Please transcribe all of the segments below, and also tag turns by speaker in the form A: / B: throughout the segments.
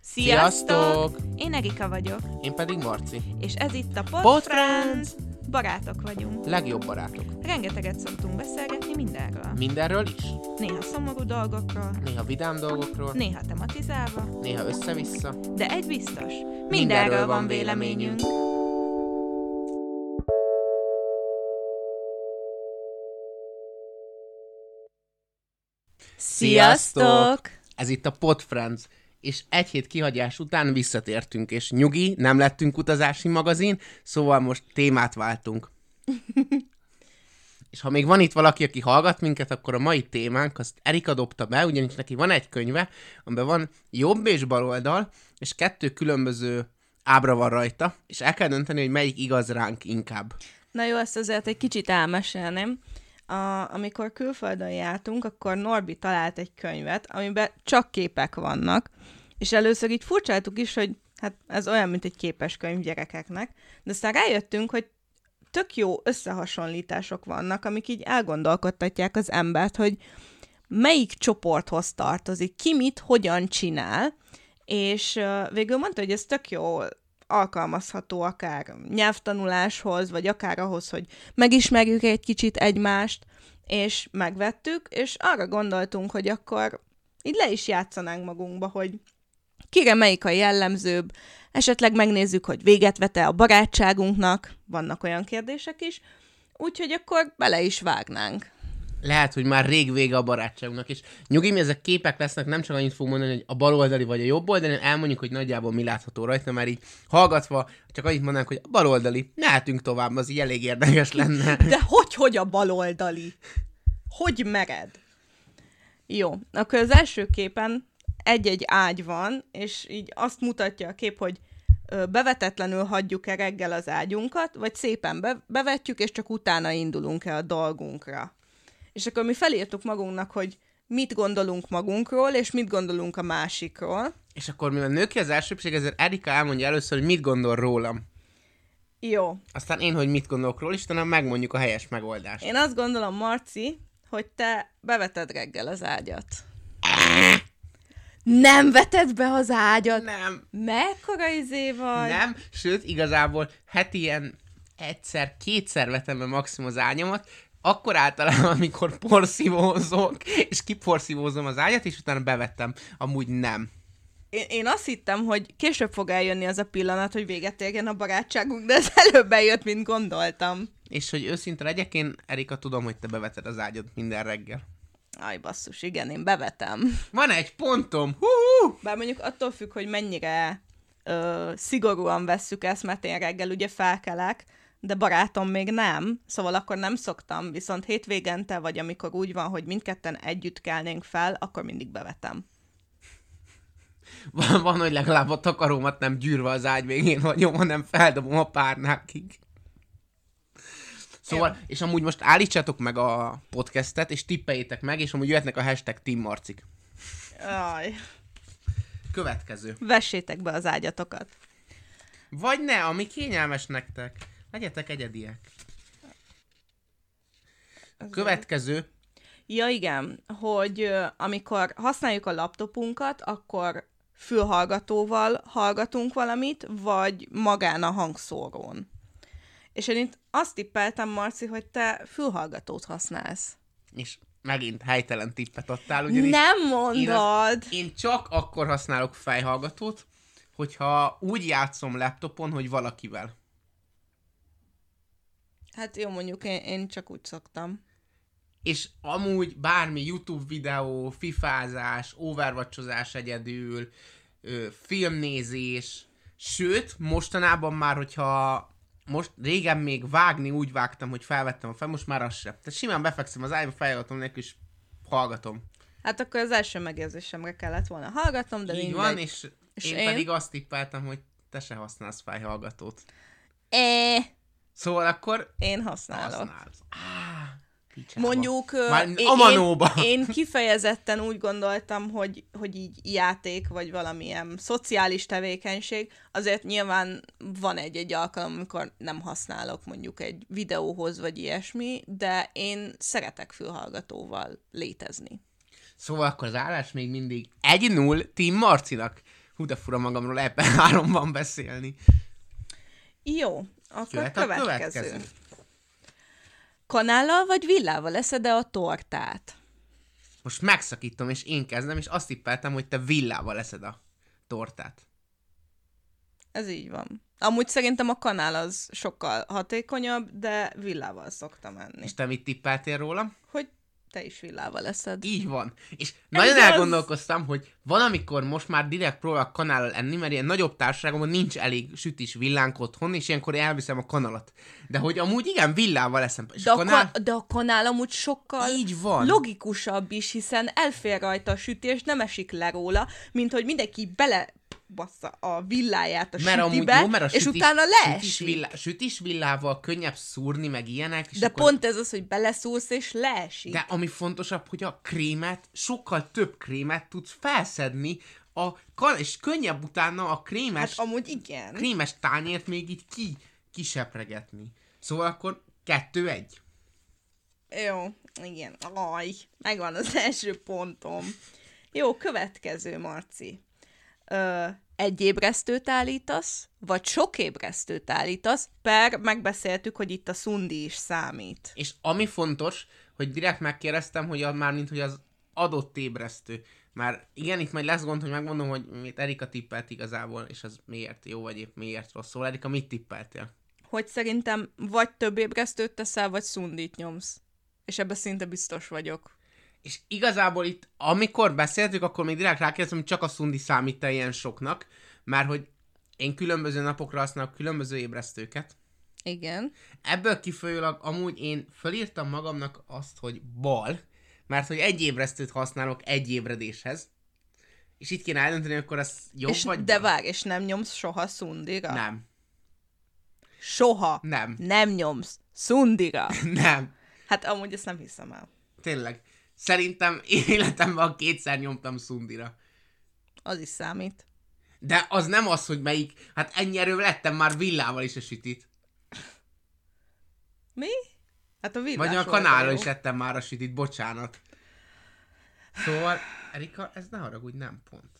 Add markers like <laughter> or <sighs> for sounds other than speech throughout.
A: Sziasztok!
B: Én Erika vagyok,
A: Én pedig Marci.
B: és ez itt a Pod,
A: Pod
B: Friends. Barátok vagyunk.
A: Legjobb barátok.
B: Rengeteget szoktunk beszélgetni mindenről.
A: Mindenről is.
B: Néha szomorú dolgokról,
A: Néha vidám dolgokról,
B: néha tematizálva,
A: néha össze-vissza.
B: de egy biztos,
A: Mindenről
B: mindenről
A: van
B: van véleményünk.
A: Sziasztok! Ez itt a Pod Friends, és egy hét kihagyás után visszatértünk, és nyugi, nem lettünk utazási magazin, szóval most témát váltunk. és ha még van itt valaki, aki hallgat minket, akkor a mai témánk, azt Erika dobta be, ugyanis neki van egy könyve, amiben van jobb és bal oldal, és kettő különböző ábra van rajta, és el kell dönteni, hogy melyik igaz ránk inkább.
C: Na jó, azt azért egy kicsit elmesélném. A, amikor külföldön jártunk, akkor Norbi talált egy könyvet, amiben csak képek vannak, és először így furcsáltuk is, hogy hát ez olyan, mint egy képes könyv gyerekeknek, de aztán rájöttünk, hogy tök jó összehasonlítások vannak, amik így elgondolkodtatják az embert, hogy melyik csoporthoz tartozik, ki mit, hogyan csinál, és ö, végül mondta, hogy ez tök jó alkalmazható akár nyelvtanuláshoz, vagy akár ahhoz, hogy megismerjük egy kicsit egymást, és megvettük, és arra gondoltunk, hogy akkor így le is játszanánk magunkba, hogy kire melyik a jellemzőbb, esetleg megnézzük, hogy véget vete a barátságunknak, vannak olyan kérdések is, úgyhogy akkor bele is vágnánk.
A: lehet, hogy már rég vége a barátságunknak, és nyugi, mi ezek képek lesznek, nem csak annyit fogunk mondani, hogy a baloldali vagy a jobboldali, hanem elmondjuk, hogy nagyjából mi látható rajta, már így hallgatva, csak annyit mondanánk, hogy a baloldali, mehetünk tovább, az így elég érdekes lenne.
C: De hogy, hogy a baloldali? Hogy mered? Jó, akkor az első képen egy-egy ágy van, és így azt mutatja a kép, hogy ö, bevetetlenül hagyjuk-e reggel az ágyunkat, vagy szépen be- bevetjük, és csak utána indulunk-e a dolgunkra. És akkor mi felírtuk magunknak, hogy mit gondolunk magunkról, és mit gondolunk a másikról.
A: És akkor mivel nő ki az elsőbség, ezért Erika elmondja először, hogy mit gondol rólam.
C: Jó,
A: Aztán én, hogy mit gondolok róla, és utána megmondjuk a helyes megoldást.
C: én azt gondolom, Marci, hogy te beveted reggel az ágyat. Nem veted be az ágyat?
A: Nem,
C: Mekkora izé vagy?
A: nem, sőt, igazából heti ilyen egyszer-kétszer vetem be maximum az ágyamat, akkor általában, amikor porszívózok, és kiporszívózom az ágyat, és utána bevettem. Amúgy nem.
C: Én, én azt hittem, hogy később fog eljönni az a pillanat, hogy véget érjen a barátságunk, de ez <laughs> előbb eljött, mint gondoltam.
A: És hogy őszinte legyek, én Erika tudom, hogy te beveted az ágyat minden reggel.
C: Aj, basszus, igen, én bevetem.
A: Van egy pontom! Hú!
C: Bár mondjuk attól függ, hogy mennyire ö, szigorúan vesszük ezt, mert én reggel ugye felkelek, de barátom még nem, szóval akkor nem szoktam, viszont hétvégente, vagy amikor úgy van, hogy mindketten együtt kelnénk fel, akkor mindig bevetem.
A: Van, van, hogy legalább a takarómat nem gyűrve az ágy végén hagyom, hanem feldobom a párnákig. Szóval, és amúgy most állítsátok meg a podcastet, és tippeljétek meg, és amúgy jöhetnek a hashtag Team Marcik.
C: Aj,
A: Következő.
C: vessétek be az ágyatokat.
A: Vagy ne, ami kényelmes nektek. Legyetek egyediek. Következő.
C: Ja igen, hogy ö, amikor használjuk a laptopunkat, akkor fülhallgatóval hallgatunk valamit, vagy magán a hangszórón. És én itt azt tippeltem, Marci, hogy te fülhallgatót használsz.
A: És megint helytelen tippet adtál, ugyanis...
C: Nem mondod!
A: Én csak akkor használok fejhallgatót, hogyha úgy játszom laptopon, hogy valakivel.
C: Hát jó, mondjuk én, én csak úgy szoktam.
A: És amúgy bármi YouTube videó, fifázás, overwatchozás egyedül, ö, filmnézés, sőt, mostanában már, hogyha most régen még vágni úgy vágtam, hogy felvettem a fel, most már az sem. Tehát simán befekszem az ágyba, fejhallgatom nélkül, és hallgatom.
C: Hát akkor az első megérzésemre kellett volna hallgatnom, de
A: Így
C: mindegy.
A: van, és,
C: És
A: én, én
C: én?
A: pedig azt tippeltem, hogy te se használsz fejhallgatót.
C: É,
A: Szóval akkor
C: én használok.
A: használsz. Á, Picsába.
C: Mondjuk ö,
A: Már
C: én-
A: Amanóba.
C: Én, én kifejezetten úgy gondoltam, hogy, hogy így játék, vagy valamilyen szociális tevékenység, azért nyilván van egy-egy alkalom, amikor nem használok mondjuk egy videóhoz, vagy ilyesmi, de én szeretek fülhallgatóval létezni.
A: Szóval akkor az állás még mindig 1-0 Team Marcinak. Hú, de fura magamról ebben <laughs> háromban beszélni.
C: Jó, akkor
A: Jöhet
C: következő. következő. Kanállal vagy villával eszed-e a tortát?
A: Most megszakítom, és én kezdem, és azt tippeltem, hogy te villával leszed a tortát.
C: Ez így van. Amúgy szerintem a kanál az sokkal hatékonyabb, de villával szoktam enni.
A: És te mit tippeltél róla?
C: Hogy te is villával leszed.
A: Így van. És nagyon
C: az!
A: elgondolkoztam, hogy van, amikor most már direkt próbálok kanállal enni, mert ilyen nagyobb társaságomban nincs elég sütis villánk otthon, és ilyenkor elviszem a kanalat. De hogy amúgy igen, villával eszem. És
C: De a, kanál... de a kanál amúgy sokkal
A: Így van.
C: logikusabb is, hiszen elfér rajta a sütés, nem esik le róla, mint hogy mindenki bele bassza a villáját a
A: mert amúgy
C: sütibe,
A: jó, mert a
C: és
A: sütis,
C: utána
A: Sütis,
C: leesik.
A: villá, sütis villával könnyebb szúrni, meg ilyenek. És
C: De
A: akkor...
C: pont ez az, hogy beleszúrsz és leesik.
A: De ami fontosabb, hogy a krémet, sokkal több krémet tudsz felszedni, a kan- és könnyebb utána a krémes,
C: Hát
A: hát
C: amúgy igen.
A: a... krémes tányért még így ki, kisepregetni. Szóval akkor kettő-egy.
C: Jó, igen. Aj, megvan az első pontom. Jó, következő, Marci. Ö, egy ébresztőt állítasz, vagy sok ébresztőt állítasz, per megbeszéltük, hogy itt a szundi is számít.
A: És ami fontos, hogy direkt megkérdeztem, hogy a, már mint hogy az adott ébresztő. Már igen, itt majd lesz gond, hogy megmondom, hogy mit Erika tippelt igazából, és az miért jó, vagy épp miért rossz. Szóval Erika, mit tippeltél?
C: Hogy szerintem vagy több ébresztőt teszel, vagy szundit nyomsz. És ebben szinte biztos vagyok.
A: És igazából itt, amikor beszéltük, akkor még direkt rákérdeztem, hogy csak a szundi számít -e ilyen soknak, mert hogy én különböző napokra használok különböző ébresztőket.
C: Igen.
A: Ebből kifolyólag amúgy én fölírtam magamnak azt, hogy bal, mert hogy egy ébresztőt használok egy ébredéshez, és itt kéne eldönteni, akkor az jobb
C: és,
A: vagy
C: de
A: bal?
C: várj, és nem nyomsz soha szundira?
A: Nem,
C: Soha.
A: nem,
C: Nem nyomsz. Szundira.
A: nem,
C: Hát amúgy ezt nem hiszem el.
A: tényleg. Szerintem életemben kétszer nyomtam szundira.
C: Az is számít.
A: De az nem az, hogy melyik, hát ennyi erővel lettem már villával is a sütit.
C: Mi? Hát a villás
A: Vagy a
C: volt
A: kanállal
C: jó.
A: is ettem már a sütit, bocsánat. Szóval, Erika, ez ne haragudj, nem pont.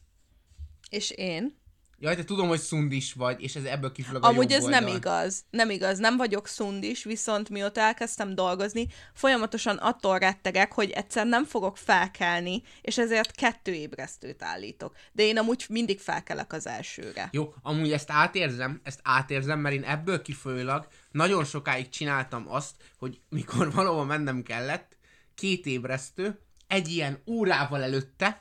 C: És én?
A: Jaj, de tudom, hogy szundis vagy, és ez ebből kifolyólag a
C: Amúgy
A: jobb
C: ez
A: oldal.
C: nem igaz. Nem igaz, nem vagyok szundis, viszont mióta elkezdtem dolgozni, folyamatosan attól rettegek, hogy egyszer nem fogok felkelni, és ezért kettő ébresztőt állítok. De én amúgy mindig felkelek az elsőre.
A: Jó, amúgy ezt átérzem, ezt átérzem, mert én ebből kifolyólag nagyon sokáig csináltam azt, hogy mikor <laughs> valahol mennem kellett, két ébresztő, egy ilyen órával előtte,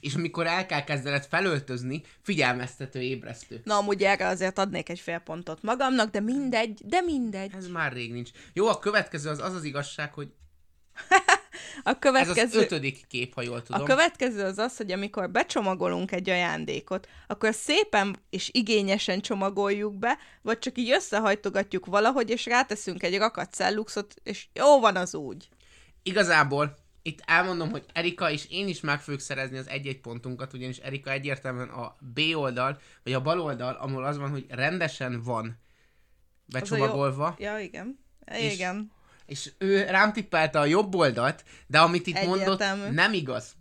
A: és amikor el kell kezdened felöltözni, figyelmeztető ébresztő.
C: Na, amúgy erre azért adnék egy fél pontot magamnak, de mindegy, de mindegy.
A: Ez már rég nincs. Jó, a következő az az, az igazság, hogy ez
C: A
A: az
C: következő...
A: ötödik kép, ha jól tudom.
C: A következő az az, hogy amikor becsomagolunk egy ajándékot, akkor szépen és igényesen csomagoljuk be, vagy csak így összehajtogatjuk valahogy, és ráteszünk egy rakat celluxot, és jó van az úgy.
A: igazából itt elmondom, hogy Erika és én is meg fogjuk szerezni az egy-egy pontunkat, ugyanis Erika egyértelműen a B oldal, vagy a bal oldal, ahol az van, hogy rendesen van becsomagolva,
C: Ja, igen.
A: És-
C: Igen.
A: és ő rám tippelte a jobb oldalt, de amit itt
C: Egyértelmű.
A: mondott, nem igaz.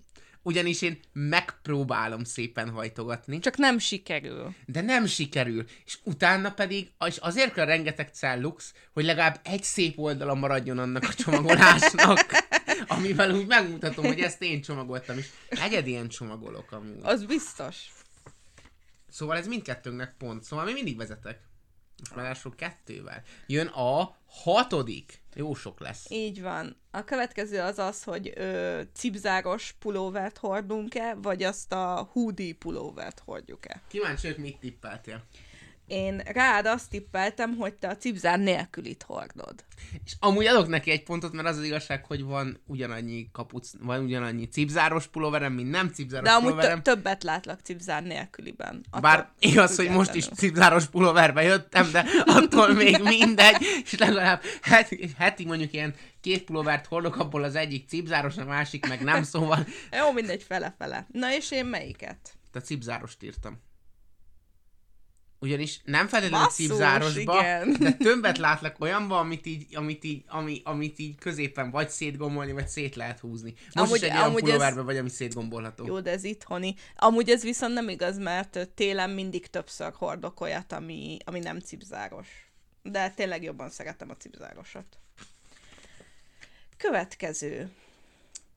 A: Ugyanis én megpróbálom szépen hajtogatni,
C: Csak nem sikerül.
A: de nem sikerül. És utána pedig, és azért kell rengeteg cellux, hogy legalább egy szép oldala maradjon annak a
C: <laughs>
A: csomagolásnak, amivel úgy megmutatom, hogy ezt én csomagoltam is. Egyed ilyen csomagolok amúgy.
C: Az biztos.
A: Szóval ez mindkettőnknek pont. Szóval mi mindig vezetek. Most már első kettővel. Jön a hatodik. Jó sok lesz.
C: Így van. A következő az az, hogy ö, cipzáros pulóvert hordunk-e, vagy azt a húdi pulóvert hordjuk-e.
A: Kíváncsi, hogy mit tippeltél.
C: én rád azt tippeltem, hogy te a cipzár nélkül itt hordod.
A: És amúgy adok neki egy pontot, mert az az igazság, hogy van ugyanannyi kapuc, van ugyanannyi cipzáros pulóverem, mint nem cipzáros
C: De amúgy
A: pulóverem.
C: tö- többet látlak cipzár nélküliben. Attól
A: Bár igaz, hogy most is
C: függetlenül.
A: cipzáros pulóverbe jöttem, de attól még mindegy, és legalább heti, heti mondjuk ilyen két pulóvert hordok, abból az egyik cipzáros, a másik meg nem, szóval
C: Jó, mindegy, fele-fele. Na és én melyiket?
A: te cipzárost írtam. Ugyanis nem feltétlenül
C: Basszus,
A: cipzárosba,
C: igen.
A: de többet látlak olyanba, amit így, amit így, ami, amit így középen vagy szétgombolni, vagy szét lehet húzni. Most amúgy,
C: Amúgy-
A: is egy olyan
C: amúgy ez-
A: pulóverbe vagy, ami szétgombolható.
C: Jó, de ez itthoni. Amúgy ez viszont nem igaz, mert ö, télen mindig többször hordok olyat, ami, ami nem cipzáros. De tényleg jobban szeretem a cipzárosat. Következő.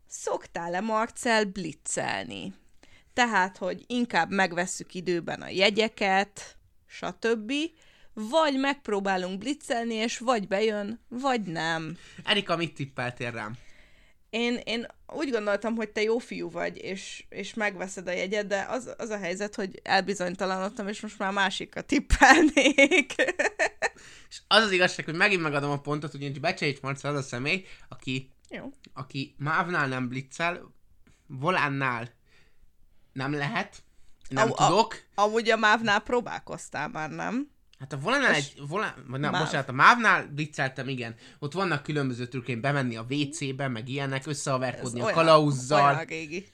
C: Szoktál-e Marcel blitzelni? Tehát, hogy inkább megvesszük időben a jegyeket, stb. Vagy megpróbálunk blitzelni, és vagy bejön, vagy nem.
A: Erika, mit tippeltél rám?
C: Én, én úgy gondoltam, hogy te jó fiú vagy, és, és megveszed a jegyet, de az, az a helyzet, hogy elbizonytalanodtam, és most már másikra tippelnék.
A: És az az igazság, hogy megint megadom a pontot, ugyanis Becseics Marcel az a személy, aki,
C: jó.
A: aki Mávnál nem blitzel, Volánnál nem lehet, nem
C: Au,
A: a,
C: a-
A: tudok. A...
C: Amúgy a mávnál próbálkoztál már, nem?
A: Hát a Volánnál egy, Volán, vagy nem,
C: Máv.
A: bocsánat, a Mávnál blitzeltem, igen. Ott vannak különböző trükkén, bemenni a WC-be, meg ilyenek, összehaverkodni a kalauzzal,
C: Olyan régi.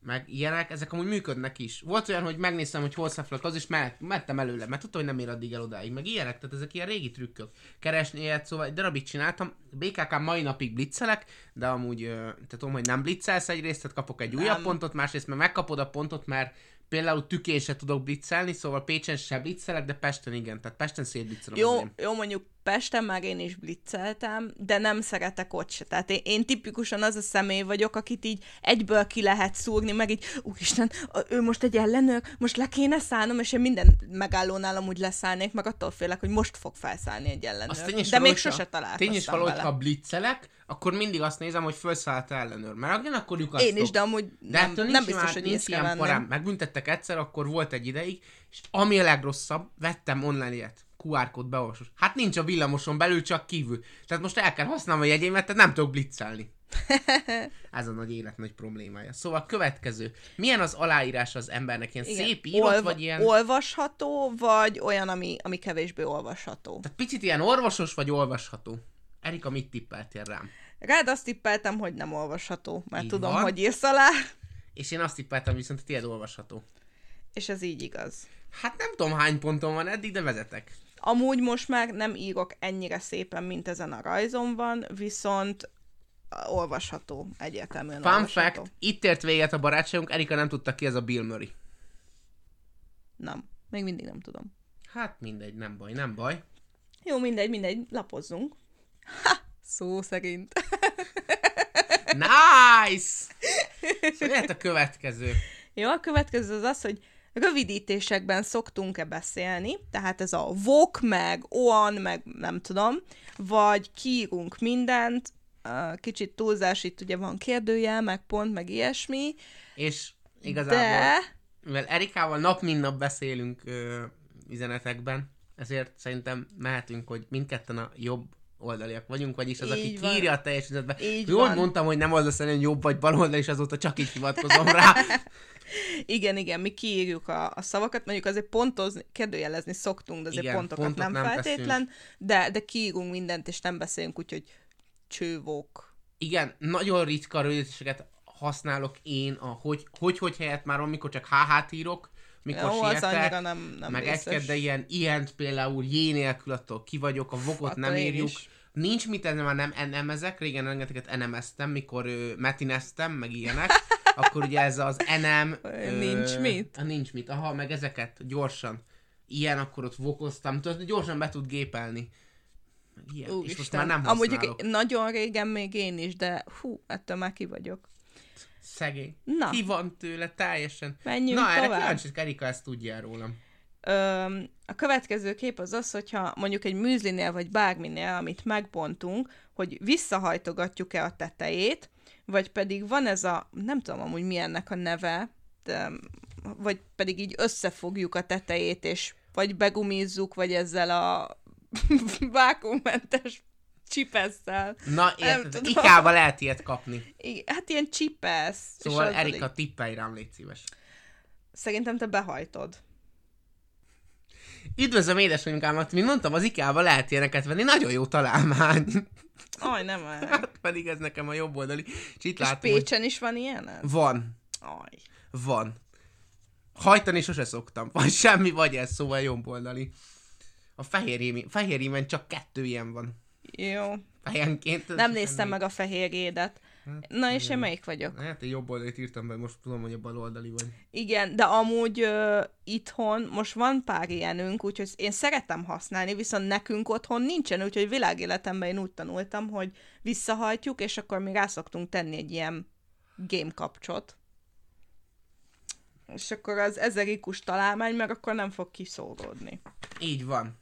A: meg ilyenek, ezek amúgy működnek is. Volt olyan, hogy megnéztem, hogy hol szaflak az, és mehet, mentem előle, mert tudtam, hogy nem ér addig el odáig, meg ilyenek, tehát ezek ilyen régi trükkök. Keresni ilyet, szóval egy darabig csináltam, BKK mai napig blitzelek, de amúgy, ö, tehát tudom, hogy nem blitzelsz egyrészt, tehát kapok egy újabb pontot, másrészt meg megkapod a pontot, mert például tükén se tudok blitzelni, szóval Pécsen se blitzelek, de Pesten igen, tehát Pesten szétblitzelem.
C: Jó,
A: azért.
C: jó, mondjuk Pesten már én is blitzeltem, de nem szeretek ott se. Tehát én, én tipikusan az a személy vagyok, akit így egyből ki lehet szúrni, meg így, úristen, a- ő most egy ellenőr, most le kéne szállnom, és én minden megállónál amúgy leszállnék, meg attól félek, hogy most fog felszállni egy ellenőr.
A: Az tény és
C: de
A: való,
C: még
A: hogyha-
C: sose találkoztam
A: Tény és való,
C: vele.
A: ha blitzelek, akkor mindig azt nézem, hogy felszállt ellenőr. Mert ugyanakkor lyukasztok.
C: Én is, de amúgy
A: De
C: nem,
A: nem,
C: nem biztos, hogy
A: nincs
C: észre
A: ilyen parám. Megbüntettek egyszer, akkor volt egy ideig, és ami a legrosszabb, vettem online ilyet. QR kód beolvasos. Hát nincs a villamoson belül, csak kívül. Tehát most el kell használnom a jegyémet, tehát nem tudok <laughs> blitzelni. Ez a nagy élet nagy problémája. Szóval következő. Milyen az aláírás az embernek? Ilyen Igen. szép írott,
C: Olva-
A: vagy ilyen...
C: Olvasható, vagy olyan, ami, ami kevésbé olvasható.
A: Tehát picit ilyen orvosos, vagy olvasható? Erika, mit tippeltél rám?
C: Rád azt tippeltem, hogy nem olvasható, mert
A: Így
C: tudom,
A: van.
C: hogy írsz alá,
A: És én azt tippeltem viszont, hogy tiéd olvasható.
C: és ez így igaz.
A: Hát nem tudom hány ponton van eddig, de vezetek.
C: Amúgy most már nem írok ennyire szépen, mint ezen a rajzon van, viszont olvasható, egyértelműen
A: Fun
C: olvasható.
A: fact, itt ért véget a barátságunk, Erika nem tudta ki ez a Bill Murray.
C: Nem, még mindig nem tudom.
A: Hát mindegy, nem baj, nem baj.
C: Jó, mindegy, mindegy, lapozzunk. <laughs> Ha, szó szerint. <laughs>
A: Nice! Szóval jöhet a következő.
C: Jó, a következő az az, hogy rövidítésekben szoktunk-e beszélni, tehát ez a vok, meg oan, meg nem tudom, vagy kiírunk mindent, Ö, kicsit túlzás, itt ugye van kérdőjel, meg pont, meg ilyesmi,
A: És igazából,
C: de...
A: De... mivel Erikával nap mint nap beszélünk ö, üzenetekben, ezért szerintem mehetünk, hogy mindketten a jobb oldaliak vagyunk, vagyis az, aki
C: Így van.
A: kiírja a teljes üzenetbe.
C: Így
A: Jól
C: van.
A: mondtam, hogy nem az lesz, hogy jobb vagy bal oldal, és azóta csak így hivatkozom rá.
C: <laughs> Igen, igen, mi kiírjuk a, a szavakat, mondjuk azért pontozni, kérdőjelezni szoktunk, de azért
A: Igen,
C: igen, pontokat
A: pontot
C: nem,
A: nem
C: nem
A: teszünk.
C: feltétlen, de, de kiírunk mindent, és nem beszélünk, úgyhogy csővók.
A: Igen, nagyon ritka rövidítéseket használok én a hogy, hogy, hogy helyett már van, mikor csak HH-t írok, mikor
C: Jó, az annyira
A: sietek,
C: nem, nem
A: meg
C: részes.
A: egyet, de ilyen, ilyen például J nélkül attól ki vagyok, a vokot
C: Attól
A: nem
C: én
A: írjuk.
C: is.
A: Nincs mit enni, már nem enemezek, régen rengeteget enemeztem, mikor ö, metineztem, meg
C: <laughs>
A: ilyenek, akkor ugye ez az enem... ö,
C: Nincs mit.
A: a Nincs mit, aha, meg ezeket gyorsan. Ilyen, akkor ott vokoztam, tudod, gyorsan be tud gépelni. Meg Ilyen, és most már
C: Úristen.
A: nem
C: Amúgy
A: használok. Amúgy...
C: nagyon régen még én is, de hú, ettől már ki vagyok.
A: Szegény.
C: Na,
A: Ki van tőle teljesen.
C: menjünk
A: Na, erre
C: tovább.
A: kíváncsi, Erika ezt tudja rólam.
C: Öm, a következő kép az az, hogyha mondjuk egy műzlinél vagy bárminél, amit megbontunk, hogy visszahajtogatjuk-e a tetejét, vagy pedig van ez a, nem tudom amúgy mi ennek a neve, de, vagy pedig így összefogjuk a tetejét, és vagy begumizzuk, vagy ezzel a <laughs> vákummentes csipesszel.
A: Na,
C: Nem
A: érted,
C: tudom.
A: ikával lehet ilyet kapni.
C: Igen, Hát ilyen csipesz. és
A: Szóval
C: az
A: Erika,
C: pedig-
A: tippelj rám, légy szíves.
C: Szerintem te behajtod.
A: Üdvözlöm édesanyukámat, mint mondtam, az ikával lehet ilyeneket venni, nagyon jó találmány. <laughs>
C: Aj, nem el.
A: Hát pedig ez nekem a jobb oldali. És itt
C: És
A: látom, hogy
C: Pécsen is van ilyen? ez?
A: van,
C: Aj.
A: van. Hajtani sose szoktam, vagy semmi, vagy ez, szóval jobb oldali. A fehérjémen fehér csak kettő ilyen van.
C: Jó.
A: Fejenként. ez
C: Nem
A: is Hm?
C: néztem
A: semmi.
C: meg a fehérjédet. Na és én melyik vagyok?
A: Hát én jobb oldalit írtam be, most tudom, hogy a bal oldali vagy.
C: Igen, de amúgy ö, itthon most van pár ilyenünk, úgyhogy én szeretem használni, viszont nekünk otthon nincsen, úgyhogy világéletemben én úgy tanultam, hogy visszahajtjuk, és akkor mi rá szoktunk tenni egy ilyen game kapcsot. És akkor az ezerikus találmány, meg akkor nem fog kiszóródni.
A: Így van.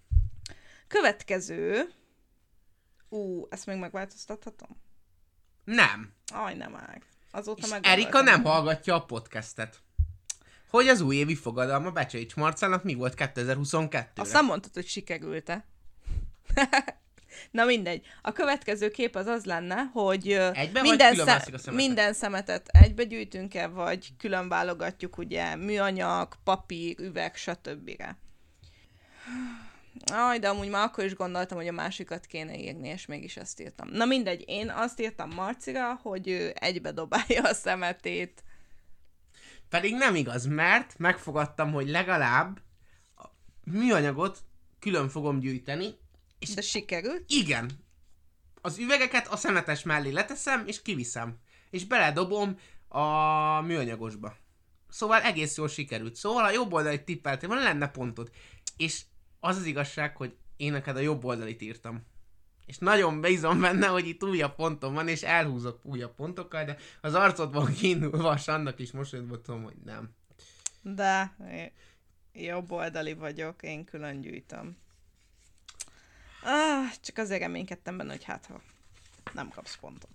C: Következő. Ú, ezt még megváltoztathatom?
A: Nem.
C: Aj, nem már. Azóta
A: És
C: meg.
A: Erika nem hallgatja a podcastet. Hogy az újévi fogadalma Becseics Marcának mi volt 2022-re?
C: Azt nem mondtad, hogy sikerült-e. <laughs> Na mindegy. A következő kép az az lenne, hogy ö,
A: Egybe vagy
C: minden,
A: külön választjuk a szemetet?
C: minden szemetet egybe gyűjtünk-e, vagy külön válogatjuk, ugye, műanyag, papír, üveg, stb. Aj, de amúgy már akkor is gondoltam, hogy a másikat kéne írni, és mégis azt írtam. Na mindegy, én azt írtam Marcira, hogy ő egybe dobálja a szemetét.
A: Pedig nem igaz, mert megfogadtam, hogy legalább a műanyagot külön fogom gyűjteni.
C: De sikerült?
A: Igen. Az üvegeket a szemetes mellé leteszem, és kiviszem. És beledobom a műanyagosba. Szóval egész jól sikerült. Szóval a jobb oldalit tippeltél, van lenne pontod. És az az igazság, hogy én neked a jobb oldalit írtam. És nagyon bízom benne, hogy itt újabb pontom van, és elhúzok újabb pontokkal, de az arcodban kiindulva a Sannak is mosolyodva tudom, hogy nem.
C: De é- jobb oldali vagyok, én külön gyűjtöm. Ah, csak azért reménykedtem benne, hogy hát ha nem kapsz pontot.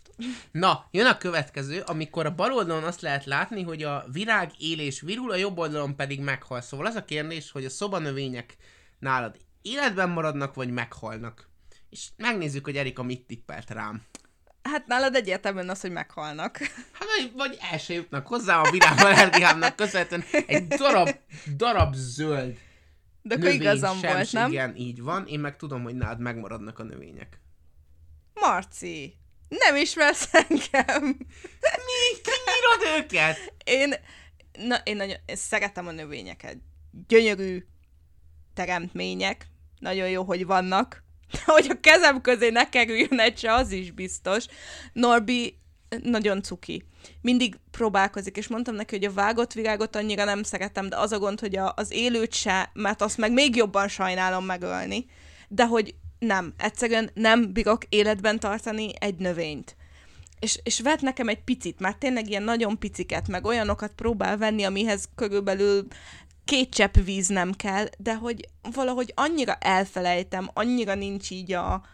A: Na, jön a következő, amikor a bal oldalon azt lehet látni, hogy a virág él és virul, a jobb oldalon pedig meghal. Szóval az a kérdés, hogy a szobanövények nálad életben maradnak, vagy meghalnak. És megnézzük, hogy Erika mit tippelt rám.
C: Hát nálad egyértelműen az, hogy meghalnak.
A: Hát vagy, vagy el se jutnak hozzá a virágallergiámnak köszönhetően egy darab, darab zöld
C: De akkor
A: növény
C: igazam
A: sem
C: volt,
A: se-
C: nem?
A: Igen, így van. Én meg tudom, hogy nálad megmaradnak a növények.
C: Marci, nem ismersz engem.
A: Írod őket!
C: Én, na, én, nagyon, én szeretem a növényeket. Gyönyörű teremtmények. Nagyon jó, hogy vannak. De hogy a kezem közé ne kerüljön egy se, az is biztos. Norbi nagyon cuki. Mindig próbálkozik, és mondtam neki, hogy a vágott virágot annyira nem szeretem, de az a gond, hogy a, az élőt se, mert azt meg még jobban sajnálom megölni. De hogy nem, egyszerűen nem bírok életben tartani egy növényt és, és vett nekem egy picit, már tényleg ilyen nagyon piciket, meg olyanokat próbál venni, amihez körülbelül két csepp víz nem kell, de hogy valahogy annyira elfelejtem, annyira nincs így a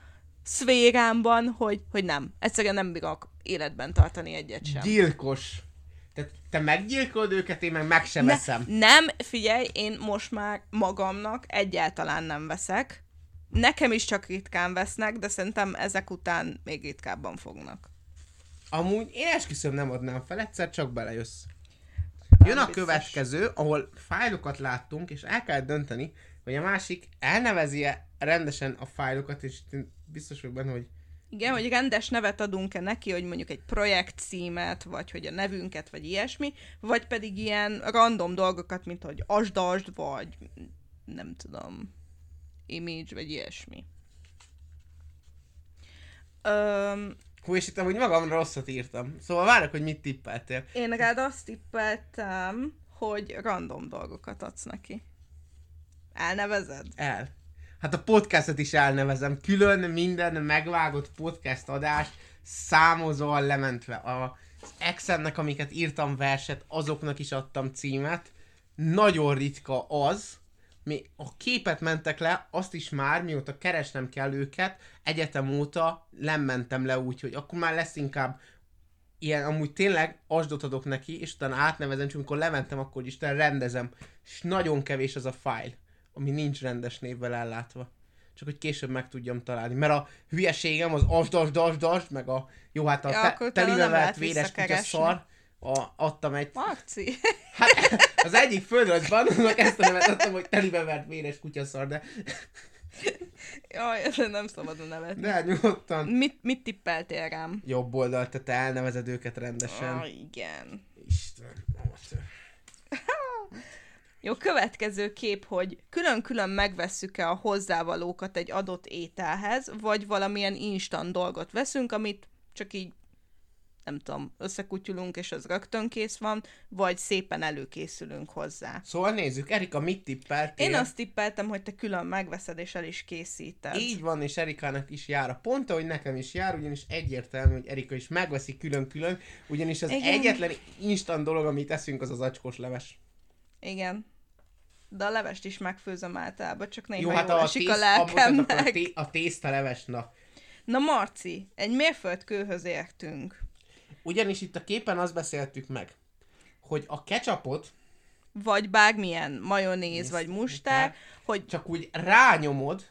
C: szférámban, hogy, hogy nem. Egyszerűen nem bírok életben tartani egyet sem.
A: Gyilkos. Tehát te meggyilkolod őket, én meg meg sem
C: Ne-
A: veszem.
C: Nem, figyelj, én most már magamnak egyáltalán nem veszek. Nekem is csak ritkán vesznek, de szerintem ezek után még ritkábban fognak.
A: Amúgy én esküszöm nem adnám fel, egyszer csak belejössz. Jön
C: Nem
A: a
C: biztos.
A: következő, ahol fájlokat láttunk, és el kell dönteni, hogy a másik elnevezi -e rendesen a fájlokat, és itt én biztos vagyok benne, hogy
C: Igen, hogy rendes nevet adunk-e neki, hogy mondjuk egy projekt címet, vagy hogy a nevünket, vagy ilyesmi, vagy pedig ilyen random dolgokat, mint hogy asdasd, vagy nem tudom, image, vagy ilyesmi. Öm,
A: hú, és itt amúgy magamra rosszat írtam. Szóval várok, hogy mit tippeltél.
C: én rád azt tippeltem, hogy random dolgokat adsz neki. Elnevezed?
A: El. Hát a podcastot is elnevezem. Külön minden megvágott podcast adást számozóan lementve. A az Exennek, amiket írtam verset, azoknak is adtam címet. Nagyon ritka az, mi a képet mentek le, azt is már, mióta keresnem kell őket, egyetem óta nem mentem le úgy, hogy akkor már lesz inkább ilyen, amúgy tényleg asdot adok neki, és utána átnevezem, csak amikor lementem, akkor Isten rendezem. És nagyon kevés az a fájl, ami nincs rendes névvel ellátva. Csak hogy később meg tudjam találni. Mert a hülyeségem az asd, asd, asd, asd, meg a jó hát a
C: Ja,
A: te,
C: akkor utána
A: telibe
C: nem
A: vett
C: lehet
A: véres kutya
C: visszakeresni.
A: szar, a, adtam egy...
C: Marci. <laughs>
A: Hát, az egyik földrajzban, <laughs> annak ezt a nevet adtam, hogy telibe vett véres kutya szar, de,
C: Jaj, ezen nem szabadna nevetni.
A: de hát nyugodtan.
C: Mit, mit tippeltél rám?
A: Jobb oldalt, tehát te elnevezed őket rendesen.
C: Ah, igen.
A: Isten, amatőr.
C: Jó, következő kép, hogy külön-külön megvesszük-e a hozzávalókat egy adott ételhez, vagy valamilyen instant dolgot veszünk, amit csak így, nem tudom, összekutyulunk, és az rögtön kész van, vagy szépen előkészülünk hozzá.
A: Szóval nézzük, Erika mit tippelt?
C: Én azt tippeltem, hogy te külön megveszed, és el is készíted.
A: Így van, és Erikának is jár a pont, hogy nekem is jár, ugyanis egyértelmű, hogy Erika is megveszi külön-külön, ugyanis az
C: Igen.
A: egyetlen instant dolog, amit eszünk, az az acskos leves.
C: Igen. De a levest is megfőzöm általában, csak néha
A: Jó, hát
C: jól
A: a,
C: esik a
A: tészt, a, bocsánat, akkor a,
C: lelkemnek.
A: té- a tészta leves, na.
C: Na Marci, egy mérföldkőhöz értünk.
A: Ugyanis itt a képen azt beszéltük meg, hogy a ketchupot
C: Vagy bármilyen majonéz,
A: Mész,
C: vagy mustár, hogy
A: csak úgy rányomod,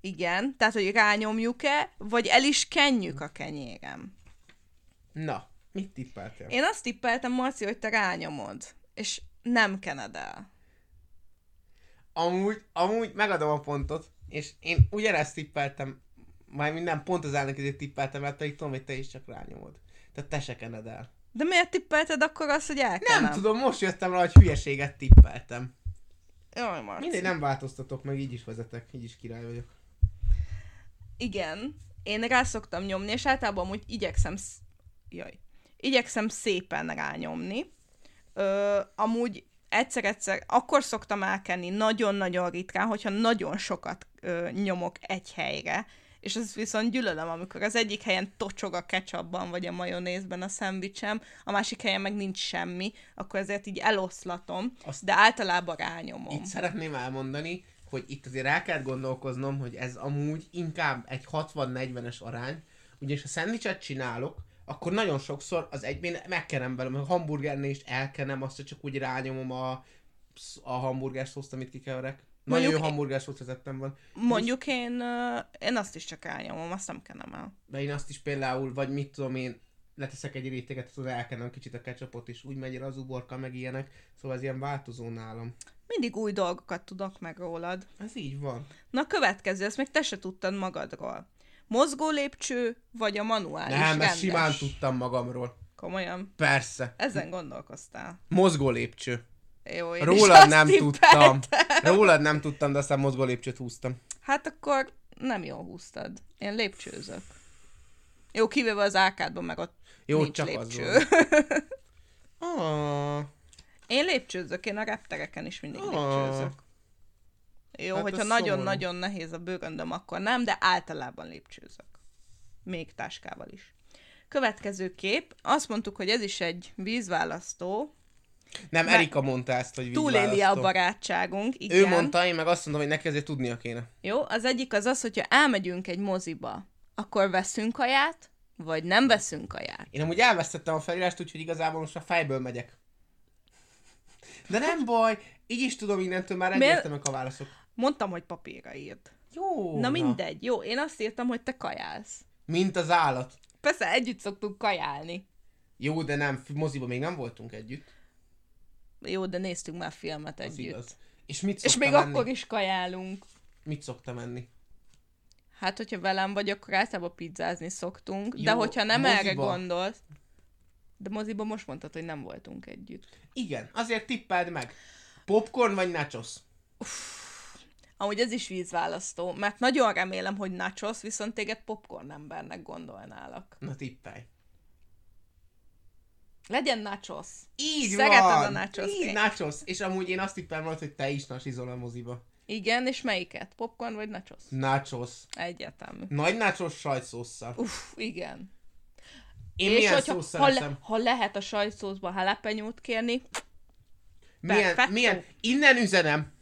C: igen, tehát hogy rányomjuk-e, vagy el is kenjük a kenyérem.
A: na, mit tippeltél?
C: Én azt tippeltem, Marci, hogy te rányomod, és nem kened el.
A: Amúgy, amúgy megadom a pontot, és én ugyanezt tippeltem, már minden pont az elnök ezért tippeltem, mert pedig tudom, hogy te is csak rányomod. Tehát te se kened el.
C: De miért tippelted akkor azt, hogy
A: Nem,
C: elkenem?
A: nem tudom, most jöttem rá, hogy hülyeséget tippeltem.
C: Jaj, Marci.
A: Mindegy, nem változtatok, meg így is vezetek, így is király vagyok.
C: Igen, én rá szoktam nyomni, és általában úgy igyekszem, sz- jaj, igyekszem szépen rányomni. Ö, amúgy egyszer-egyszer, akkor szoktam elkenni nagyon-nagyon ritkán, hogyha nagyon sokat ö, nyomok egy helyre, és ez viszont gyűlölöm, amikor az egyik helyen tocsog a ketchupban vagy a majonézben a szendvicsem, a másik helyen meg nincs semmi, akkor ezért így eloszlatom,
A: Azt-
C: de általában rányomom.
A: Itt szeretném elmondani, hogy itt azért el kellett gondolkoznom, hogy ez amúgy inkább egy 60-40-es arány, ugyanis ha szendvicset csinálok, akkor nagyon sokszor az egyben megkenem belőle, a hamburgernél is elkenem, azt hogy csak úgy rányomom a, a hamburger szószt, amit kikeverek. Nagyon jó
C: Mondjuk-
A: hamburger szószt vezettem van.
C: Mondjuk én, ö, én azt is csak elnyomom, azt nem kenem el.
A: De én azt is például, vagy mit tudom én, leteszek egy réteget, tudod, elkenem kicsit a ketchupot, és úgy megy el az uborka, meg ilyenek. Szóval ez ilyen változó nálam.
C: Mindig új dolgokat tudok meg rólad.
A: Ez így van.
C: Na következő, ezt még te se tudtad magadról. Mozgó lépcső, vagy a manuális
A: Nem,
C: rendes?
A: ezt simán tudtam magamról.
C: Komolyan.
A: Persze.
C: Ezen gondolkoztál.
A: Mozgó lépcső.
C: Jó, én is
A: Rólad
C: azt
A: nem tudtam.
C: tippeltem.
A: Rólad nem tudtam, de aztán mozgó lépcsőt húztam.
C: Hát akkor nem jól húztad. Én lépcsőzök. Jó, kivéve az ákádban, meg ott
A: Jó,
C: nincs
A: csak
C: lépcső.
A: az volt. Ah,
C: Én lépcsőzök, én a reptereken is mindig
A: Ah.
C: lépcsőzök.
A: Hát
C: Jó, hát
A: ez
C: hogyha
A: szomorú.
C: nagyon-nagyon nehéz a bőröndöm, akkor nem, de általában lépcsőzök. Még táskával is. Következő kép. Azt mondtuk, hogy ez is egy vízválasztó.
A: nem,
C: Már-
A: Erika mondta ezt, hogy
C: Túléli a
A: vízválasztó.
C: barátságunk. Igen.
A: Ő mondta, én meg azt mondom, hogy neki azért tudnia kéne.
C: Jó, az egyik az az, hogyha elmegyünk egy moziba, akkor veszünk kaját, vagy nem veszünk kaját.
A: Én amúgy elvesztettem a felírást, úgyhogy igazából most a fejből megyek. De nem baj, így is tudom innentől már
C: Miért-
A: egyértelműek a válaszok.
C: Mondtam, hogy papírra írt.
A: Jó.
C: Na mindegy. Jó, én azt írtam, hogy te kajálsz.
A: Mint az állat.
C: Persze együtt szoktunk kajálni.
A: Jó, de nem, moziba még nem voltunk együtt.
C: Jó, de néztünk már filmet
A: Az
C: együtt.
A: igaz. És mit
C: És
A: szoktam
C: még
A: enni?
C: akkor is kajálunk.
A: Mit szoktam enni?
C: Hát, hogyha velem vagy, akkor általában pizzázni szoktunk. Jó, de
A: Jó,
C: hogyha nem
A: moziba.
C: erre gondolsz... De moziban most mondtad, hogy nem voltunk együtt.
A: Igen, azért tippeld meg. Popcorn vagy nachos?
C: Amúgy ez is vízválasztó, mert nagyon remélem, hogy nachos, viszont téged popcorn embernek gondolnálak.
A: Na tippelj.
C: Legyen nachos.
A: Így
C: Szereted
A: van!
C: a nachos
A: Így
C: kék.
A: nachos. És amúgy én azt tippelem volt, hogy te is nasizol a moziba.
C: Igen, és melyiket? Popcorn vagy nachos?
A: Nachos.
C: Egyértelmű.
A: Nagy nachos sajtszósszal.
C: Uff, igen.
A: Én milyen
C: hogyha,
A: szószal
C: ha,
A: eszem?
C: le, ha lehet a sajtszószba halapenyót kérni,
A: Milyen,
C: Perfetto.
A: milyen, innen üzenem,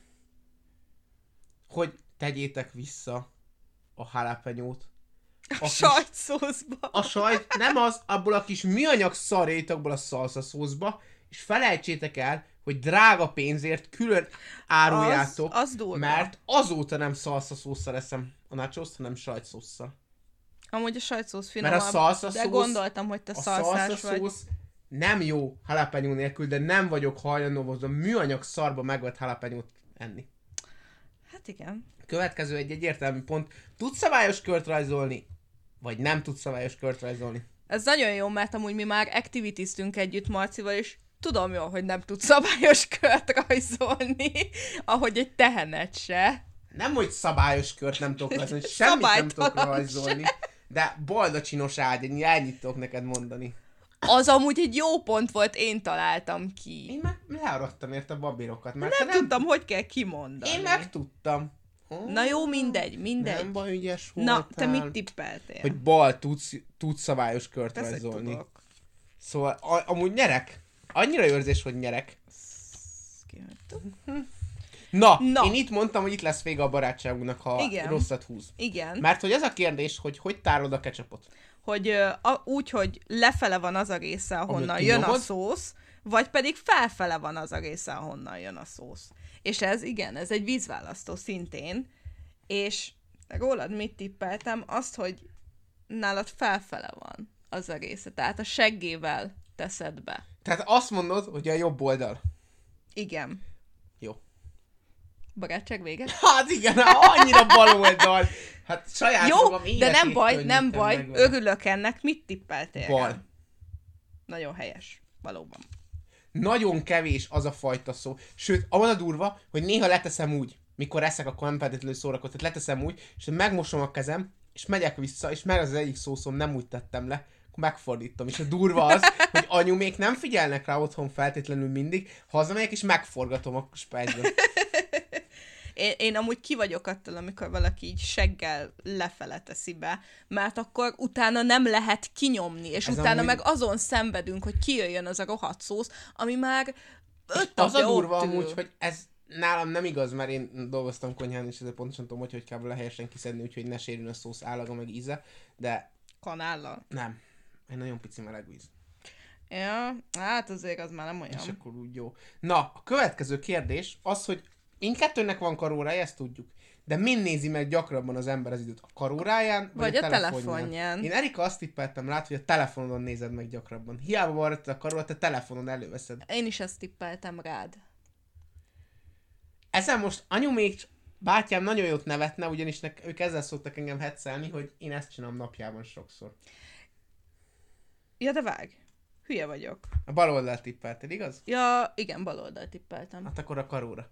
A: hogy tegyétek vissza a jalapenyót. A,
C: a
A: kis-
C: sajtszószba.
A: a sajt, nem az, abból a kis műanyag szarét, abból a szalszaszószba, és felejtsétek el, hogy drága pénzért külön áruljátok,
C: Az- az durva.
A: mert azóta nem szalsza szószal eszem a nachoszt, hanem sajtszószal.
C: Amúgy a sajtszósz
A: Mert
C: finomabb,
A: a szalsza
C: de
A: szósz-
C: gondoltam, hogy te
A: A
C: szalszás
A: szalsza
C: vagy.
A: szósz nem jó halapenyó nélkül, de nem vagyok hajlandó az a műanyag szarba megvett halapenyót enni.
C: Hát igen.
A: Következő egy egyértelmű pont. Tudsz szabályos kört rajzolni? Vagy nem tudsz szabályos kört rajzolni?
C: Ez nagyon jó, mert amúgy mi már activitiztünk együtt Marcival, és tudom jól, hogy nem tud szabályos kört rajzolni, ahogy egy tehenet se.
A: Nem, hogy szabályos kört nem tudok rajzolni, semmit nem tudok
C: Szabálytalan
A: rajzolni. De boldocsinos ágy, ennyi- ennyit tudok neked mondani.
C: Az amúgy egy jó pont volt, én találtam ki.
A: Én meg learadtam érte a babérokat, mert te
C: Nem tudtam, hogy kell kimondani.
A: Én meg tudtam. Ó,
C: Na jó, mindegy, mindegy.
A: Nem hát. baj, ügyes voltál.
C: Na, te mit tippeltél?
A: Hogy bal tudsz, tudsz szabályos kört
C: Persze, hogy
A: rajzolni.
C: tudok.
A: Szóval a, amúgy nyerek. Annyira érzés, hogy nyerek.
C: Ezt kihagytuk.
A: Na,
C: Na.
A: Na, én itt mondtam, hogy itt lesz vége a barátságunknak, ha
C: Igen.
A: Igen. rosszat húz.
C: Igen.
A: Mert hogy ez a kérdés, hogy hogy tárod a ketchupot.
C: hogy ö, a, úgy, hogy lefele van az a része, ahonnan
A: Amit
C: jön a
A: kinyomod?
C: szósz, vagy pedig felfele van az a része, ahonnan jön a szósz. És ez, igen, ez egy vízválasztó szintén, és rólad mit tippeltem? Azt, hogy nálad felfele van az a része, tehát a seggével teszed be.
A: Tehát azt mondod, hogy a jobb oldal.
C: Igen.
A: Jó.
C: Barátság vége?
A: Hát igen, hát annyira bal oldal. Hát saját magam
C: Jó, de nem
A: életét
C: baj, nem
A: könnyítem
C: baj,
A: meg vele.
C: örülök ennek, mit tippeltél?
A: Bal.
C: Nagyon helyes, valóban.
A: Nagyon kevés az a fajta szó. Sőt, az a durva, hogy néha leteszem úgy, mikor eszek, akkor nem feltétlenül szórakozok, tehát leteszem úgy, és megmosom a kezem, és megyek vissza, és mert az egyik szószom nem úgy tettem le, akkor megfordítom. És a durva az, hogy anyumék nem figyelnek rá otthon feltétlenül mindig, hazamegyek, és megforgatom a spájzban.
C: Én, én amúgy ki vagyok attól, amikor valaki így seggel lefele teszi be, mert akkor utána nem lehet kinyomni, és
A: Ez
C: utána
A: amúgy-
C: meg azon szenvedünk, hogy kijöjjön az a rohadt szósz, ami már öt
A: Az a
C: napja ott
A: durva
C: ül.
A: amúgy, hogy ez nálam nem igaz, mert én dolgoztam konyhán, és ezért pontosan tudom, hogy hogy kell vele helyesen kiszedni, úgyhogy ne sérüljön a szósz állaga meg íze, de
C: Kanállal.
A: nem. Egy nagyon pici meleg víz.
C: Ja, hát azért az már nem
A: És
C: olyan.
A: akkor úgy jó. Na, a következő kérdés az, hogy mindkettőnek van karórája, ezt tudjuk. De min nézi meg gyakrabban az ember az időt? A karóráján, vagy,
C: Vagy a
A: a telefonján?
C: telefonján.
A: Én Erika azt tippeltem rá, hogy a telefonodon nézed meg gyakrabban. Hiába van rajta a karórát, a telefonon előveszed.
C: Én is ezt tippeltem rád.
A: Ezen most anyu még c- bátyám nagyon jót nevetne, ugyanis nek, ők ezzel szoktak engem hetszelni, hogy én ezt csinálom napjában sokszor.
C: Ja, de vág. Hülye vagyok.
A: A bal oldalt tippelted, igaz?
C: Ja, igen, baloldal tippeltem.
A: Hát akkor a karóra.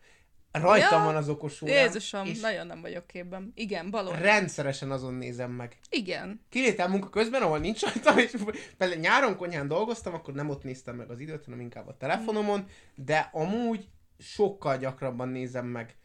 A: Rajtam
C: Ja,
A: van az okos óra,
C: Jézusom,
A: és
C: nagyon nem vagyok képben. Igen, baloldal.
A: rendszeresen azon nézem meg.
C: Igen.
A: kilétem munka közben, ahol nincs rajta, és például nyáron konyhán dolgoztam, akkor nem ott néztem meg az időt, hanem inkább a telefonomon, de amúgy sokkal gyakrabban nézem meg.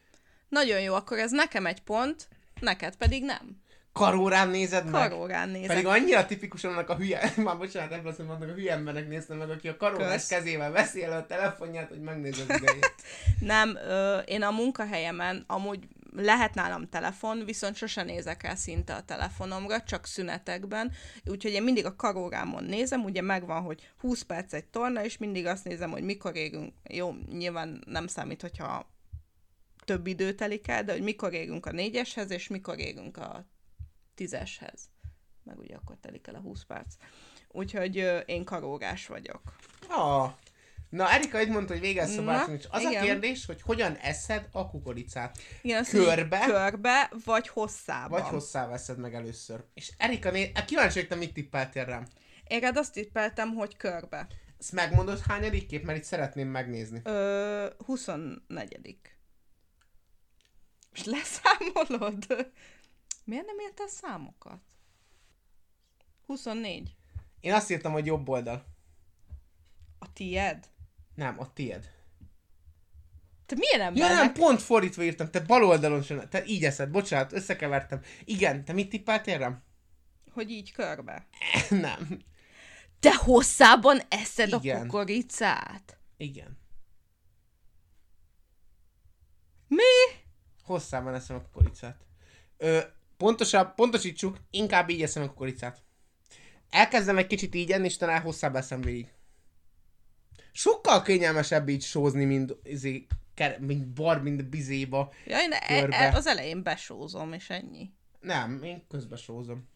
C: Nagyon jó, akkor ez nekem egy pont, neked pedig nem.
A: Karórán nézed meg?
C: Karórán nézek.
A: Pedig annyira tipikusan annak a hülye, <laughs> már bocsánat, ebből azt mondom, annak a hülye embernek néztem meg, aki a karórás
C: Kösz.
A: kezével veszi elő a telefonját, hogy megnézze
C: <laughs>
A: az idejét.
C: Nem, ö, én a munkahelyemen amúgy lehet nálam telefon, viszont sose nézek rá szinte a telefonomra, csak szünetekben. Úgyhogy én mindig a karórámon nézem, ugye megvan, hogy 20 perc egy torna, és mindig azt nézem, hogy mikor érünk. Jó, nyilván nem számít, hogyha több idő telik el, de hogy mikor érünk a négyeshez, és mikor érünk a tízeshez. Meg ugye akkor telik el a 20 perc. Úgyhogy ö, én karórás vagyok.
A: Ah. Na, Erika itt mondta, hogy vége lesz a
C: Na,
A: bácsim, és az
C: igen.
A: a kérdés, hogy hogyan eszed a kukoricát.
C: Igen, azt
A: Körbe?
C: mondjuk, körbe, vagy hosszában.
A: Vagy hosszá veszed meg először. És Erika, né- Hát kíváncsi vagyok, te mit tippeltél rám.
C: Én rád azt tippeltem, hogy körbe.
A: Ezt megmondod hányadik kép, mert itt szeretném megnézni.
C: Ö, 24. És leszámolod? Miért nem írtál számokat? 24.
A: Én azt írtam, hogy jobb oldal.
C: A tied?
A: Nem, a tied.
C: Te milyen
A: Ja
C: embernek?
A: nem, pont fordítva írtam, te bal oldalon sem, te így eszed, bocsánat, összekevertem. Igen, te mit tippeltél rám? <laughs>
C: Hogy így körbe.
A: nem.
C: Te hosszában eszed a
A: Igen.
C: kukoricát?
A: Igen.
C: Mi?
A: Hosszában eszem a kukoricát. Ö, pontosabb, pontosítsuk, inkább így eszem a kukoricát. Elkezdem egy kicsit így enni, és talán hosszabb eszem végig. sokkal kényelmesebb így sózni, mint, izé, ker- mint bar, mint bizéba.
C: Jaj, ne, e,
A: Körbe.
C: e, az elején besózom, és ennyi.
A: Nem, én közben sózom.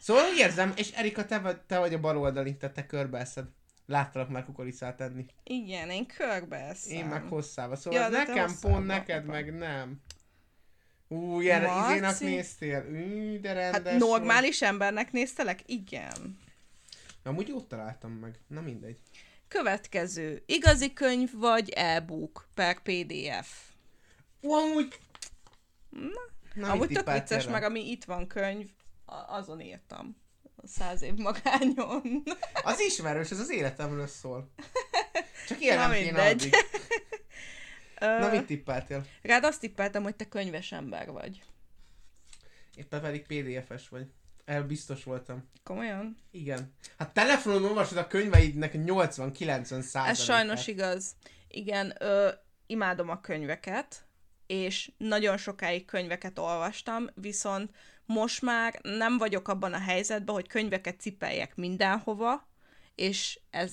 A: Szóval úgy érzem, és Erika, te vagy, te vagy a baloldali, tehát te körbeeszed. Láttalak már kukoricát enni.
C: Igen, én körbe eszem.
A: Én meg hosszába.
C: Ja,
A: Szóval
C: de
A: ja,
C: te
A: nekem
C: hosszába.
A: pont, neked meg nem. Ú, ilyen
C: Marci?
A: izénak néztél. Ű, de rendes.
C: Hát normális embernek néztelek? Igen.
A: Vagy. Amúgy jót találtam meg. Na mindegy.
C: Következő. Igazi könyv vagy e-book per PDF?
A: Ú, amúgy... Na, mit
C: Amúgy tök
A: tippeltél
C: vicces,
A: rá?
C: meg ami itt van könyv, a- azon írtam. A Száz év magányon.
A: Az ismerős, ez az életemről
C: <laughs>
A: szól. Csak ilyen
C: Na
A: nem kéne
C: mindegy. <laughs>
A: addig. Na, mit tippeltél?
C: Rád azt tippeltem, hogy te könyves ember vagy.
A: Éppen pedig PDF-es vagy. El biztos voltam.
C: Komolyan?
A: Igen. Hát telefonon olvasod a könyveidnek 80-90 százalékát.
C: Ez sajnos igaz. Igen, ö, imádom a könyveket, és nagyon sokáig könyveket olvastam, viszont most már nem vagyok abban a helyzetben, hogy könyveket cipeljek mindenhova, és ez,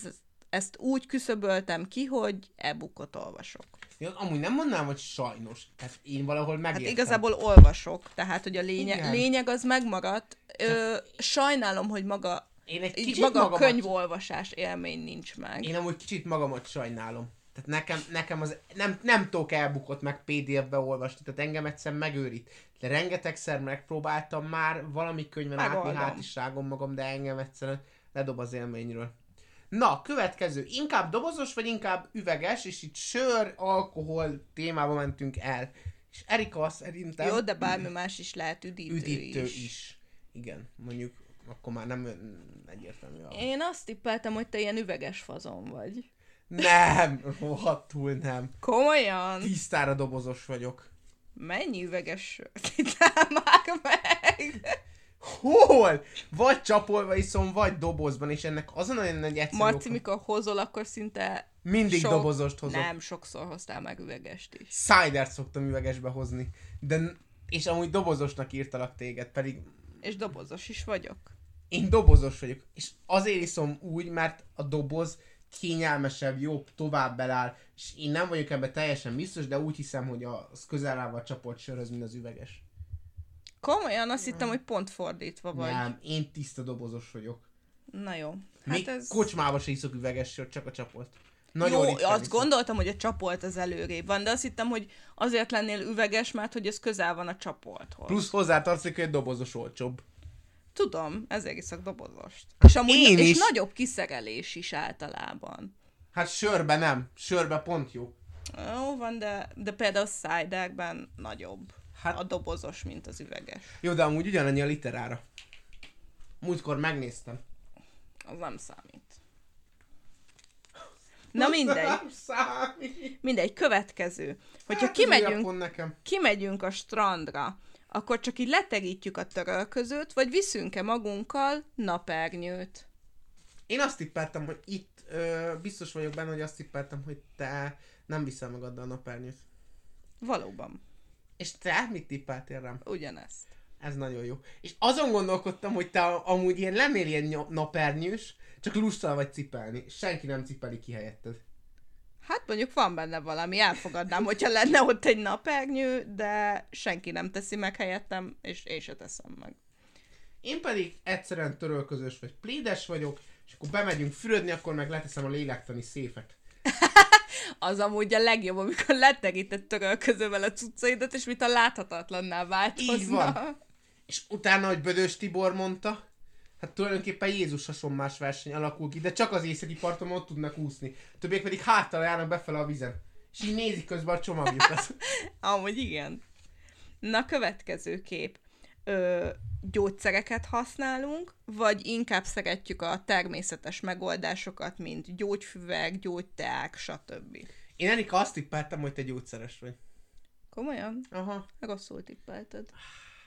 C: ezt úgy küszöböltem ki, hogy e-bookot olvasok.
A: Ja, amúgy nem mondanám, hogy sajnos. Tehát én valahol
C: Hát
A: megértem.
C: igazából olvasok, tehát hogy a lényeg,
A: Igen.
C: lényeg az megmaradt. Ö, sajnálom, hogy maga,
A: Én egy
C: így
A: kicsit
C: maga a
A: magamat,
C: könyvolvasás élmény nincs meg.
A: Én amúgy kicsit magamat sajnálom. Tehát nekem, nekem az, nem, nem tudok elbukott meg PDF-be olvasni, tehát engem egyszer megőrít. De rengetegszer megpróbáltam már valami könyven átni
C: Megoldom.
A: hátiságon magam, de engem egyszerűen ledob az élményről. Na, következő. Inkább dobozos, vagy inkább üveges, és itt sör, alkohol témába mentünk el. És Erika szerintem...
C: Jó, de bármi más is lehet üdítő,
A: üdítő
C: is.
A: is. is. Igen, mondjuk akkor már nem mm, egyértelmű. a-
C: Én azt tippeltem, hogy te ilyen üveges fazon vagy.
A: Nem, rohadtul nem.
C: Komolyan?
A: Tisztára dobozos vagyok.
C: Mennyi üveges sört ittál már meg?
A: Hol? Vagy csapolva iszom, vagy dobozban, és ennek az a nagyon nagy egyszerű
C: Marci,
A: oka-
C: mikor hozol, akkor szinte
A: Mindig dobozost hozok.
C: Nem, sokszor hoztál meg üvegest is.
A: Cidert szoktam üvegesbe hozni. De, n- és amúgy dobozosnak írtalak téged, pedig
C: És dobozos is vagyok.
A: én dobozos vagyok, és azért iszom úgy, mert a doboz kényelmesebb, jobb, tovább beláll, és én nem vagyok ebben teljesen biztos, de úgy hiszem, hogy az közel áll a csapott sörhöz, mint az üveges.
C: Komolyan azt hittem, hogy pont fordítva vagy.
A: Nem, én tiszta dobozos vagyok.
C: Na jó.
A: Hát Még
C: Hát
A: ez...
C: ez...
A: kocsmába se iszok üveges sört, csak a csapolt.
C: Jó,
A: Nagyon ritkán
C: azt
A: iszom.
C: gondoltam, hogy a csapolt az előrébb van, de azt hittem, hogy azért lennél üveges, mert hogy ez közel van a csapolthoz.
A: Plusz hozzátartozik, hogy a dobozos olcsóbb.
C: Tudom, ezért iszok dobozost. És amúgy
A: Hát én
C: és
A: is.
C: nagyobb kiszerelés is általában.
A: Hát sörbe nem, sörbe pont jó.
C: Jó van, de, de például a ciderben nagyobb.
A: Hát-
C: Hát... A dobozos, mint az üveges.
A: Jó, de amúgy ugyanannyi a literára. Múltkor megnéztem.
C: Az nem
A: <laughs>
C: számít. Na mindegy,
A: Nem <laughs> számít.
C: mindegy, következő. Hogyha
A: Hát ez újabb
C: kimegyünk,
A: pont nekem.
C: kimegyünk a strandra, akkor csak így leterítjük a törölközőt, vagy viszünk-e magunkkal napernyőt?
A: Én azt tippeltem, hogy itt ö, biztos vagyok benne, hogy azt tippeltem, hogy te nem viszel magaddal a napernyőt.
C: Valóban,
A: És te mit tippeltél rám?
C: ugyanezt.
A: Ez nagyon jó. És azon gondolkodtam, hogy te amúgy ilyen lennél ilyen nya- napernyős, csak lustal vagy cipelni. Senki nem cipeli ki helyetted.
C: Hát mondjuk van benne valami, elfogadnám, hogyha lenne ott egy napernyő, de senki nem teszi meg helyettem, és én se teszem meg.
A: Én pedig egyszerűen törölközős vagy plédes vagyok, és akkor bemegyünk fürödni, akkor meg leteszem a lélektani széfet.
C: Az amúgy a legjobb, amikor leterített törölközővel a cuccaidat, és mit a láthatatlanná változna.
A: Így van. És utána, hogy Bödös Tibor mondta, hát tulajdonképpen Jézus hasonmás verseny alakul ki, de csak az északi parton ott tudnak úszni. A többiek pedig háttal járnak befele a vizen. És így nézik közben a csomagjukat.
C: Amúgy igen. Na, következő kép. Ö, gyógyszereket használunk, vagy inkább szeretjük a természetes megoldásokat, mint gyógyfüvek, gyógyteák, stb.
A: Én Erika azt tippeltem, hogy te gyógyszeres vagy.
C: Komolyan?
A: Aha,
C: Rosszul tippelted.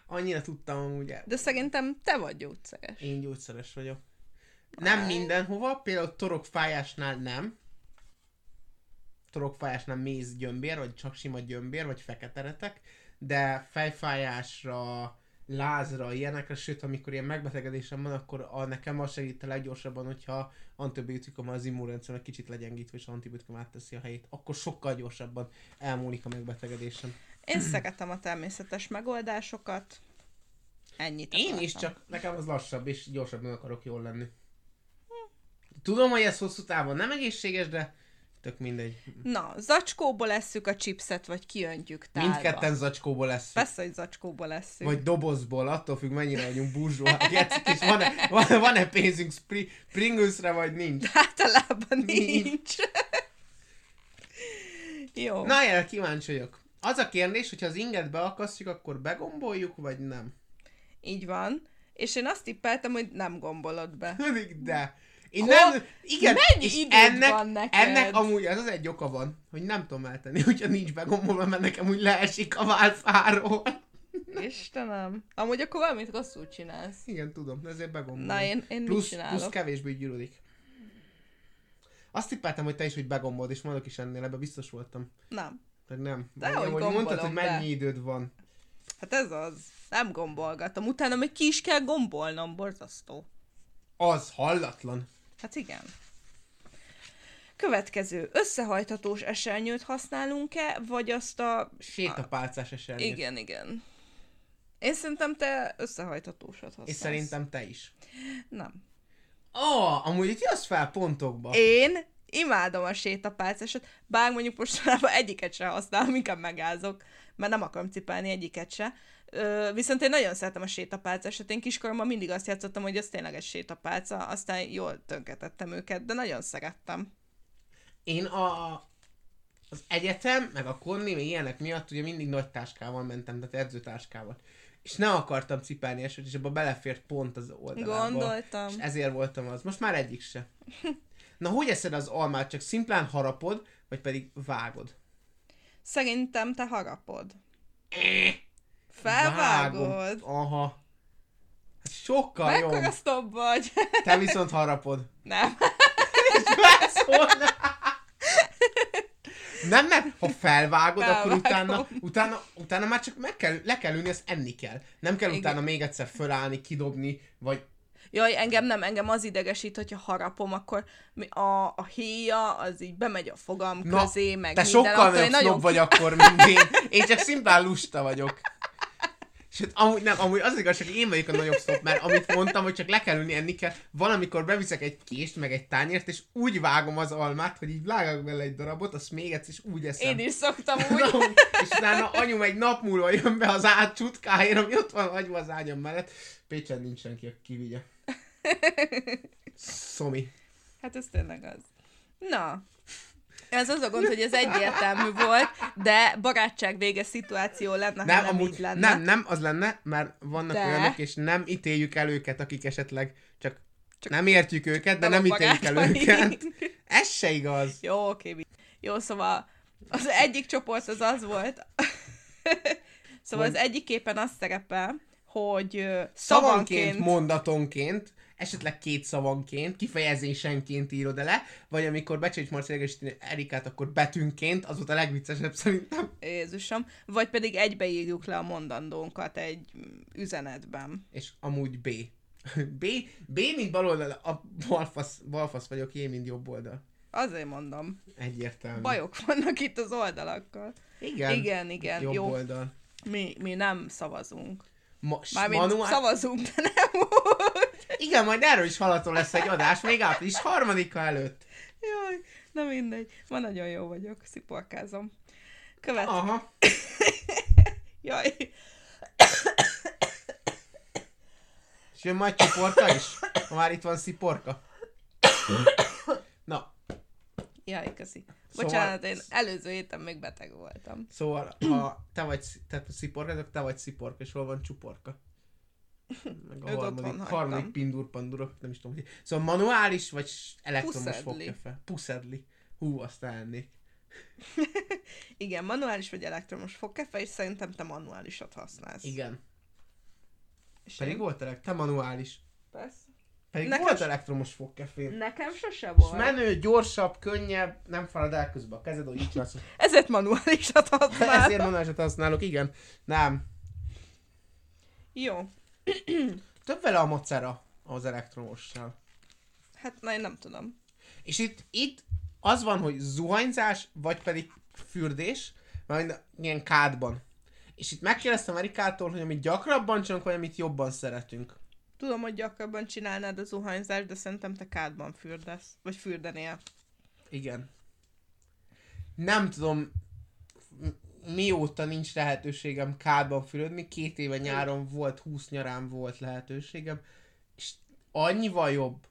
A: annyira tudtam amúgy el.
C: De szerintem te vagy gyógyszeres.
A: Én gyógyszeres vagyok. Nem mindenhova, például torokfájásnál nem. Torokfájásnál méz gyömbér, vagy csak sima gyömbér, vagy fekete retek, de fejfájásra, lázra, ilyenekre, sőt, amikor ilyen megbetegedésem van, akkor a, nekem az segít a leggyorsabban, hogyha antibiotikum az immunrendszernek kicsit legyengítve, és antibiotikum átteszi a helyét, akkor sokkal gyorsabban elmúlik a megbetegedésem.
C: Én szeretem a természetes megoldásokat. Ennyit
A: Én
C: akartam.
A: is, csak nekem az lassabb, és gyorsabban akarok jól lenni. Tudom, hogy ez hosszú távon nem egészséges, de tök mindegy.
C: Na, zacskóból esszük a chipset, vagy kiöntjük tálba.
A: Mindketten zacskóból lesz.
C: Persze, hogy zacskóból leszünk.
A: Vagy dobozból, attól függ, mennyire vagyunk burzsóák, jetszik, és van-e, van-e, van-e pénzünk Spri- Pringles-re, vagy nincs.
C: De általában
A: Nincs.
C: Hát, nincs. Jó.
A: Na, erre kíváncsi vagyok. Az a kérdés, hogyha az inget beakasztjuk, akkor begomboljuk, vagy nem?
C: Így van. És én azt tippeltem, hogy nem gombolod be.
A: Pedig de. Én
C: Hol-
A: nem, igen,
C: Mennyi
A: és
C: időd
A: ennek,
C: van neked?
A: ennek amúgy ez az egy oka van, hogy nem tudom eltenni, hogyha nincs begombolva, mert nekem úgy leesik a válfáról.
C: Istenem. Amúgy akkor valamit rosszul csinálsz.
A: <laughs> Igen, tudom, ezért begombolom.
C: Na, én, én mit
A: Mm. plusz,
C: csinálok?
A: plusz kevésbé gyűrödik. Azt tippeltem, hogy te is, hogy begombold, és mondok is ennél, ebbe biztos voltam.
C: Nem.
A: Vagy nem.
C: De
A: Vagy
C: hogy
A: ahogy mondtad, hogy
C: gombolom be.
A: mennyi időd van.
C: Hát ez az. Nem gombolgatom. Utána még ki is kell gombolnom, borzasztó.
A: Az hallatlan.
C: Hát igen. Következő. Összehajthatós esernyőt használunk-e, vagy azt a...
A: Sétapálcás esernyő.
C: Ah. Igen, igen. Én szerintem te összehajthatósat használsz.
A: És szerintem te is.
C: Nem.
A: Ah, amúgy itt jössz fel pontokba.
C: Én imádom a sétapálcásat, bár mondjuk mostanában egyiket sem használom, inkább megázok, mert nem akarom cipelni egyiket se. Ö, viszont én nagyon szeretem a sétapálcásat. Én kiskoromban mindig azt játszottam, hogy ez tényleg egy sétapálca, aztán jól tönketettem őket, de nagyon szerettem.
A: Én a, az egyetem, meg a konni, meg ilyenek miatt ugye mindig nagy táskával mentem, tehát edzőtáskával. És nem akartam cipelni esőt, és abba belefért pont az oldalába.
C: Gondoltam.
A: És ezért voltam az. Most már egyik
C: <laughs>
A: se. Na, hogy eszed az almát? Csak szimplán harapod, vagy pedig vágod?
C: Szerintem te harapod. Felvágod.
A: Vágom. Aha. Hát sokkal jobb.
C: Mekkora sztobb vagy? <laughs>
A: Te viszont harapod.
C: nem.
A: Vászol. Nem, mert ha felvágod, akkor
C: Felvágom.
A: utána, utána, utána már csak meg kell, le kell ülni, ezt enni kell. Nem kell
C: Igen.
A: utána még egyszer fölállni, kidobni, vagy
C: Jaj, engem nem, engem az idegesít, hogyha harapom, akkor mi- a, a héja az így bemegy a fogam
A: Na,
C: közé, meg
A: te
C: minden,
A: sokkal
C: attól én
A: nagyobb
C: nagyon
A: snob vagy akkor, mint én. Én csak szimplán lusta vagyok. Sőt, amúgy nem, amúgy az igazság, hogy én vagyok a nagyobb snob, mert amit mondtam, hogy csak le kell ülni, enni kell, valamikor beviszek egy kést, meg egy tányért, és úgy vágom az almát, hogy így vágok bele egy darabot, azt még egyszer, és úgy eszem.
C: Én is
A: <laughs>
C: szoktam
A: Na,
C: úgy.
A: és utána anyu egy nap múlva jön be az átcsutkáért, ami ott van hagyva az ágyam mellett. Pécsen nincs senki, aki kivigye. Szomi.
C: Hát ez tényleg az. Na, ez az a gond, hogy ez egyértelmű volt, de barátság vége szituáció lenne,
A: Nem,
C: ha nem
A: amúgy,
C: így lenne.
A: nem, nem, az lenne, mert vannak
C: De.
A: de. olyanok, és nem ítéljük el őket, akik esetleg csak, csak nem értjük őket, de nem
C: a
A: ítéljük el
C: barátaink. <laughs>
A: őket. Ez se igaz.
C: Jó, oké. mi- Jó, szóval
A: <laughs>
C: az egyik csoport az az volt. szóval az egyik képen az szerepel, hogy ö,
A: Szavanként,
C: szavanként
A: mondatonként, esetleg két szavanként, kifejezésenként írod le, vagy amikor Becsecs Marci Erikát, akkor betűnként, az volt a legviccesebb szerintem.
C: Jézusom, vagy pedig egybeírjuk le a mondandónkat egy mm, üzenetben.
A: és amúgy B. B, B mint bal oldal, a balfasz, balfasz vagyok, J mint jobb oldal.
C: Azért mondom,
A: Hm. Egyértelmű.
C: bajok vannak itt az oldalakkal.
A: Igen,
C: igen, igen,
A: jobb
C: jó.
A: oldal.
C: Mi, mi nem szavazunk.
A: Ma,
C: Mármint
A: manuál...
C: szavazunk, de nem úgy.
A: Igen, majd erről is halató lesz egy adás, még április harmadika előtt.
C: Jaj, na mindegy. Ma nagyon jó vagyok, sziporkázom. Követ...
A: Aha.
C: Jaj,
A: És jön majd csiporka is, ha már itt van sziporka. Na,
C: jaj, köszi.
A: Szóval-
C: Bocsánat, én előző héten még beteg voltam.
A: szóval, ha te vagy szi- te sziporka, akkor te vagy sziporka, és hol van csuporka? Meg a
C: Őt
A: harmadik,
C: otthon hagytam.
A: harmadik pindur pandurok, nem is tudom. hogy- Szóval manuális vagy elektromos
C: Puszedli.
A: fogkefe? Puszedli. Hú, azt ellennék.
C: Igen, manuális vagy elektromos fogkefe, és szerintem te manuálisat használsz.
A: Igen.
C: És
A: Pedig
C: én-
A: volt elek, te manuális.
C: Persze.
A: Pedig
C: Nekem
A: Nekem volt
C: se-
A: elektromos fogkefém.
C: Nekem sose
A: És
C: volt.
A: menő, gyorsabb, könnyebb, nem falad el közben a kezed, hogy így
C: <laughs>
A: csinálsz. <laughs>
C: Ezért manuálisat használtam.
A: Ezért manuálisat használok, igen. Nem.
C: Jó.
A: Több vele a macera az elektromossal.
C: Hát na, én nem tudom.
A: És itt, itt az van, hogy zuhanyzás, vagy pedig fürdés, majd ilyen kádban. És itt megkérdeztem Erikától, hogy amit gyakrabban csinálunk, vagy amit jobban szeretünk.
C: Tudom, hogy gyakrabban csinálnád a zuhanyzást, de szerintem te kádban fürdesz. Vagy fürdenél.
A: Igen. Nem tudom, m- mióta nincs lehetőségem kádban fürödni. Két éve nyáron volt, 20 nyarán volt lehetőségem. És annyival jobb,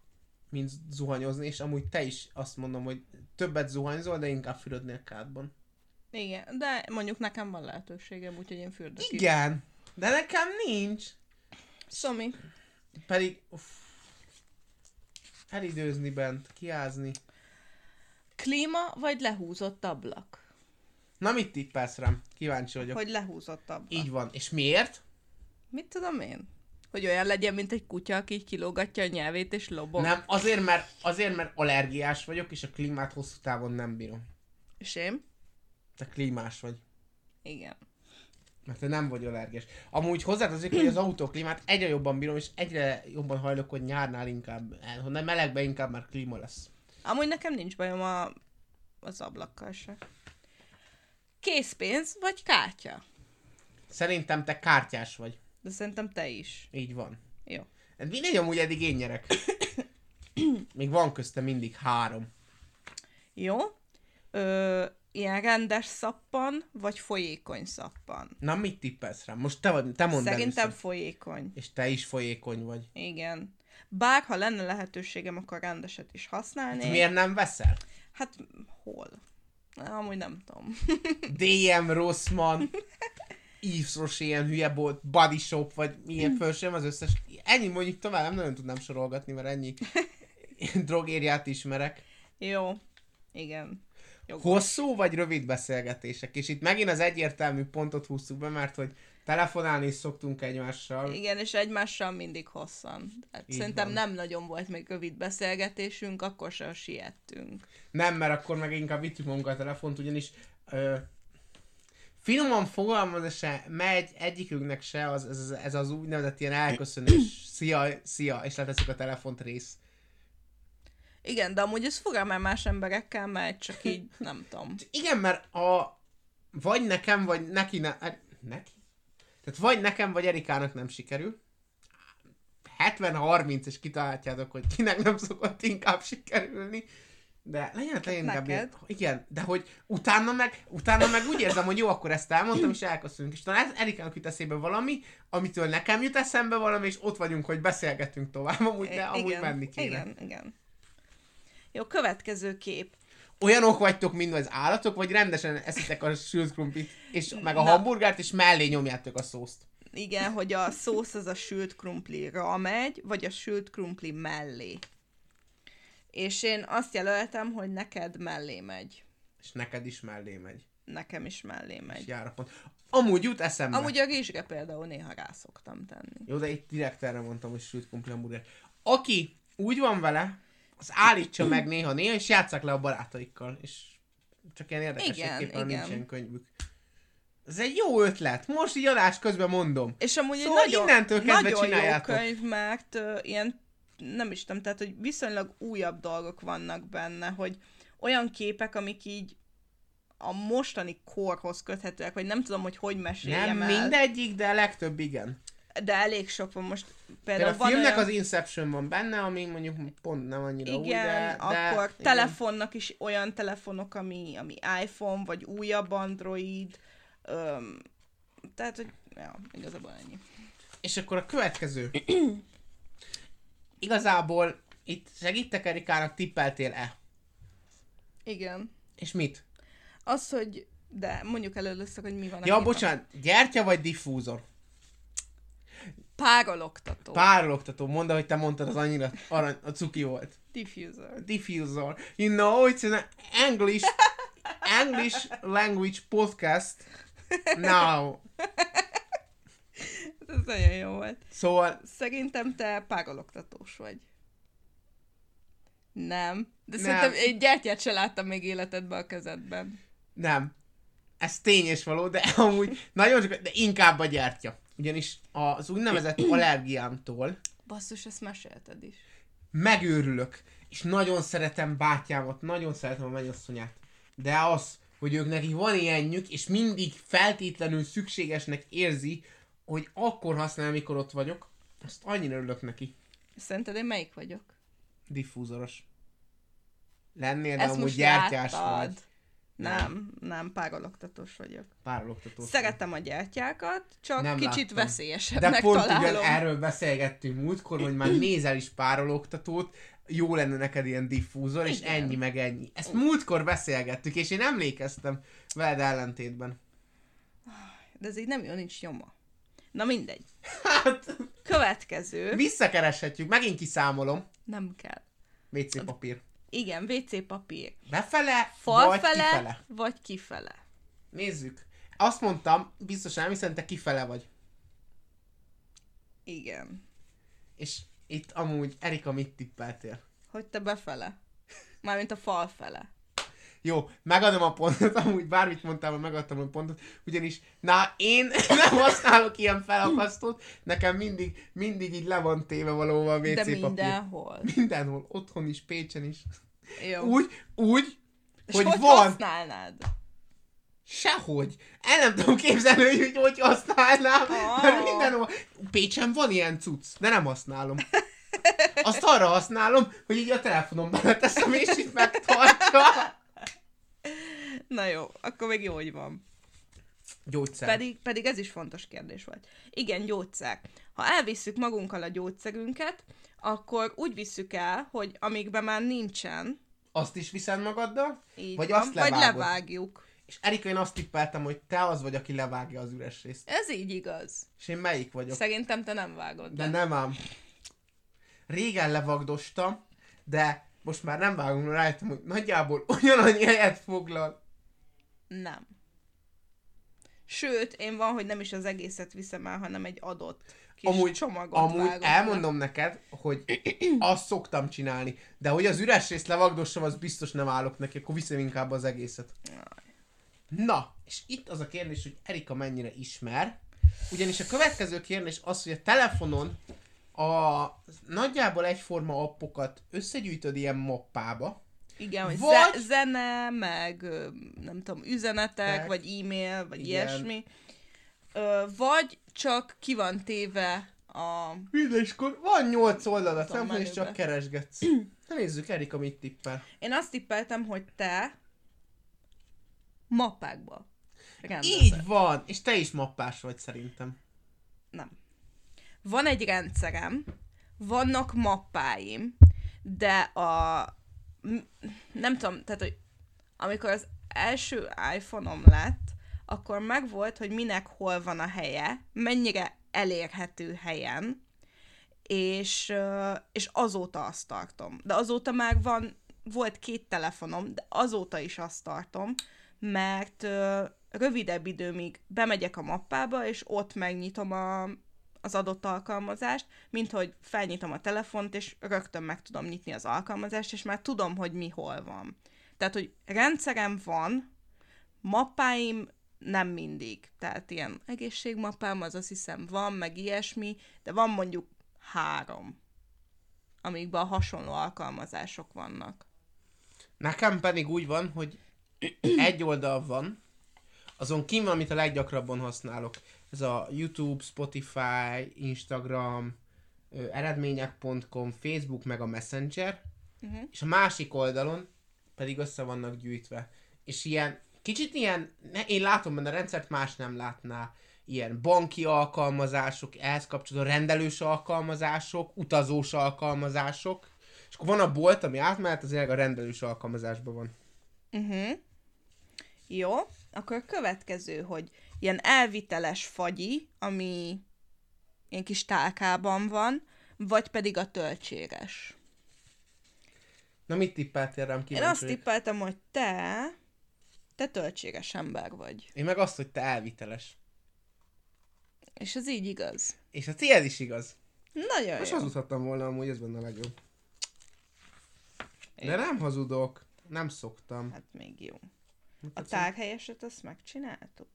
A: mint zuhanyozni, és amúgy te is azt mondom, hogy többet zuhanyzol, de inkább fürödnél kádban.
C: Igen, de mondjuk nekem van lehetőségem, úgyhogy én fürdök is.
A: Igen, de nekem nincs.
C: Szomi,
A: Pedig uff, elidőzni bent, kiázni.
C: klíma vagy lehúzott ablak?
A: Na mit tippelsz rám? Kíváncsi vagyok. Hogy...
C: Hogy lehúzott ablak.
A: Így van. És miért?
C: Mit tudom én? Hogy olyan legyen, mint egy kutya, aki így kilógatja a nyelvét és lobog.
A: Nem, azért mert, azért mert allergiás vagyok, és a klímát hosszú távon nem bírom.
C: És én?
A: Te klímás vagy.
C: Igen.
A: Mert te nem vagy allergiás. Amúgy hozzátartozik, hogy az autóklímát egyre jobban bírom, és egyre jobban hajlok, hogy nyárnál inkább, el- hogy melegben inkább már klíma lesz.
C: Amúgy nekem nincs bajom a, az ablakkal se. Készpénz vagy kártya?
A: Szerintem te kártyás vagy.
C: De szerintem te is.
A: Így van.
C: Jó.
A: Hát mindegy, amúgy eddig én nyerek. Még van köztem mindig három.
C: Jó? Ö, ilyen rendes szappan, vagy folyékony szappan?
A: Na, mit tippelsz rám? Most te, vagy, te mondd
C: Szerintem
A: először.
C: folyékony.
A: És te is folyékony vagy.
C: Igen. Bár ha lenne lehetőségem, akkor rendeset is használnék.
A: Hát Miért nem veszel?
C: Hát hol? Amúgy nem tudom. <laughs>
A: DM Rossmann, Yves Rocher, ilyen hülye volt, Body Shop, vagy milyen föl sem az összes. Ennyi mondjuk tovább nem nagyon tudnám sorolgatni, mert ennyi drogériát ismerek.
C: Jó. Igen.
A: Hosszú vagy rövid beszélgetések? És itt megint az egyértelmű pontot húztuk be, mert hogy telefonálni is szoktunk egymással.
C: Igen, és egymással mindig hosszan. Hát
A: Így
C: szerintem
A: van.
C: nem nagyon volt még rövid beszélgetésünk, akkor se siettünk.
A: Nem, mert akkor meg inkább vittük magunkat a telefont, ugyanis ö, finoman fogalmazva se megy egyikünknek se az, ez, ez- ez az úgynevezett ilyen elköszönés, szia, szia, és leteszük a telefont rész.
C: Igen, de amúgy ez fogja már más emberekkel, mert csak
A: <laughs>
C: így nem tudom.
A: Igen, mert a vagy nekem, vagy neki, ne, hát, neki? Tehát vagy nekem, vagy Erikának nem sikerül. 70-30, és kitaláljátok, hogy kinek nem szokott inkább sikerülni. De legyen te inkább ilyen-
C: neked.
A: Igen, de hogy utána meg, utána meg úgy érzem, hogy jó, akkor ezt elmondtam, és elköszönünk. És talán Erikának jut eszébe valami, amitől nekem jut eszembe valami, és ott vagyunk, hogy beszélgetünk tovább, amúgy, de amúgy
C: igen,
A: menni kéne.
C: Igen, igen. Jó, következő kép.
A: olyanok vagytok, mint az állatok, vagy rendesen eszitek a sült krumplit, és meg a
C: Na.
A: hamburgert, és mellé nyomjátok a szószt.
C: Igen, hogy a szósz az a sült krumplira megy, vagy a sült krumpli mellé. És én azt jelöltem, hogy neked mellé megy.
A: És neked is mellé megy.
C: Nekem is mellé
A: És
C: megy.
A: jár a pont. Amúgy jut eszembe.
C: Amúgy a rizsre például néha rá szoktam tenni.
A: Jó, de itt direkt erre mondtam, hogy sült krumpli hamburger. Aki úgy van vele, az állítsa meg néha-néha, és játsszák le a barátaikkal. És csak ilyen érdekességképpen
C: Igen, igen.
A: nincsen könyvük. Ez egy jó ötlet. Most így adás közben mondom.
C: És amúgy egy
A: Szóval
C: nagyon,
A: innentől kezdve
C: nagyon jó
A: csináljátok.
C: könyv, mert ö, ilyen, nem is tudom, tehát hogy viszonylag újabb dolgok vannak benne, hogy olyan képek, amik így a mostani korhoz köthetőek, vagy nem tudom, hogy hogy meséljem
A: Nem
C: el.
A: mindegyik, de a legtöbb igen.
C: De elég sok van most. Például
A: Például a
C: van
A: filmnek
C: olyan,
A: olyan... az Inception van benne, ami mondjuk pont nem annyira új, de,
C: igen,
A: de,
C: akkor
A: igen.
C: telefonnak is olyan telefonok, ami, ami iPhone, vagy újabb Android, öm, tehát, hogy ja, igazából ennyi.
A: És akkor a következő.
C: <clears throat>
A: Igazából itt segítek Erikának, tippeltél-e?
C: Igen.
A: És mit?
C: Az, hogy, de mondjuk először, hogy mi van.
A: ja,
C: írva.
A: bocsánat, gyertya vagy diffúzor?
C: Pároloktató. Pá-
A: Párologtató, mondd, hogy te mondtad, az annyira arany, a cuki volt.
C: diffuser.
A: Diffuser. You know, it's an English,
C: <laughs>
A: English language podcast now.
C: Ez nagyon jó volt.
A: Szóval
C: Szerintem te pároloktatós vagy. Nem. De
A: Nem.
C: szerintem egy gyertyát se láttam még életedben a kezedben.
A: <laughs> Nem. Ez tény és való, de amúgy nagyon sok, de inkább a gyertya. ugyanis az úgynevezett
C: <clears throat>
A: allergiámtól
C: Basszus, ezt mesélted is.
A: megőrülök, és nagyon szeretem bátyámat, nagyon szeretem a mennyasszonyát. De az, hogy ők neki van ilyenjük, és mindig feltétlenül szükségesnek érzi, hogy akkor használ, amikor ott vagyok, azt annyira örülök neki.
C: Szerinted én melyik vagyok?
A: Diffúzoros. Lennél, de
C: Ezt
A: amúgy
C: most
A: gyertyás
C: láttad.
A: vagy.
C: Nem, nem, pároloktatós vagyok.
A: Pároloktató.
C: Szeretem a gyertyákat, csak
A: Nem
C: nem kicsit
A: láttam.
C: láttam. veszélyesebbnek
A: De pont ugyan
C: találom.
A: erről beszélgettünk múltkor, hogy már nézel is pároloktatót, jó lenne neked ilyen diffúzor, és
C: Igen.
A: ennyi meg ennyi. Ezt múltkor beszélgettük, és én emlékeztem veled ellentétben.
C: De ez így nem jó, nincs nyoma. Na mindegy.
A: Hát,
C: Következő.
A: visszakereshetjük, megint kiszámolom.
C: Nem kell.
A: WC papír.
C: Igen, WC papír.
A: Befele, vagy
C: Falfele, vagy
A: kifele.
C: kifele. Vagy kifele.
A: Nézzük. Azt mondtam, biztos nem, hiszen te kifele vagy.
C: Igen.
A: És itt amúgy Erika mit tippeltél?
C: Hogy te befele. Mármint a fal fele.
A: Jó, megadom a pontot, <laughs> amúgy bármit mondtál, hogy megadtam a pontot, ugyanis, na, én <laughs> nem használok ilyen felakasztót, nekem mindig, mindig így le van téve valóban a WC
C: De
A: papír.
C: mindenhol.
A: Mindenhol, otthon is, Pécsen is.
C: Jó.
A: Úgy, úgy,
C: És
A: hogy,
C: hogy
A: van,
C: használnád?
A: Sehogy. El nem tudom képzelni, hogy hogy, hogy használnám.
C: Ó.
A: Mert mindenhol. Pécsen van ilyen cucc, de nem használom. Azt arra használom, hogy így a telefonom beleteszem, és itt
C: <laughs>
A: megtartja.
C: Na jó, akkor még jó, hogy van.
A: Gyógyszer.
C: Pedig, pedig ez is fontos kérdés volt. Igen, gyógyszer. Ha elvisszük magunkkal a gyógyszerünket, akkor úgy visszük el, hogy amikben már nincsen,
A: Azt is viszed magaddal,
C: így
A: vagy
C: van,
A: azt
C: vagy
A: levágod.
C: levágjuk.
A: És Erika, én azt tippeltem, hogy te az vagy, aki levágja az üres részt.
C: Ez így igaz.
A: És én melyik vagyok?
C: Szerintem te nem vágod.
A: De nem ám. Régen levagdostam, de most már nem vágom, mert rájöttem, hogy nagyjából ugyanannyi helyet foglal.
C: Nem. Sőt, én van, hogy nem is az egészet viszem el, hanem egy adott kis amúgy, csomagot
A: amúgy
C: vágok.
A: elmondom neked, hogy azt szoktam csinálni, de hogy az üres részt levagdossam, az biztos nem állok neki, akkor viszem inkább az egészet. Na, és itt az a kérdés, hogy Erika mennyire ismer, ugyanis a következő kérdés az, hogy a telefonon a nagyjából egyforma appokat összegyűjtöd ilyen mappába,
C: Igen, hogy
A: Vagy-
C: Vagy... zene, meg ö, nem tudom, üzenetek,
A: Tek.
C: vagy e-mail, vagy
A: Igen.
C: Igen. ilyesmi. Ö, Vagy csak ki van téve a...
A: Mindeskor van 8 oldal a
C: Tudom,
A: telefon, és
C: menőbe.
A: csak keresgetsz. Na nézzük, Erika mit tippel.
C: Én azt tippeltem, hogy te mappákba rendezel.
A: Így van, és te is mappás vagy szerintem.
C: Nem. Van egy rendszerem, vannak mappáim, de a... m- Nem tudom, tehát, hogy amikor az első iPhone-om lett, akkor megvolt, hogy minek hol van a helye, mennyire elérhető helyen, és, ö, és azóta azt tartom. De azóta már van, volt két telefonom, de azóta is azt tartom, mert ö, rövidebb időmig bemegyek a mappába, és ott megnyitom a, az adott alkalmazást, mint hogy felnyitom a telefont, és rögtön meg tudom nyitni az alkalmazást, és már tudom, hogy mi hol van. Tehát, hogy rendszerem van, mappáim nem mindig. Tehát ilyen egészségmappám, az azt hiszem van, meg ilyesmi, de van mondjuk három, amikben hasonló alkalmazások vannak.
A: Nekem pedig úgy van, hogy egy oldal van, azon kim van, amit a leggyakrabban használok. Ez a YouTube, Spotify, Instagram, ö, eredmények.com, Facebook, meg a Messenger.
C: Mhm.
A: Uh-huh. És a másik oldalon pedig össze vannak gyűjtve. És ilyen, kicsit ilyen, ne- én látom benne a rendszert, más nem látná. Ilyen banki alkalmazások, ehhez kapcsolódó rendelős alkalmazások, utazós alkalmazások. És akkor van a bolt, ami átmehet, az a rendelős alkalmazásban van.
C: Uh-huh. Jó, akkor a következő, hogy ilyen elviteles fagyi, ami ilyen kis tálkában van, vagy pedig a töltséges.
A: Na mit tippeltél rám
C: Én azt
A: kíváncsi? Én, tipp...
C: tippeltem, hogy te, te töltséges ember vagy.
A: én meg azt, hogy te elviteles.
C: És ez így igaz.
A: És a tiéd is igaz.
C: Nagyon
A: Most
C: jó.
A: hazudhattam volna amúgy, ez benne a legjobb. De nem hazudok. Nem szoktam.
C: Hát még jó. A
A: Mutatsz-
C: tárhelyeset azt megcsináltuk.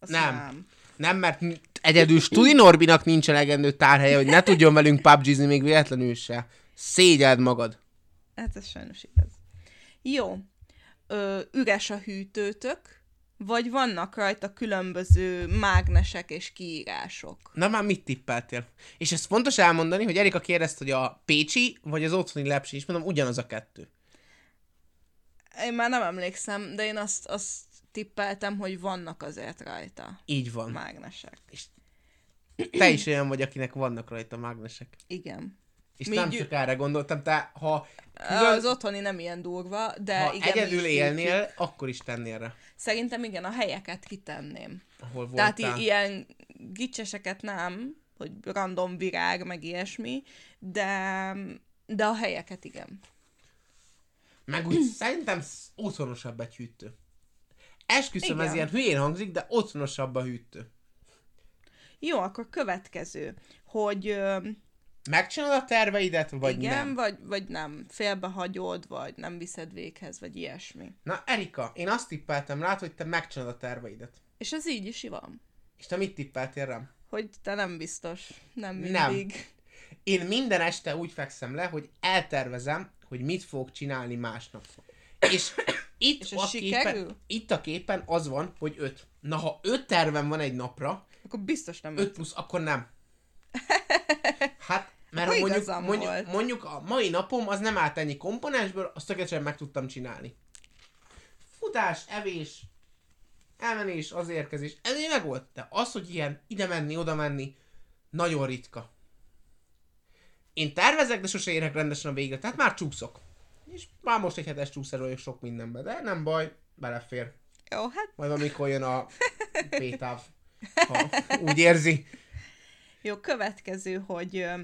C: Azt
A: Nem. Nem, mert n- egyedül Studi Norbinak nincs elegendő tárhelye, hogy ne tudjon velünk pubg még véletlenül se. Szégyeld magad.
C: Hát ez sajnos igaz. Jó. Ö, üres a hűtőtök, vagy vannak rajta különböző mágnesek és kiírások?
A: Na már mit tippeltél? És ez fontos elmondani, hogy Erika kérdezte, hogy a Pécsi vagy az otthoni lepsi is, mondom, ugyanaz a kettő.
C: Én már nem emlékszem, de én azt, azt tippeltem, hogy vannak azért rajta
A: Így van.
C: mágnesek.
A: Te is olyan vagy, akinek vannak rajta mágnesek.
C: Igen.
A: És
C: Mi
A: nem
C: gyü-
A: csak erre gondoltam, te ha, külön,
C: Az otthoni nem ilyen durva, de
A: ha
C: igen. mi
A: egyedül
C: is így-
A: élnél, akkor is tennél rá,
C: Szerintem igen, a helyeket kitenném.
A: ahol voltál.
C: Tehát i- ilyen gicseseket nem, hogy random virág, meg ilyesmi, de, de a helyeket igen.
A: Meg úgy szerintem sz- otthonosabb egy hűtő. Esküszöm, ez
C: Igen.
A: ilyen hülyén hangzik, de otthonosabb a hűtő.
C: Jó, akkor következő, hogy ö,
A: Megcsinálod a terveidet, vagy
C: igen,
A: nem?
C: Vagy, vagy nem, félbehagyod, vagy nem viszed véghez, vagy ilyesmi.
A: Na, Erika, én azt tippeltem rád, hogy te megcsinálod a terveidet.
C: És ez így is van,
A: És te mit tippeltél rám?
C: hogy te nem biztos, nem
A: Nem.
C: mindig.
A: Én minden este úgy fekszem le, hogy eltervezem, hogy mit fogok csinálni másnap.
C: <coughs>
A: És itt,
C: És
A: a
C: ez sikerül?
A: képen, itt a képen az van, hogy öt. Na, ha öt tervem van egy napra,
C: Akkor biztos nem.
A: 5 plusz, akkor
C: <laughs>
A: nem. Hát, mert
C: Akkor
A: mondjuk,
C: igazam
A: mondjuk,
C: volt.
A: mondjuk a mai napom az nem állt ennyi komponensből, azt tökéletesen meg tudtam csinálni. Futás, evés, elmenés, az érkezés, ez így meg volt, de az, hogy ilyen ide menni, oda menni, nagyon ritka. Én tervezek, de sose érek rendesen a végre, tehát már csúszok. És már most egy hetes csúszás vagyok sok mindenben, de nem baj, belefér.
C: Jó, hát
A: Majd amikor jön
C: <laughs>
A: a pétáv, ha úgy érzi.
C: jó, következő, hogy ö,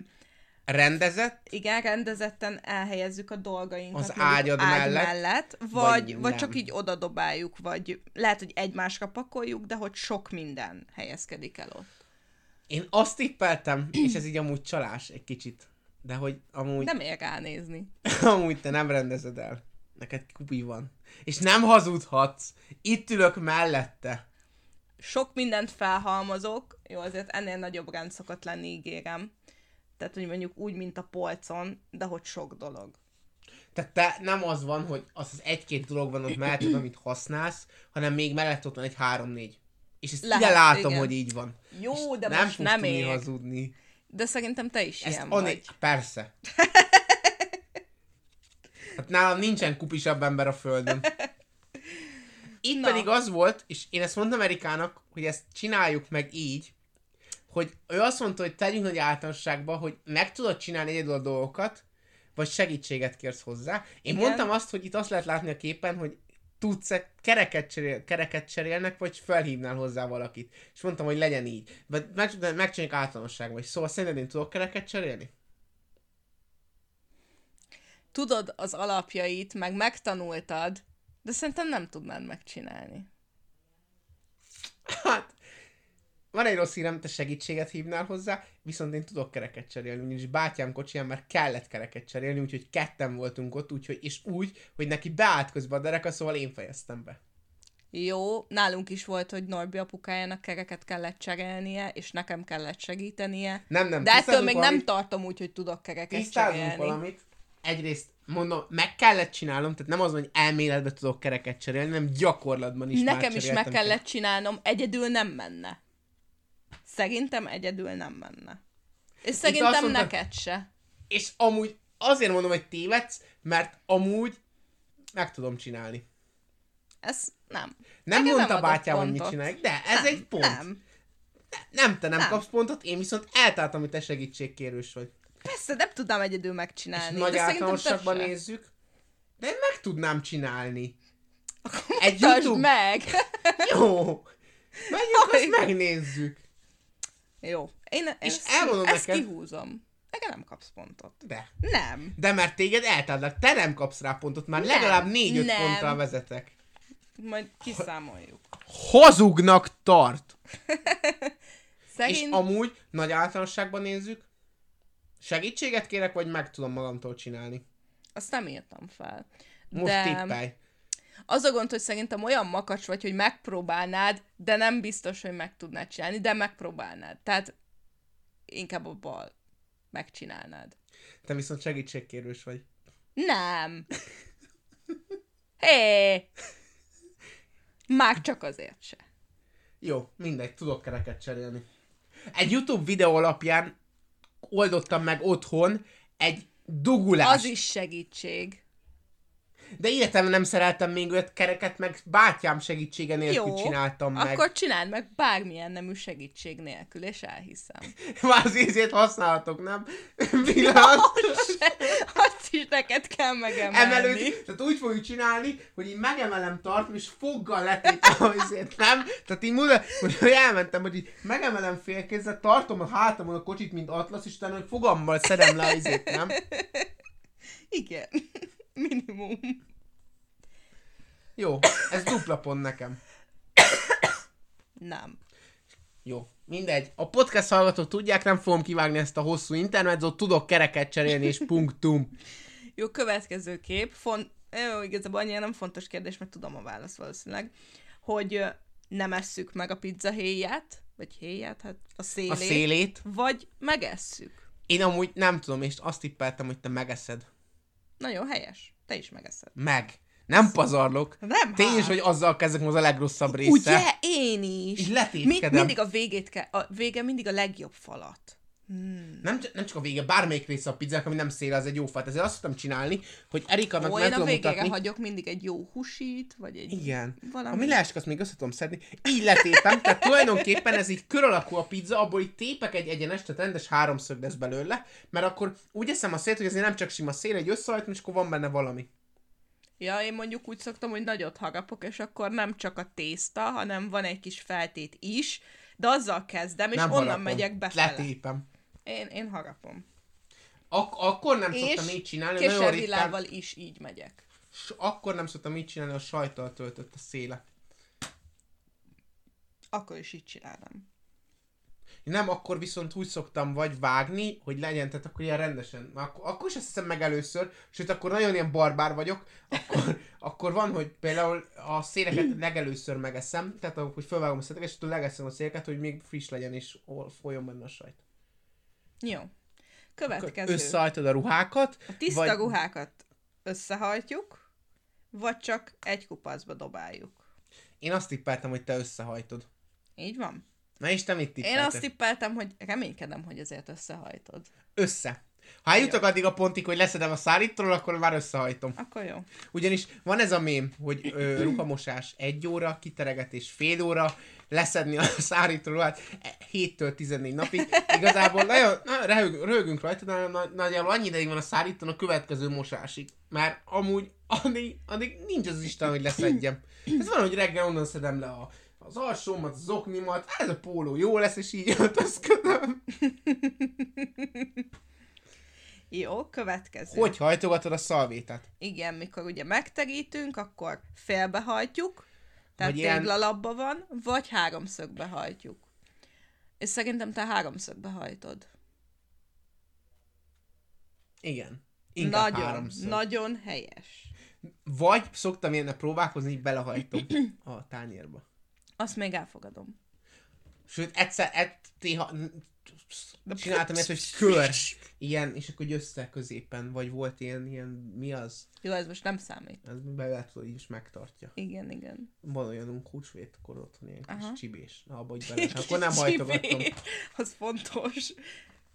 A: rendezett,
C: igen, rendezetten elhelyezzük a dolgainkat.
A: Az
C: mondjuk
A: ágyad
C: ágy
A: mellett,
C: mellett
A: vagy
C: vagy, vagy,
A: nem.
C: vagy csak így odadobáljuk, vagy lehet, hogy egymásra pakoljuk, de hogy sok minden helyezkedik el ott.
A: én azt tippeltem, és ez így amúgy csalás egy kicsit, de hogy amúgy,
C: Nem ér ránézni.
A: <laughs> amúgy te nem rendezed el. Neked kupi van. És nem hazudhatsz. Itt ülök mellette.
C: sok mindent felhalmozok, jó, azért ennél nagyobb rend szokott lenni, ígérem. Tehát, hogy mondjuk úgy, mint a polcon, de hogy sok dolog.
A: Tehát te nem az van, hogy az az egy-két dolog van ott melletted, amit használsz, hanem még mellett ott van egy három-négy. És ezt Lehet,
C: Lehet,
A: ide látom,
C: igen.
A: hogy így van.
C: Jó,
A: És
C: de
A: nem
C: most
A: fogsz
C: nem
A: tudni
C: ér.
A: hazudni.
C: De szerintem te is
A: Ezt
C: ilyen
A: ané-
C: vagy. <laughs>
A: Persze. Hát nálam nincsen kupisabb ember a földön. Itt
C: Na.
A: pedig az volt, és én ezt mondtam Erikának, hogy ezt csináljuk meg így, hogy ő azt mondta, hogy tegyünk nagy általánosságba, hogy meg tudod csinálni egyedül a dolgokat, vagy segítséget kérsz hozzá. Én
C: Igen.
A: mondtam azt, hogy itt azt lehet látni a képen, hogy tudsz e kereket, cserél, kereket cserélnek, vagy felhívnál hozzá valakit. És mondtam, hogy legyen így. Vagy meg, de megcsináljuk általánosságban is. Szóval szerinted én tudok kereket cserélni?
C: Tudod az alapjait, meg megtanultad, de szerintem nem tudnád megcsinálni.
A: Hát, van egy rossz hírem, te segítséget hívnál hozzá, viszont én tudok kereket cserélni, ugyanis bátyám kocsiján már kellett kereket cserélni, úgyhogy ketten voltunk ott, úgyhogy, és úgy, hogy neki beállt közben a dereka, szóval én fejeztem be.
C: Jó, nálunk is volt, hogy Norbi apukájának kereket kellett cserélnie, és nekem kellett segítenie.
A: Nem, nem,
C: De ettől
A: tisztázunk
C: még
A: valamit,
C: nem tartom úgy, hogy tudok kereket
A: Tisztázunk
C: cserélni.
A: valamit. Egyrészt mondom, meg kellett csinálnom, tehát nem az, hogy elméletben tudok kereket cserélni, hanem gyakorlatban is már
C: Nekem is
A: cseréltem
C: meg kellett csinálnom, egyedül nem menne. Szerintem egyedül nem menne. És
A: azt
C: szerintem
A: mondta-
C: neked se.
A: És amúgy azért mondom, hogy tévedsz, mert amúgy meg tudom csinálni.
C: Ez nem.
A: Nem
C: Nekem
A: mondta
C: nem adott
A: bátyám, hogy mit
C: pontot.
A: csinálják, de ez
C: nem,
A: egy pont.
C: Nem.
A: Nem, te nem, nem
C: Nem.
A: kapsz pontot, én viszont eltáltam, hogy te segítségkérős vagy.
C: Persze, nem tudnám egyedül
A: És
C: megcsinálni.
A: nagy
C: de szerintem te
A: általánosságban
C: se.
A: nézzük, de én meg tudnám csinálni. Egy
C: Tartsd
A: YouTube...
C: meg! <laughs>
A: Jó! Menjünk, azt
C: Jaj.
A: megnézzük.
C: Jó. Én, én
A: És
C: ezt,
A: elmondom
C: ezt
A: neked-
C: kihúzom. Nekem nem kapsz pontot.
A: De.
C: Nem.
A: De mert téged eltállnak, te nem kapsz rá pontot, már
C: Nem,
A: legalább 4-5
C: nem.
A: ponttal vezetek.
C: Majd kiszámoljuk.
A: Hazugnak tart! És
C: Szerint...
A: amúgy, nagy általánosságban nézzük, segítséget kérek, vagy meg tudom magamtól csinálni.
C: Azt nem írtam fel.
A: Most
C: de...
A: tippelj.
C: Az a gond, hogy szerintem olyan makacs vagy, hogy megpróbálnád, de nem biztos, hogy meg tudnád csinálni, de megpróbálnád. Tehát inkább a bal megcsinálnád.
A: Te viszont segítségkérős vagy.
C: Nem. Hé! Már csak azért se.
A: Jó, mindegy, tudok kereket cserélni. Egy YouTube videó alapján oldottam meg otthon egy dugulást.
C: Az is segítség.
A: De életemben nem szereltem még öt kereket, meg bátyám segítsége nélkül
C: Jó,
A: csináltam meg.
C: Akkor csináld meg bármilyen nemű segítség nélkül, és elhiszem.
A: <laughs>
C: <laughs>
A: Már az ízét használhatok, nem? Pillanat.
C: Se, azt is neked kell megemelni.
A: Emelődik, tehát úgy fogjuk csinálni, hogy így megemelem tartom, és foggal letétem <laughs> azért, nem? Tehát így múlva, hogy elmentem, hogy így megemelem félkézzel, tartom a hátamon a kocsit, mint atlasz, és utána fogammal szedem le azért, nem?
C: Igen. <laughs> Minimum.
A: Jó, ez dupla pont nekem.
C: Nem.
A: Jó, mindegy. A podcast hallgatók tudják, nem fogom kivágni ezt a hosszú intermedzót, tudok kereket cserélni, és punktum.
C: Jó, következő kép. Font... Jó, igazából annyira nem fontos kérdés, mert tudom a választ valószínűleg, hogy ö, nem esszük meg a pizza héját, vagy héját, hát a szélét,
A: A szélét.
C: vagy megesszük.
A: Én amúgy nem tudom, és azt tippeltem, hogy te megeszed.
C: Nagyon helyes. Te is megeszed.
A: Meg. Nem pazarlok.
C: Nem,
A: Tény is,
C: hát.
A: hogy azzal kezdek most a legrosszabb része.
C: Ugye? Én is.
A: Így letétkedem.
C: mindig a végét kell, a vége mindig a legjobb falat.
A: Nem, c- nem csak a vége, bármelyik része a pizzák, ami nem szél, az egy jó fát. Ezért azt tudtam csinálni, hogy Erika
C: Ó,
A: meg
C: én a
A: tudom
C: végére
A: mutatni.
C: hagyok mindig egy jó húsit, vagy egy...
A: Igen.
C: Valami.
A: Valami. A milásik azt még össze tudom szedni. Így letépem, tehát tulajdonképpen ez így kör alakú a pizza, abból így tépek egy egyenes, tehát rendes háromszög lesz belőle, mert akkor úgy eszem a szélt, hogy ezért nem csak sima szél, egy összehajtom, és akkor van benne valami.
C: Ja, én mondjuk úgy szoktam, hogy nagyot harapok, és akkor nem csak a tészta, hanem van egy kis feltét is, de azzal kezdem, és
A: nem
C: onnan
A: harapom.
C: megyek befele.
A: Letépem.
C: Én, én harapom.
A: Ak- akkor nem szoktam így
C: És
A: csinálni, nagyon ritkán.
C: keservilával is így megyek.
A: S akkor nem szoktam így csinálni, a sajtal töltött a széle.
C: Akkor is így csinálom.
A: Nem, akkor viszont úgy szoktam vagy vágni, hogy legyen, tehát akkor ilyen rendesen. Akkor, akkor is azt hiszem meg először, sőt, akkor nagyon ilyen barbár vagyok,
C: <laughs>
A: akkor, akkor van, hogy például a széleket legelőször megeszem, tehát akkor, hogy fölvágom a széleket, és akkor legeszem a széleket, hogy még friss legyen, és ol- folyjon benne a sajt.
C: Jó.
A: Akkor
C: Következő.
A: Összehajtod a ruhákat,
C: A tiszta
A: vagy-
C: vagy... ruhákat összehajtjuk, vagy csak egy kupacba dobáljuk.
A: Én azt tippeltem, hogy te összehajtod.
C: Így van?
A: Na és te mit
C: Én
A: tippelted?
C: azt tippeltem, hogy reménykedem, hogy azért összehajtod.
A: Össze. Ha eljutok addig a pontig, hogy leszedem a szállítóról, akkor már összehajtom.
C: Akkor jó.
A: Ugyanis van ez a mém, hogy ö, ruhamosás egy óra, kiteregetés fél óra, leszedni a szárító ruhát 7-től 14 napig. Igazából nagyon, na, röhög- röhögünk rajta, de na- nagyjából annyi ideig van a szárítón a következő mosásig. Mert amúgy addig, addig nincs az Isten, hogy leszedjem. Ez van, hogy reggel onnan szedem le a, az alsómat, az oknimat, ez a póló jó lesz, és így öltözködöm.
C: Jó, következő.
A: Hogy hajtogatod a szalvétát?
C: Igen, mikor ugye megterítünk, akkor félbehajtjuk, tehát
A: Vagy ilyen-
C: téglalapba van, vagy háromszögbe hajtjuk. És szerintem te háromszögbe hajtod.
A: Igen. Inkább
C: nagyon,
A: háromszor.
C: nagyon helyes.
A: Vagy szoktam ilyenne próbálkozni, így belehajtom a tányérba.
C: Azt még elfogadom.
A: Sőt, egyszer, ett, téha, csináltam
C: <laughs>
A: ezt, hogy kör, ilyen, és akkor így össze középen, vagy volt ilyen, ilyen, mi az?
C: Jó, ez most nem számít.
A: Ez bele tudod, így is megtartja.
C: Igen, igen.
A: Van olyanunk húsvétkor otthon, ilyen kis
C: Aha.
A: csibés. Na, abba,
C: <laughs>
A: hogy bele, és akkor nem hajtogatom.
C: Csibé. Az fontos.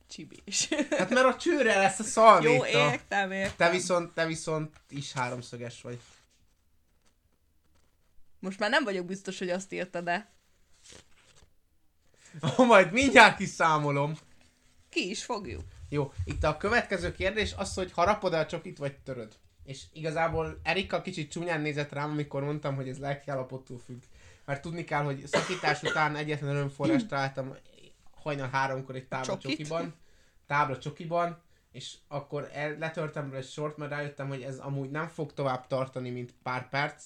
C: Csibés.
A: Hát mert a csőre lesz a
C: Jó,
A: szalvéta.
C: értem, értem.
A: Te viszont, te viszont is háromszöges vagy. <laughs>
C: Most már nem vagyok biztos, hogy azt írta, de
A: Majd mindjárt kiszámolom.
C: ki is fogjuk.
A: Jó, itt a következő kérdés az, hogy harapod el csak itt vagy töröd. És igazából Erika kicsit csúnyán nézett rám, amikor mondtam, hogy ez lelkiállapottól függ. Mert tudni kell, hogy szakítás után egyetlen önforrást találtam hajnal háromkor egy tábla
C: Csokit.
A: csokiban. Tábla csokiban. És akkor el, letörtem rá egy sort, mert rájöttem, hogy ez amúgy nem fog tovább tartani, mint pár perc.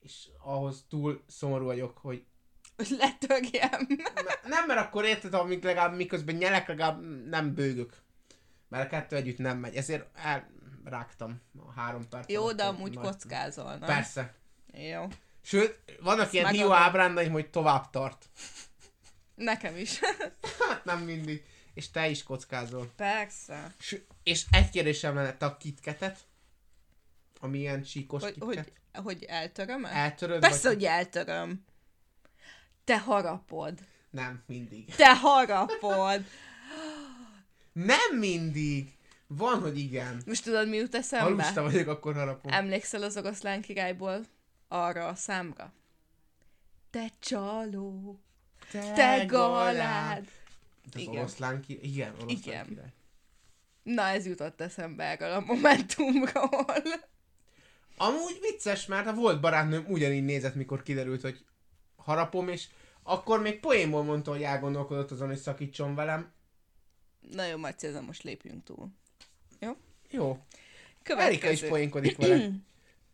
A: És ahhoz túl szomorú vagyok, hogy
C: Hogy letörjem.
A: Ne- nem, mert akkor érted, amíg legalább miközben nyelek, legalább nem bőgök. Mert a kettő együtt nem megy. Ezért el, rágtam a három perc.
C: Jó,
A: alatt
C: de
A: egy
C: amúgy
A: nagy-
C: kockázol, nem?
A: Persze.
C: Jó.
A: Sőt, vannak ilyen
C: megadom.
A: hiú ábrándaim, hogy tovább tart.
C: Nekem is.
A: Hát nem mindig. És te is kockázol.
C: <laughs> Persze.
A: S- és egy kérdésem lenne, te a kitketet, ami ilyen csíkos
C: Hogy,
A: kitket,
C: hogy, hogy eltöröm -e?
A: eltöröd?
C: Persze,
A: vagy...
C: hogy eltöröm. Te harapod.
A: Nem, mindig.
C: Te harapod.
A: Nem mindig! Van, hogy igen.
C: Most tudod, mi jut
A: Ha
C: eszembe?
A: lusta vagyok, akkor harapom.
C: Emlékszel az oroszlán királyból arra a számra? Te csaló, te galád.
A: Az
C: Igen.
A: oroszlán király. Igen, oroszlán
C: Igen.
A: király.
C: Na, ez jutott eszembe erről a <laughs> momentumról.
A: Amúgy vicces, mert hát a volt barátnőm ugyanígy nézett, mikor kiderült, hogy harapom, és akkor még poénból mondta, hogy elgondolkodott azon, hogy szakítson velem.
C: Nagyon Marci, ezen most lépjünk túl.
A: Jó. Erika is
C: Következő.
A: poénkodik
C: <clears throat>
A: vele.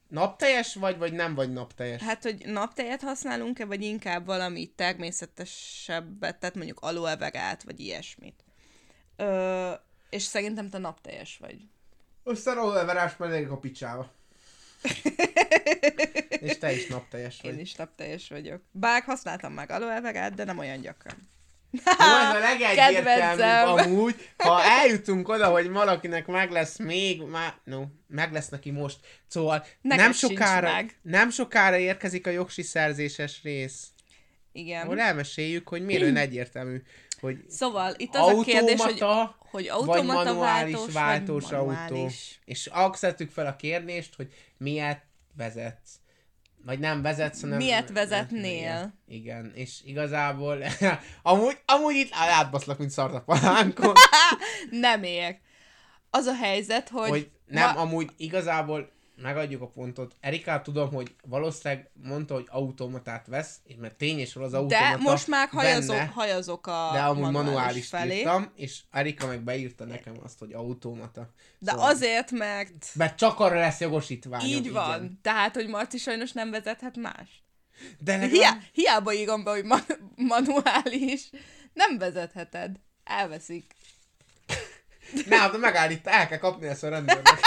A: Napteljes vagy, vagy nem vagy napteljes?
C: Hát, hogy naptejet használunk-e, vagy inkább valami természetesebbet, tehát mondjuk aloe verát, vagy ilyesmit. Ö, és szerintem te napteljes vagy.
A: Aztán olverás megyek a
C: <laughs>
A: picsába. és te is napteljes vagy.
C: Én is napteljes vagyok. Bár használtam már aloe verát, de nem olyan gyakran.
A: Jó,
C: <laughs>
A: ez a
C: Kedvencem.
A: legegyértelműbb amúgy, ha eljutunk oda, hogy valakinek meg lesz még, már, no, meg lesz neki most. Szóval
C: Neked
A: nem
C: sincs
A: sokára,
C: meg.
A: nem sokára érkezik a jogsi szerzéses rész.
C: Igen.
A: Ahol elmeséljük, hogy
C: <clears throat>
A: miért olyan egyértelmű, hogy
C: Szóval itt az a
A: automata,
C: kérdés, hogy, hogy
A: vagy
C: automata
A: manuális
C: váltós,
A: váltós
C: vagy
A: autó.
C: manuális.
A: És akszertük fel a kérdést, hogy miért vezetsz. Vagy nem vezetsz, hanem...
C: Miért vezetnél?
A: Igen, és igazából <laughs> amúgy, amúgy itt átbaszlak, mint szart a palánkon.
C: Nem ér. Az a helyzet, <laughs> hogy...
A: hogy nem,
C: ma-
A: amúgy igazából megadjuk a pontot. Erikát tudom, hogy valószínűleg mondta, hogy automatát vesz, és mert tény és az automata
C: de most már hajazok,
A: benne,
C: hajazok a
A: de amúgy
C: manuális
A: manuális
C: felé.
A: írtam, és Erika meg beírta nekem azt, hogy automata.
C: De
A: Szóval.
C: azért, mert
A: Mert csak arra lesz jogosítvány.
C: így van. Tehát, hogy Marci sajnos nem vezethet más.
A: De legalább...
C: Hiá, hiába írom be, hogy ma- <laughs> manuális, nem vezetheted. Elveszik.
A: Nem, de megállít, el kell kapni ezt a rendőrnek.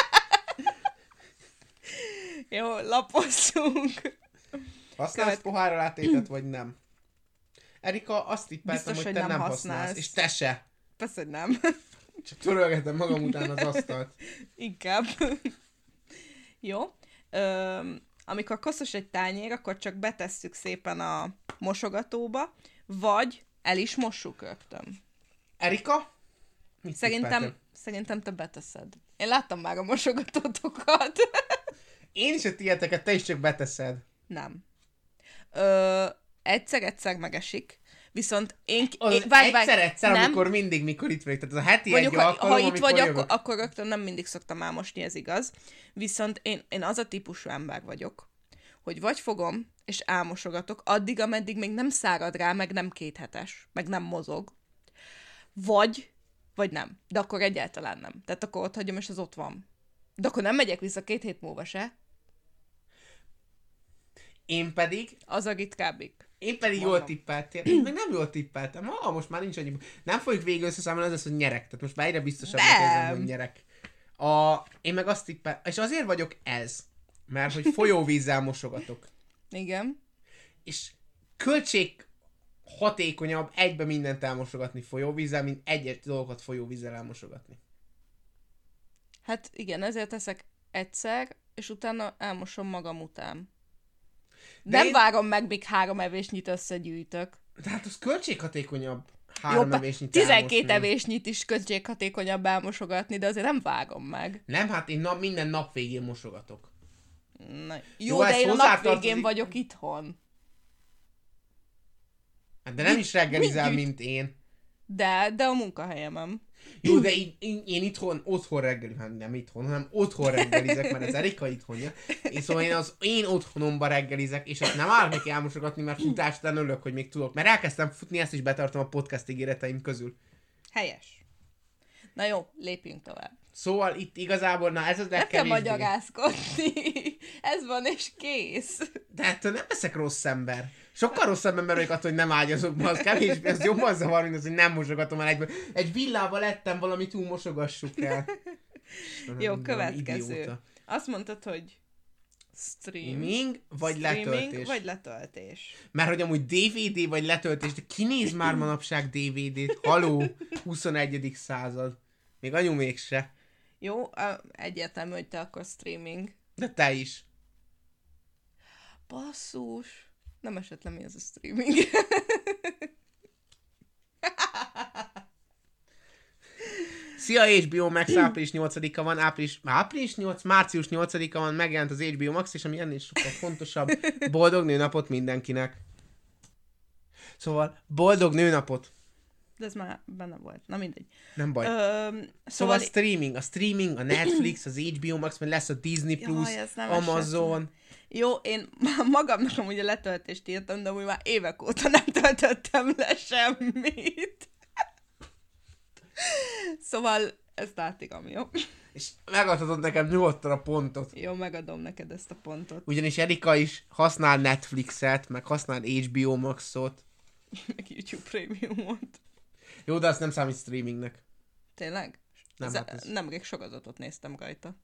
C: Jó, lapozzunk.
A: Használsz
C: Követ-
A: pohárra látétet, vagy nem? Erika, azt tippeltem,
C: Biztos,
A: hogy te
C: hogy
A: nem,
C: nem
A: használsz.
C: használsz.
A: És te se.
C: Persze, hogy nem. <laughs>
A: Csak törölgetem magam után az asztalt.
C: Inkább. <laughs> Jó. Öm, amikor koszos egy tányér, akkor csak betesszük szépen a mosogatóba, vagy el is mossuk rögtön.
A: Erika? Mit
C: Szerintem,
A: tippeltem?
C: szerintem te beteszed. Én láttam már a mosogatótokat. <laughs>
A: Én is a tiéteket, te is csak beteszed.
C: Nem. Ö, egyszer-egyszer megesik, viszont én...
A: Az
C: én
A: egyszer-egyszer,
C: nem.
A: amikor mindig, mikor itt vagy. Tehát az a heti
C: Mondjuk,
A: egy
C: ha,
A: alkalom,
C: ha itt
A: amikor
C: vagy, akkor,
A: jövök.
C: akkor rögtön nem mindig szoktam álmosni, ez igaz. Viszont én, én az a típusú ember vagyok, hogy vagy fogom, és álmosogatok, addig, ameddig még nem szárad rá, meg nem kéthetes, meg nem mozog. Vagy, vagy nem. De akkor egyáltalán nem. Tehát akkor ott hagyom, és az ott van. De akkor nem megyek vissza két hét múlva se.
A: Én pedig
C: Az a ritkábbik.
A: Én pedig
C: Mondom.
A: jól tippeltél. Én meg nem jól tippeltem. Ha, most már nincs annyi. Nem fogjuk végig összeszámolni, az lesz, hogy nyerek. Tehát most már egyre biztosabb
C: Nem.
A: érzem, hogy nyerek. A, én meg azt tippeltem. És azért vagyok ez. Mert hogy folyóvízzel mosogatok.
C: Igen.
A: És költség hatékonyabb egybe mindent elmosogatni folyóvízzel, mint egyes dolgokat folyóvízzel elmosogatni.
C: Hát igen, ezért teszek egyszer, és utána elmosom magam után.
A: De
C: nem
A: én-
C: várom meg, míg három evésnyit összegyűjtök.
A: Tehát az költséghatékonyabb három
C: Jó,
A: evésnyit
C: 12
A: elmosni.
C: evésnyit is költséghatékonyabb elmosogatni, de azért nem vágom meg.
A: Nem, hát én nap, minden nap végén mosogatok.
C: Na, jó,
A: Jó, ez
C: de én a nap
A: hozzátartozik-
C: végén vagyok itthon.
A: Hát de nem is reggelizel,
C: mit gyűjt-
A: mint én.
C: De, de a munkahelyemem.
A: Jó,
C: Hm.
A: de így, így, én itthon, otthon reggeli, hát nem itthon, hanem otthon reggelizek, mert ez Erika itthonja. És szóval én az én otthonomba reggelizek, és azt nem állok neki elmosogatni, mert futás után ölök, hogy még tudok. Mert elkezdtem futni, ezt is betartom a podcast ígéreteim közül.
C: Helyes. Na jó, lépjünk tovább.
A: Szóval itt igazából, na ez az
C: Nem kell
A: legkevésbé.
C: magyarázkodni. <laughs> Ez van és kész.
A: De ettől nem leszek rossz ember. Sokkal rosszabb ember vagyok attól, hogy nem ágyazok be, az kevésbé, az
C: <laughs>
A: jobban zavar, mint az, hogy nem mosogatom el egyből. Egy villával lettem valamit, túl mosogassuk el. Istenem,
C: Jó,
A: de
C: következő.
A: idióta.
C: Azt mondtad, hogy stream.
A: Streaming vagy
C: streaming,
A: letöltés?
C: vagy letöltés.
A: Mert hogy amúgy DVD vagy letöltés, de kinéz már manapság DVD-t? Haló, 21. század. Még anyu mégse.
C: Jó, á, egyértelmű, hogy te akkor streaming.
A: De te is.
C: Basszus! Nem esett le, mi az a streaming. <laughs>
A: Szia HBO Max április 8-a van, április, április 8, március 8-a van, megjelent az HBO Max, és ami ennél sokkal fontosabb, boldog nőnapot mindenkinek. Szóval, boldog nőnapot.
C: De ez már benne volt. Na mindegy.
A: Nem baj.
C: Öm,
A: Szóval,
C: szóval,
A: szóval a streaming, a streaming, a Netflix, az HBO Max, mert lesz a Disney+,
C: Jaj,
A: Plus,
C: ez nem esett
A: Amazon.
C: jó, én <laughs> magamnak amúgy a letöltést írtam, de amúgy már évek óta nem <laughs> töltöttem le semmit. <laughs> Szóval ezt átigam, jó?
A: És megadhatod nekem nyugodtan a pontot.
C: Jó, megadom neked ezt a pontot. <laughs>
A: Ugyanis Erika is használ Netflixet, meg használ HBO Maxot.
C: Meg YouTube Premiumot.
A: Jó, de azt nem számít streamingnek.
C: Tényleg?
A: Nem,
C: Ez-
A: hát ez...
C: Nemrég sok adatot néztem rajta.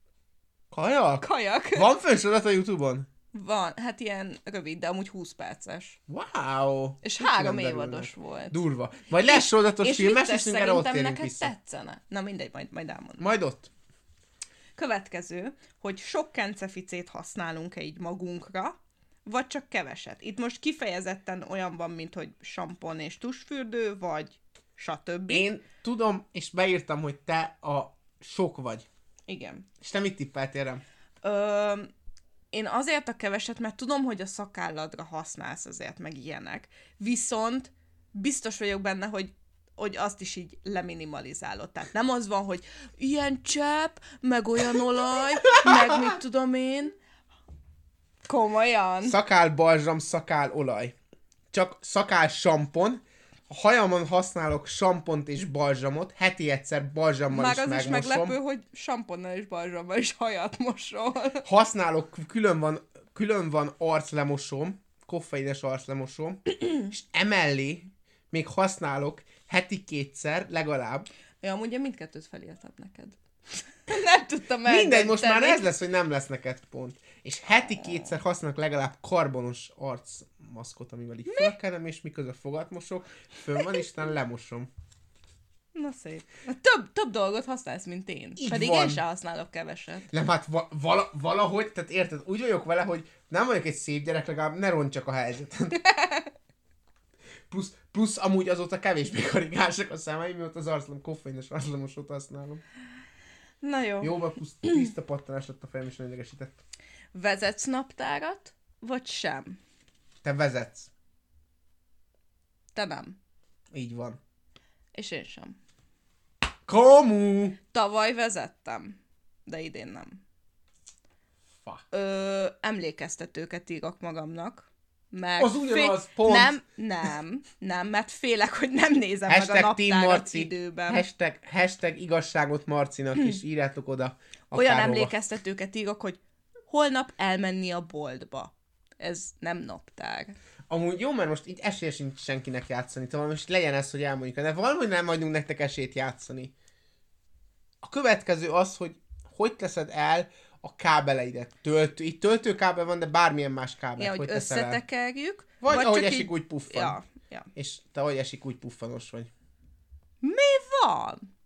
A: Kajak?
C: Kajak?
A: Van fönsordat a Youtube-on?
C: Van, hát ilyen rövid, de amúgy 20 perces.
A: Wow!
C: És
A: Mit
C: három
A: nem derülnek?
C: évados volt.
A: Durva. Majd lesz sorozatos filmes,
C: vicces,
A: és erre ott
C: szerintem
A: térünk
C: neked
A: vissza.
C: tetszene. Na mindegy, majd, majd elmondom.
A: Majd ott.
C: Következő, hogy sok kenceficét használunk-e így magunkra, vagy csak keveset. Itt most kifejezetten olyan van, mint hogy sampon és tusfürdő, vagy stb.
A: Én tudom, és beírtam, hogy te a sok vagy.
C: Igen.
A: És te mit tippeltél rám?
C: Ö, én azért a keveset, mert tudom, hogy a szakálladra használsz azért, meg ilyenek. Viszont biztos vagyok benne, hogy hogy azt is így leminimalizálod. Tehát nem az van, hogy ilyen csepp, meg olyan olaj, meg mit tudom én. Komolyan.
A: Szakál balzsam, szakál olaj. Csak szakál sampon. A hajamon használok sampont és balzsamot. Heti egyszer balzsammal
C: Már
A: is
C: az is
A: megmosom.
C: meglepő, hogy samponnal és balzsammal is hajat mosol.
A: használok, külön van, külön van arclemosom, koffeines arclemosom, és emellé még használok heti kétszer legalább.
C: Ja, amúgy én mindkettőt felírtam neked. nem tudtam eldönteni.
A: Mindegy, most már ez lesz, hogy nem lesz neked pont. És heti kétszer használok legalább karbonos arcmaszkot, amivel így felkelem, és miközben fogat mosok, fönn van, és utána lemosom.
C: Na szép. Na, Több, több dolgot használsz, mint én.
A: Így
C: Pedig
A: van.
C: én se használok keveset.
A: Nem, hát va- vala- valahogy, tehát érted, úgy vagyok vele, hogy nem vagyok egy szép gyerek, legalább ne roncsak a
C: <laughs>
A: helyzetet. Plusz, plusz amúgy azóta kevésbé karigások a számaim, mióta az arclom koffeines arclamosot használom.
C: Na jó. jó.
A: Jó, mert plusz tiszta pattanás lett a fejem, és nagyon idegesített.
C: Vezetsz naptárat, vagy sem?
A: Te vezetsz.
C: Te nem.
A: Így van.
C: És én sem.
A: Kamu!
C: Tavaly vezettem, de idén nem.
A: Fa.
C: Ö, emlékeztetőket írok magamnak. Meg
A: Az ugyanaz, pont.
C: Nem, nem, nem, mert félek, hogy nem nézem meg a
A: Hashtag Team
C: naptárat
A: Marci.
C: időben. Hm.
A: Hashtag, hashtag igazságot Marcinak, és írjátok oda.
C: Olyan
A: akárhova.
C: emlékeztetőket írok, hogy holnap elmenni a boltba. Ez nem naptár.
A: Amúgy jó, mert most így esélye sincs senkinek játszani tovább, most legyen ez, hogy elmondjuk, de valahogy nem adjunk nektek esélyt játszani. A következő az, hogy hogy teszed el a kábeleidet. Töltő, itt töltőkábel van, de bármilyen más kábel.
C: Ja, hogy
A: teszel el?
C: összetekerjük.
A: Vagy, ahogy
C: csak
A: esik, úgy puffan.
C: Ja, ja.
A: És te ahogy esik, úgy puffanos vagy.
C: Mi van?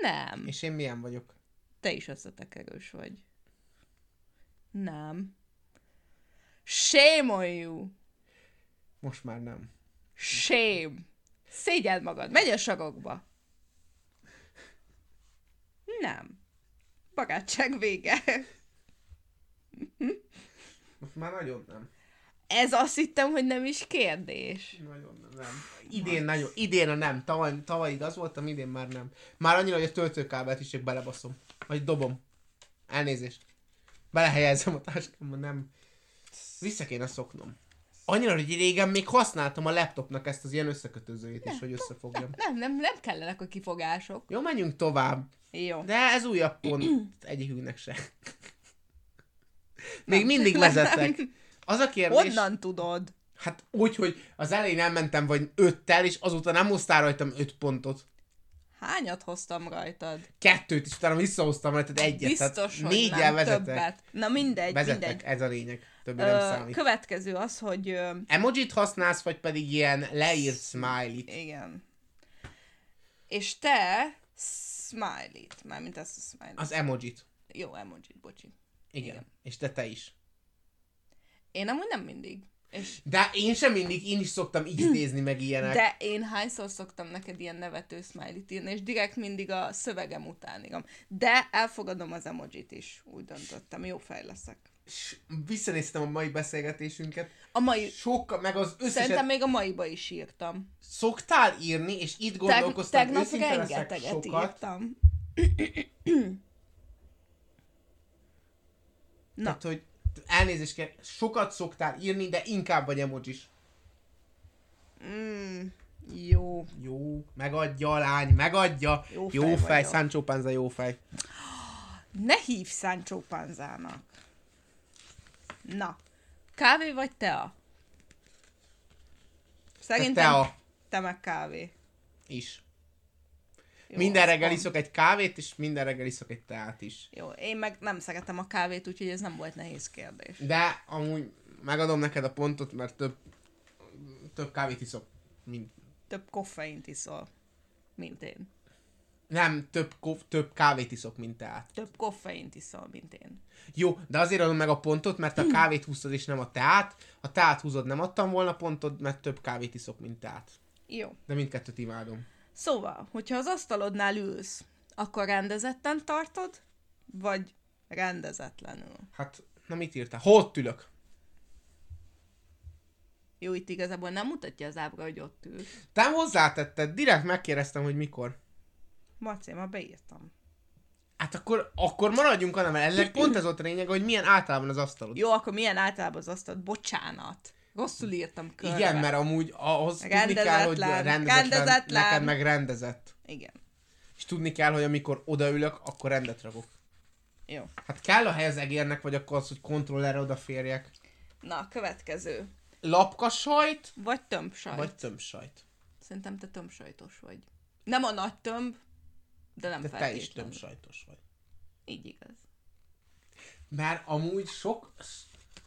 C: Nem.
A: És én milyen vagyok?
C: Te is összetekerős vagy. Nem. Shame on you.
A: Most már nem.
C: Shame. Szégyeld magad. Megy a sarokba. Nem. Barátság vége.
A: Most már nagyon nem.
C: Ez azt hittem, hogy nem is kérdés.
A: Nagyon nem. nem. Idén nagyon, idén a nem. Tavaly, tavalyig az voltam, idén már nem. Már annyira, hogy a töltőkábelt is csak belebaszom. Vagy dobom. Elnézést. Belehelyezem a táskámba, nem. Vissza kéne szoknom. Annyira, hogy régen még használtam a laptopnak ezt az ilyen összekötözőjét is, hogy összefogjam.
C: Nem, nem, nem kellenek a kifogások.
A: Jó, menjünk tovább.
C: Jó.
A: De ez újabb pont egyikünknek se. Még mindig vezetek. Az a kérdés...
C: Honnan tudod?
A: Hát úgy, hogy az elején elmentem vagy öttel, és azóta nem hoztál rajtam öt pontot.
C: Hányat hoztam rajtad?
A: Kettőt, és utána visszahoztam rajtad egyet.
C: Biztos,
A: tehát
C: hogy
A: négyel
C: nem,
A: vezetek.
C: többet. Na mindegy,
A: vezetek,
C: mindegy.
A: ez a lényeg. Többi nem
C: Ö,
A: számít.
C: következő az, hogy ö,
A: Emojit használsz, vagy pedig ilyen leírt smiley
C: igen. És te smiley-t, mármint ezt a smiley
A: Az emojit.
C: Jó, emoji bocsi.
A: Igen.
C: Igen.
A: És te te is.
C: Én amúgy nem mindig. És
A: De én sem mindig, én is szoktam így nézni meg ilyenek.
C: Hm. de én hányszor szoktam neked ilyen nevető smiley-t írni, és direkt mindig a szövegem után írom. De elfogadom az emojit is, úgy döntöttem, jó fej leszek.
A: S- Visszanéztem a mai beszélgetésünket.
C: A mai,
A: Sokkal, meg az összeset
C: szerintem még a maiba is írtam.
A: szoktál írni, és itt
C: Teg-
A: gondolkoztam,
C: Tegnap
A: őszinte leszek,
C: rengeteget
A: sokat.
C: írtam.
A: Na. Tehát, hogy elnézést kell, sokat szoktál írni, de inkább vagy emojis.
C: Mm, jó.
A: Jó, megadja a lány, megadja.
C: Jó fej
A: jó fej
C: vagyok.
A: Sancho Panza, jó fej.
C: Ne hív Sancho Panzának. Na, kávé vagy tea? Szerintem
A: Te a
C: te meg kávé.
A: is.
C: Jó,
A: minden
C: az
A: reggel
C: van.
A: iszok egy kávét, és minden reggel iszok egy teát is.
C: Jó, én meg nem szeretem a kávét, úgyhogy ez nem volt nehéz kérdés.
A: De amúgy megadom neked a pontot, mert több, több kávét iszok, mint
C: Több koffeint iszol, mint én.
A: nem, több, ko- több kávét iszok, mint teát.
C: Több koffeint iszol, mint én.
A: Jó, de azért adom meg a pontot, mert a kávét húztad és nem a teát. A teát húzod, nem adtam volna pontot, mert több kávét iszok, mint teát.
C: Jó.
A: De mindkettőt imádom.
C: Szóval, hogyha az asztalodnál ülsz, akkor rendezetten tartod, vagy rendezetlenül?
A: Hát, na mit írtál? Hol ott ülök?
C: Jó, itt igazából nem mutatja az ábra, hogy ott ül.
A: Te hozzátetted, direkt megkérdeztem, hogy mikor.
C: Marci, ma beírtam.
A: Hát akkor, akkor maradjunk annál, mert ennek pont ez volt a lényeg, hogy milyen általában az asztalod.
C: Jó, akkor milyen általában az asztalt? Bocsánat. Rosszul írtam körbe.
A: Igen, mert amúgy ahhoz tudni kell, hogy
C: Rendezetlen.
A: rendezetlen,
C: Rendezetlen.
A: neked meg rendezett.
C: Igen.
A: És tudni kell, hogy amikor odaülök, akkor rendet rakok.
C: Jó.
A: Hát kell a hely az egérnek, vagy akkor az, hogy kontrollerre odaférjek.
C: Na, következő.
A: Lapka sajt,
C: Vagy tömbsajt.
A: vagy tömbsajt.
C: Szerintem te tömbsajtos vagy. Nem a nagy tömb, de nem
A: De te
C: feltétlenül.
A: is tömbsajtos vagy.
C: Így igaz.
A: Mert amúgy sok,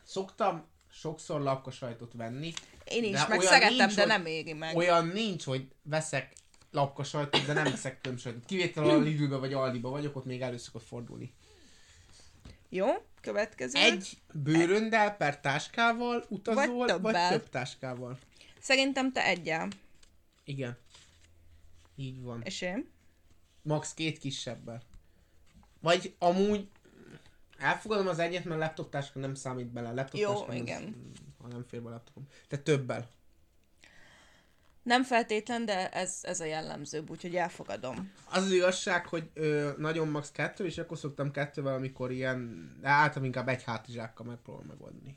A: szoktam sokszor lapka sajtot venni,
C: Én is,
A: De
C: meg
A: olyan
C: szeretem,
A: nincs,
C: de
A: hogy-
C: nem éri meg.
A: olyan nincs, hogy veszek lapka sajtot, de nem veszek tömb sajtot. Kivétel a Lidlbe vagy Aldiba vagyok, ott még elő szokott fordulni.
C: Jó, következő.
A: Egy bőröndel per táskával utazol, vagy, vagy
C: többel.
A: több táskával.
C: Szerintem te egyel.
A: Igen. Így van.
C: És én?
A: Max két kisebbel. Vagy amúgy elfogadom az egyet, mert laptop táska nem számít bele. A Laptop
C: Jó,
A: táskám az-
C: igen.
A: mm, ha nem fér be a laptopom. Te többel.
C: Nem feltétlen, de ez, ez a jellemzőbb, úgyhogy elfogadom.
A: Az az igazság, hogy ö, nagyon max kettő, és akkor szoktam kettővel, amikor ilyen, de általában inkább egy hátizsákkal megpróbálom megoldani.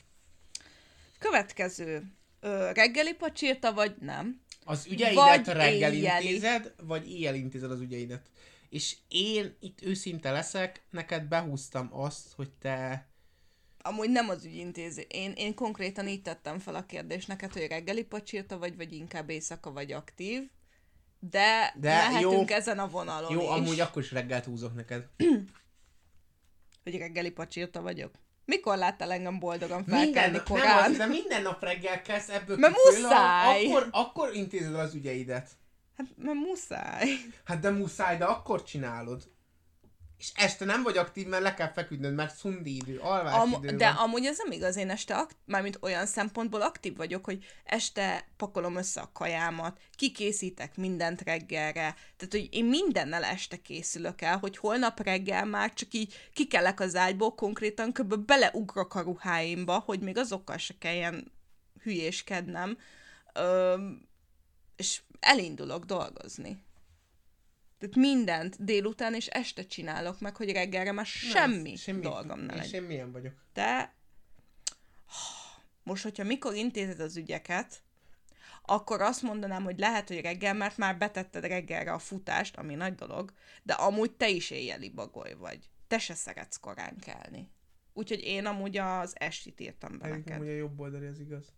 C: Következő. Ö, reggeli pacsírta vagy nem?
A: Az
C: Vagy
A: ügyeidet reggel
C: éjjeli.
A: intézed, vagy éjjel intézed az ügyeidet. És én itt őszinte leszek, neked behúztam azt, hogy te...
C: Amúgy nem az ügyintéző. Én, én konkrétan így tettem fel a kérdést neked, hogy reggeli pacsírta vagy, vagy inkább éjszaka vagy aktív. De,
A: De
C: de mehetünk
A: jó.
C: ezen a vonalon
A: Jó,
C: is.
A: amúgy akkor is reggelt húzok neked.
C: Hogy reggeli pacsírta vagyok. Mikor láttál engem boldogan
A: Minden
C: felkelni
A: nap, nem
C: korán?
A: az, de minden nap reggel kezd ebből
C: Mert
A: kifolyólag,
C: muszáj.
A: Akkor, akkor intézed az ügyeidet.
C: Hát, mert muszáj.
A: Hát de muszáj, de akkor csinálod. És este nem vagy aktív, mert le kell feküdnöd, mert szundi idő, alvás
C: Am-
A: idő
C: de
A: van.
C: amúgy ez nem igaz, én este, akt- mármint olyan szempontból aktív vagyok, hogy este pakolom össze a kajámat, kikészítek mindent reggelre, tehát hogy én mindennel este készülök el, hogy holnap reggel már csak így kikelek az ágyból, konkrétan kb. beleugrok a ruháimba, hogy még azokkal se kelljen hülyéskednem, Öm, és elindulok dolgozni. Tehát mindent délután és este csinálok meg, hogy reggelre már semmi, semmi dolgom ne legyen
A: És én milyen vagyok.
C: te <sighs> most, hogyha mikor intézed az ügyeket, akkor azt mondanám, hogy lehet, hogy reggel, mert már betetted reggelre a futást, ami nagy dolog, de amúgy te is éjjeli bagoly vagy. Te se szeretsz korán kelni. Úgyhogy én amúgy az estit írtam be
A: Pedig
C: neked.
A: amúgy a jobb oldali az igaz.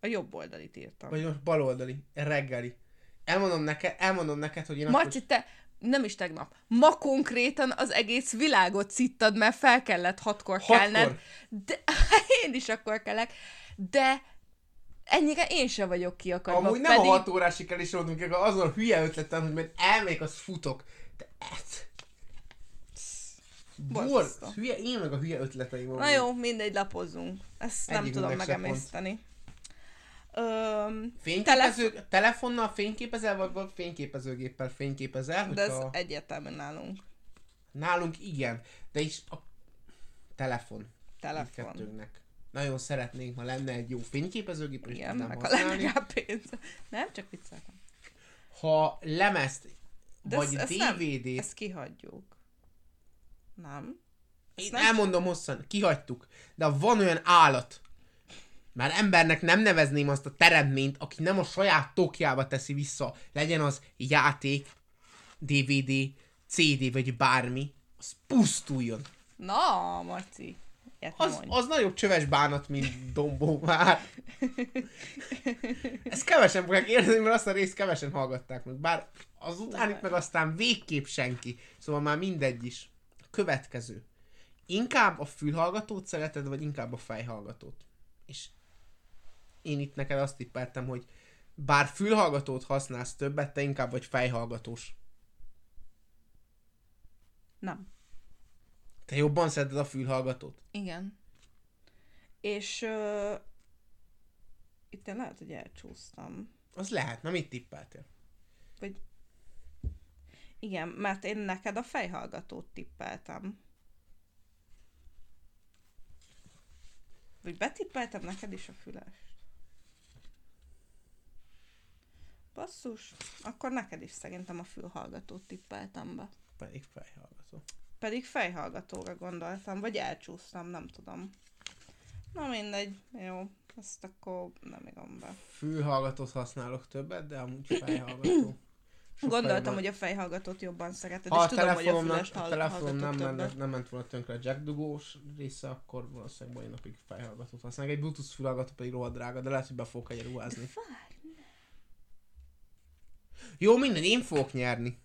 C: A jobb oldalit írtam.
A: Vagy most baloldali, reggeli. Elmondom neked, elmondom neked, hogy én
C: Marci, te nem is tegnap, ma konkrétan az egész világot cittad, mert fel kellett hatkor
A: Hatkor?
C: kelned. De, <laughs> én is akkor kelek, de ennyire én sem vagyok kiakadva.
A: Amúgy nem pedig... a hat órás sikerülés rohadunk meg, azon a hülye ötleten, hogy majd elmegyek, az futok. De ez... Bor,
C: Borzasztó.
A: hülye, én meg a hülye ötleteim
C: Na jó, mindegy, lapozzunk. Ezt nem
A: Egyikünknek se
C: tudom
A: pont.
C: megemészteni. Öm,
A: Fényképező, telefonnal fényképezel, vagy, vagy fényképezőgéppel fényképezel?
C: de ez
A: hogyha-
C: egyértelmű nálunk.
A: Nálunk igen, de is a telefon.
C: Telefon.
A: Kettőnknek. Nagyon szeretnénk, ha lenne egy jó fényképezőgép, és
C: Igen,
A: tudnám
C: meg ha lenne
A: használni.
C: rá pénz. Nem, csak vicceltem.
A: Ha lemezt,
C: De
A: vagy
C: ezt, ezt, nem,
A: DVD-t,
C: ezt kihagyjuk. Nem.
A: én
C: nem-
A: elmondom hosszan, kihagytuk, de van olyan állat, már embernek nem nevezném azt a teremtményt, aki nem a saját tokjába teszi vissza, legyen az játék, DVD, CD vagy bármi, az pusztuljon.
C: Na, Marci. Ilyet nem
A: Az,
C: mondj.
A: az nagyobb csöves bánat, mint Dombó már. Ezt kevesen fogják érteni, mert azt a részt kevesen hallgatták meg. Bár az utánit meg aztán végképp senki. Szóval már mindegy is. A következő. Inkább a fülhallgatót szereted, vagy inkább a fejhallgatót? És én itt neked azt tippeltem, hogy bár fülhallgatót használsz többet, te inkább vagy fejhallgatós.
C: Nem.
A: Te jobban szereted a fülhallgatót?
C: Igen. És ö, itt én lehet, hogy elcsúsztam.
A: Az lehet. Na, mit tippeltél?
C: Vagy... Igen, mert én neked a fejhallgatót tippeltem. Vagy betippeltem neked is a fülest. Basszus, akkor neked is szerintem a fülhallgatót tippeltem be.
A: Pedig fejhallgató.
C: Pedig fejhallgatóra gondoltam, vagy elcsúsztam, nem tudom. Na mindegy, jó, ezt akkor nem írom be.
A: fülhallgatót használok többet, de amúgy
C: <coughs>
A: fejhallgató. Sok
C: Gondoltam,
A: fejban.
C: hogy a fejhallgatót jobban szereted,
A: ha
C: és
A: a
C: tudom, hogy a
A: telefonom, nem,
C: fülest
A: a
C: hall-
A: telefonom nem,
C: hallgatott többet.
A: menne, nem ment volna tönkre a jack dugós része, akkor valószínűleg mai napig fejhallgatót használok. Egy bluetooth fülhallgató pedig rohadt drága, de lehet, hogy be fogok egyre ruházni. Jó, minden, én fogok nyerni.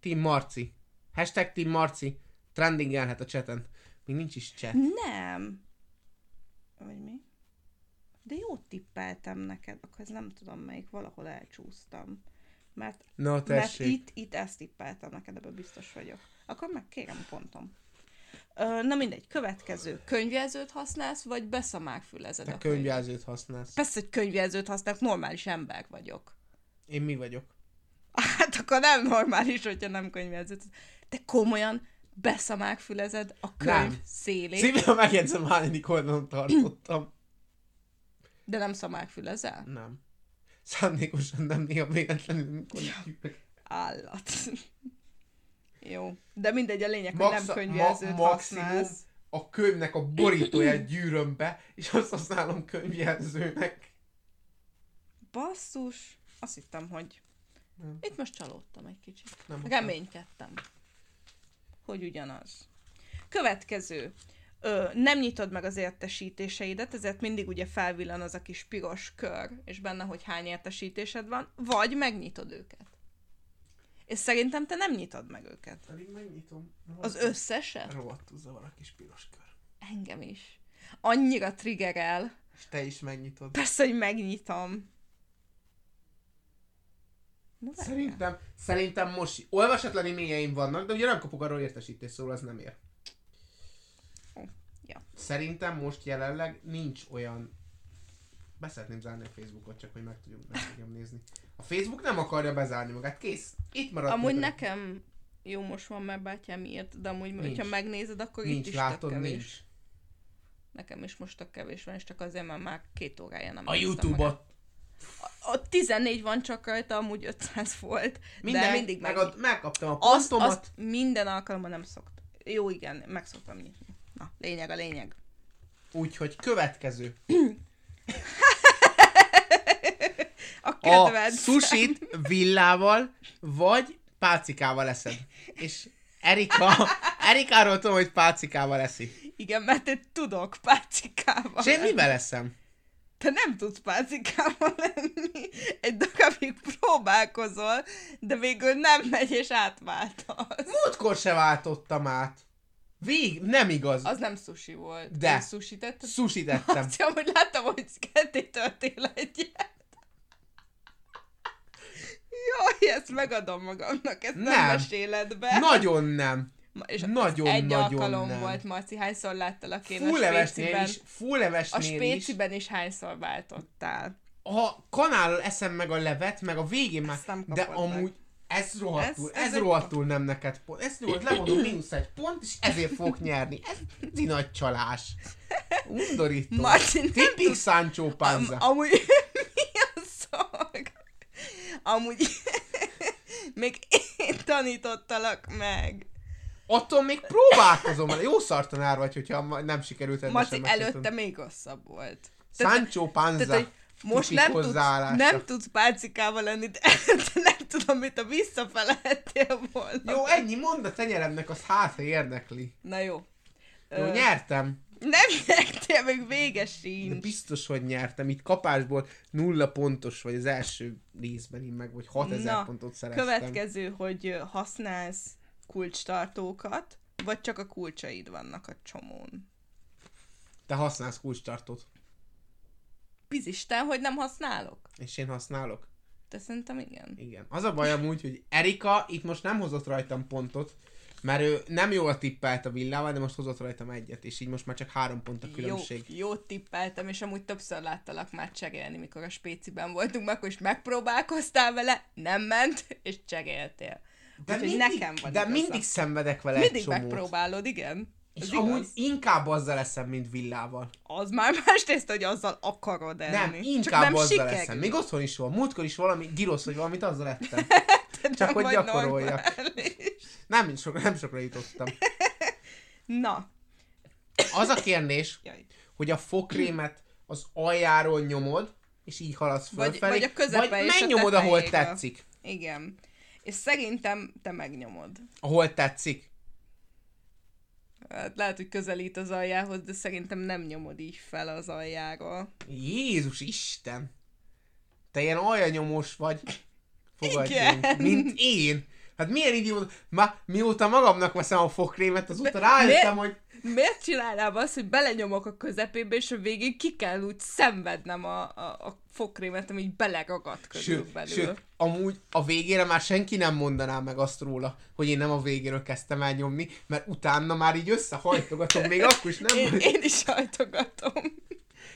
A: Team Marci. Hashtag Team Marci. Trendingelhet a cseten. Még nincs is chat.
C: Nem. Vagy mi? De jót tippeltem neked, akkor ez nem tudom melyik, valahol elcsúsztam. Mert,
A: Na
C: mert
A: tessék.
C: itt, itt ezt tippeltem neked, ebben biztos vagyok. Akkor meg kérem a pontom. Ö, na mindegy, következő. Könyvjelzőt használsz, vagy beszamágfülezed
A: Te
C: a könyvet?
A: könyvjelzőt használsz.
C: Persze, hogy könyvjelzőt használok, normális ember vagyok. <laughs>
A: Én mi vagyok?
C: Hát akkor nem normális, hogyha nem könyvjelzőt. De komolyan beszamágfülezed a könyv
A: Nem.
C: szélét,
A: Szívem megjegyzem, hányadik oldalon tartottam.
C: de nem szamágfülezel?
A: Nem. Szándékosan nem néha véletlenül. Mikor
C: Állat. <laughs> Jó. De mindegy, a lényeg,
A: Maxa-
C: hogy nem könyvjelzőt
A: ma- maximum
C: használsz.
A: a könyvnek a borítóját gyűröm be, és azt használom könyvjelzőnek.
C: Basszus. Azt hittem, hogy...
A: Nem.
C: Itt most csalódtam egy kicsit.
A: Nem most
C: Reménykedtem. Hogy ugyanaz. Következő. Ö, nem nyitod meg az értesítéseidet, ezért mindig ugye felvillan az a kis piros kör, és benne, hogy hány értesítésed van, vagy megnyitod őket. És szerintem te nem nyitod meg őket.
A: Pedig megnyitom.
C: Az összeset?
A: Rohadtul zavar a kis piros kör.
C: Engem is. Annyira triggerel.
A: És te is megnyitod.
C: Persze, hogy megnyitom. Na, várjál.
A: Szerintem, szerintem most olvasatlan e-mailjeim vannak, de ugye nem kapok arról értesítést, szóval az nem ér.
C: Ja.
A: Szerintem most jelenleg nincs olyan... Beszeretném zárni a Facebookot, csak hogy meg tudjam, meg tudjam nézni. A Facebook nem akarja bezárni magát, kész. Itt marad.
C: Amúgy nekem jó, most van már bátyám írt, de amúgy, nincs. hogyha megnézed, akkor itt
A: Nincs,
C: is tök
A: látod,
C: kevés.
A: nincs.
C: Nekem is most tök kevés van, és csak azért, mert már két órája nem
A: A
C: néztem
A: YouTube-ot
C: meg. A 14 van csak rajta, amúgy 500 volt, de
A: Minden,
C: mindig meg...
A: megad, megkaptam a
C: Azt,
A: pontomat.
C: azt minden alkalommal nem szokt. Jó, igen, meg szoktam nyitni. Na, lényeg a lényeg.
A: Úgyhogy következő.
C: A
A: A
C: kedvenc.
A: susit villával vagy pácikával eszed. És Erika, Erikáról tudom, hogy pácikával eszi.
C: Igen, mert én tudok pácikával.
A: És én mivel eszem?
C: te nem tudsz pálcikában lenni, egy darabig próbálkozol, de végül nem megy, és átváltasz.
A: Múltkor se váltottam át. Vég, nem igaz.
C: Az nem sushi volt.
A: De.
C: Nem sushi tettem.
A: Sushi tettem.
C: Azt hiszem, hogy láttam, hogy ketté törtél egyet. Jaj, ezt megadom magamnak, ezt nem,
A: Nem.
C: nem meséled be.
A: Nagyon nem.
C: Ma- és
A: nagyon,
C: egy
A: nagyon
C: alkalom
A: nem.
C: volt, Marci, hányszor láttalak én a
A: Fullevesnél
C: spéciben.
A: is, fullevesnél
C: A
A: is.
C: spéciben is hányszor váltottál.
A: ha kanállal eszem meg a levet, meg a végén már,
C: Ezt nem
A: de
C: kapod meg.
A: amúgy ez rohadtul,
C: Ez- ez
A: ez, ez
C: egy
A: rohadtul nem neked pont. Ezt jó, levonok mínusz egy pont, és ezért fogok nyerni. Ez egy nagy csalás. Undorító.
C: Marci, nem
A: Tipik Sancho Panza.
C: Am- amúgy <laughs> mi a szag? Amúgy <laughs> még én tanítottalak meg.
A: Attól még próbálkozom vele. Jó szartanár vagy, hogyha ma- nem sikerült
C: Maci
A: rendesen
C: előtte
A: megtanítani.
C: még rosszabb volt.
A: Sancho Panza.
C: Tehát, hogy most
A: Tipik
C: nem tudsz,
A: hozzáállása.
C: nem tudsz pácikával lenni, de <laughs> előtte nem tudom, mit a visszafelehettél volna.
A: Jó, ennyi, mondd a tenyeremnek, az hát, ha érdekli.
C: Na jó.
A: Jó,
C: Ö,
A: nyertem.
C: Nem nyertél, még vége
A: De
C: sincs.
A: biztos, hogy nyertem. Itt kapásból nulla pontos vagy az első részben én meg, vagy 6000
C: Na,
A: pontot szereztem.
C: Következő, hogy ö, használsz kulcstartókat, vagy csak a kulcsaid vannak a csomón.
A: Te használsz kulcstartót,
C: Bizisten, hogy nem használok.
A: és én használok?
C: De szerintem igen.
A: Igen. Az a baj amúgy, hogy Erika itt most nem hozott rajtam pontot, mert ő nem jól tippelt a villával, de most hozott rajtam egyet, és így most már csak három pont a különbség.
C: Jó, jó tippeltem, és amúgy többször láttalak már cserélni, mikor a spéciben voltunk, meg akkor is megpróbálkoztál vele, nem ment, <laughs> és cseréltél.
A: De,
C: Úgyhogy
A: mindig,
C: nekem van
A: de
C: igaza.
A: mindig szenvedek vele egy
C: Mindig
A: csomót.
C: megpróbálod, igen.
A: És
C: Ez
A: amúgy
C: igaz.
A: inkább azzal leszem, mint villával.
C: Az már <laughs> másrészt, hogy azzal akarod
A: Nem,
C: elni.
A: inkább
C: Csak nem
A: azzal
C: sikerül.
A: leszem. Még otthon is van. Múltkor is valami girosz, vagy valamit azzal
C: <laughs>
A: ettem.
C: Te
A: csak
C: Hát, nem
A: hogy
C: vagy
A: gyakoroljak.
C: normális.
A: Nem, sokra, nem sokra jutottam.
C: Na,
A: Az a kérdés,
C: <laughs> jaj.
A: hogy a fokrémet az aljáról nyomod, és így haladsz
C: Vagy-
A: fölfelé,
C: vagy a közepe
A: vagy
C: és a
A: megnyomod, ahol
C: tetejébe.
A: tetszik.
C: igen. És szerintem te megnyomod.
A: Ahol tetszik.
C: Hát lehet, hogy közelít az aljához, de szerintem nem nyomod így fel az aljáról.
A: Jézus Isten! Te ilyen aljanyomós vagy. Fogadjunk.
C: Igen.
A: Mint én. Hát milyen idióta? Ma, mióta magamnak veszem a fokrémet, azóta rájöttem, hogy
C: Miért csinálnám azt, hogy belenyomok a közepébe, és a végén ki kell úgy szenvednem a, a, a fokrémet, ami így beleragadt
A: Sőt,
C: körülbelül.
A: sőt, amúgy a végére már senki nem mondaná meg azt róla, hogy én nem a végéről kezdtem el nyomni, mert utána már így összehajtogatom, még akkor is nem
C: Én,
A: volt.
C: én is hajtogatom.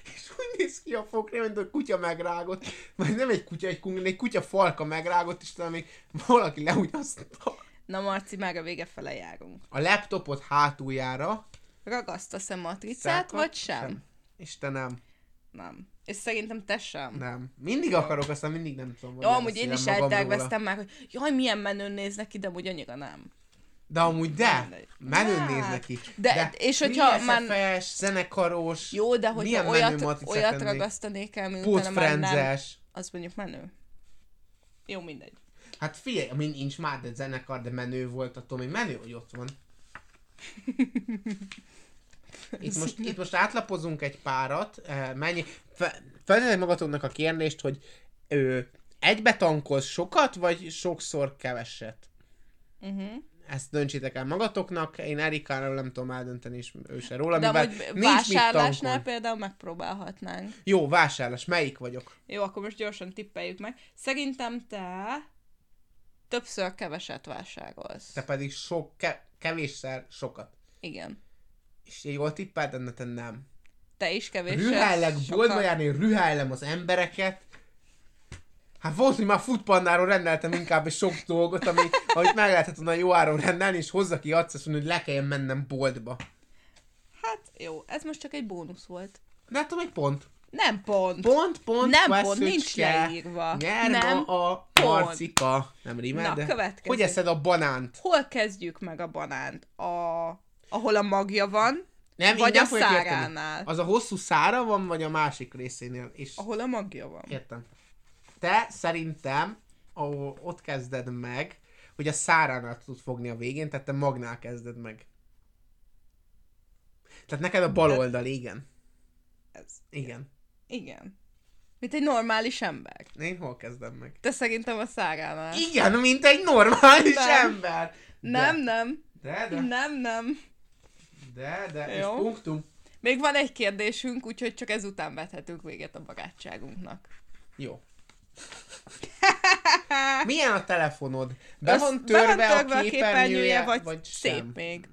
A: És úgy néz ki a fokra, mint a kutya megrágott, vagy nem egy kutya, egy, kung, egy kutya falka megrágott, és talán még valaki leugyasztotta.
C: Na Marci, már a vége fele járunk.
A: A laptopot hátuljára.
C: Ragasztasz-e matricát,
A: szákat-
C: vagy sem?
A: Istenem,
C: Nem. És szerintem te sem.
A: nem. Mindig akarok, aztán mindig nem tudom. hogy
C: Jó, amúgy én
A: elbeszélem
C: is
A: magamról.
C: elterveztem már, hogy jaj, milyen menőn néznek ki, de amúgy annyira nem.
A: De amúgy de,
C: Mindegy.
A: menőn
C: Hát,
A: néz neki.
C: de- és hogyha már-
A: már... zenekaros,
C: Jó, de hogy
A: Milyen menő
C: olyat,
A: matricát
C: olyat
A: ennék?
C: ragasztanék el, mint utána már nem,
A: pótfrenzes.
C: az mondjuk menő. Jó, mindegy.
A: Hát figyelj, amin nincs már, de zenekar, de menő volt, attól még menő, hogy ott
C: <laughs>
A: van. Itt most, itt most átlapozunk egy párat, eh, mennyi... Fe- Feltetek magatoknak a kérdést, hogy ö, egybe tankolsz sokat, vagy sokszor keveset?
C: Uh-huh.
A: Ezt döntsétek el magatoknak, én Erikáról nem tudom eldönteni, és ő se róla,
C: De
A: mivel
C: amúgy
A: nincs mit
C: vásárlásnál
A: tankolni.
C: például megpróbálhatnánk.
A: Jó, vásárlás, melyik vagyok?
C: Jó, akkor most gyorsan tippeljük meg. Szerintem te többször keveset vásárolsz.
A: Te pedig sok, ke- kevésszer sokat.
C: Igen. és
A: És jól tippeltem, de te nem.
C: Te is kevéssel.
A: Rühellek,
C: sokan-
A: boltba járni, rühellem az embereket. Hát volt, hogy már futpannáról rendeltem inkább egy sok dolgot, ami, amit meg lehetett volna jó áron rendelni, és hozzá ki azt mondani, hogy le kelljen mennem boltba.
C: Hát jó, ez most csak egy bónusz volt.
A: De hát tudom, egy pont.
C: Nem pont.
A: Pont, pont,
C: Nem pont,
A: feszücske.
C: nincs leírva.
A: Nyer
C: Nem
A: ma a
C: pont.
A: marcika. Nem rímel,
C: Na,
A: de...
C: következő.
A: Hogy eszed a banánt?
C: Hol kezdjük meg a banánt? A... Ahol a magja van,
A: Nem, így
C: vagy
A: nem
C: a
A: fogjuk érteni.
C: száránál?
A: Az a hosszú szára van, vagy a másik részénél? És
C: Ahol a magja van.
A: Értem. Te szerintem ahol ott kezded meg, hogy a száránál tud fogni a végén, tehát te magnál kezded meg. Tehát neked a bal oldal, igen.
C: Ez.
A: Igen.
C: Igen. Mint egy normális ember.
A: Én hol kezdem meg?
C: Te szerintem a száránál.
A: Igen, mint egy normális
C: Nem.
A: ember.
C: Nem, nem.
A: De, de,
C: Nem, nem.
A: de, de, és
C: Jó.
A: punktum.
C: Még van egy kérdésünk, úgyhogy csak ezután vethetünk véget a barátságunknak. <laughs>
A: Jó. Milyen a telefonod? Be
C: Azt-
A: van
C: be
A: törve, a, képernyője,
C: vagy,
A: vagy
C: szép
A: sem?
C: még.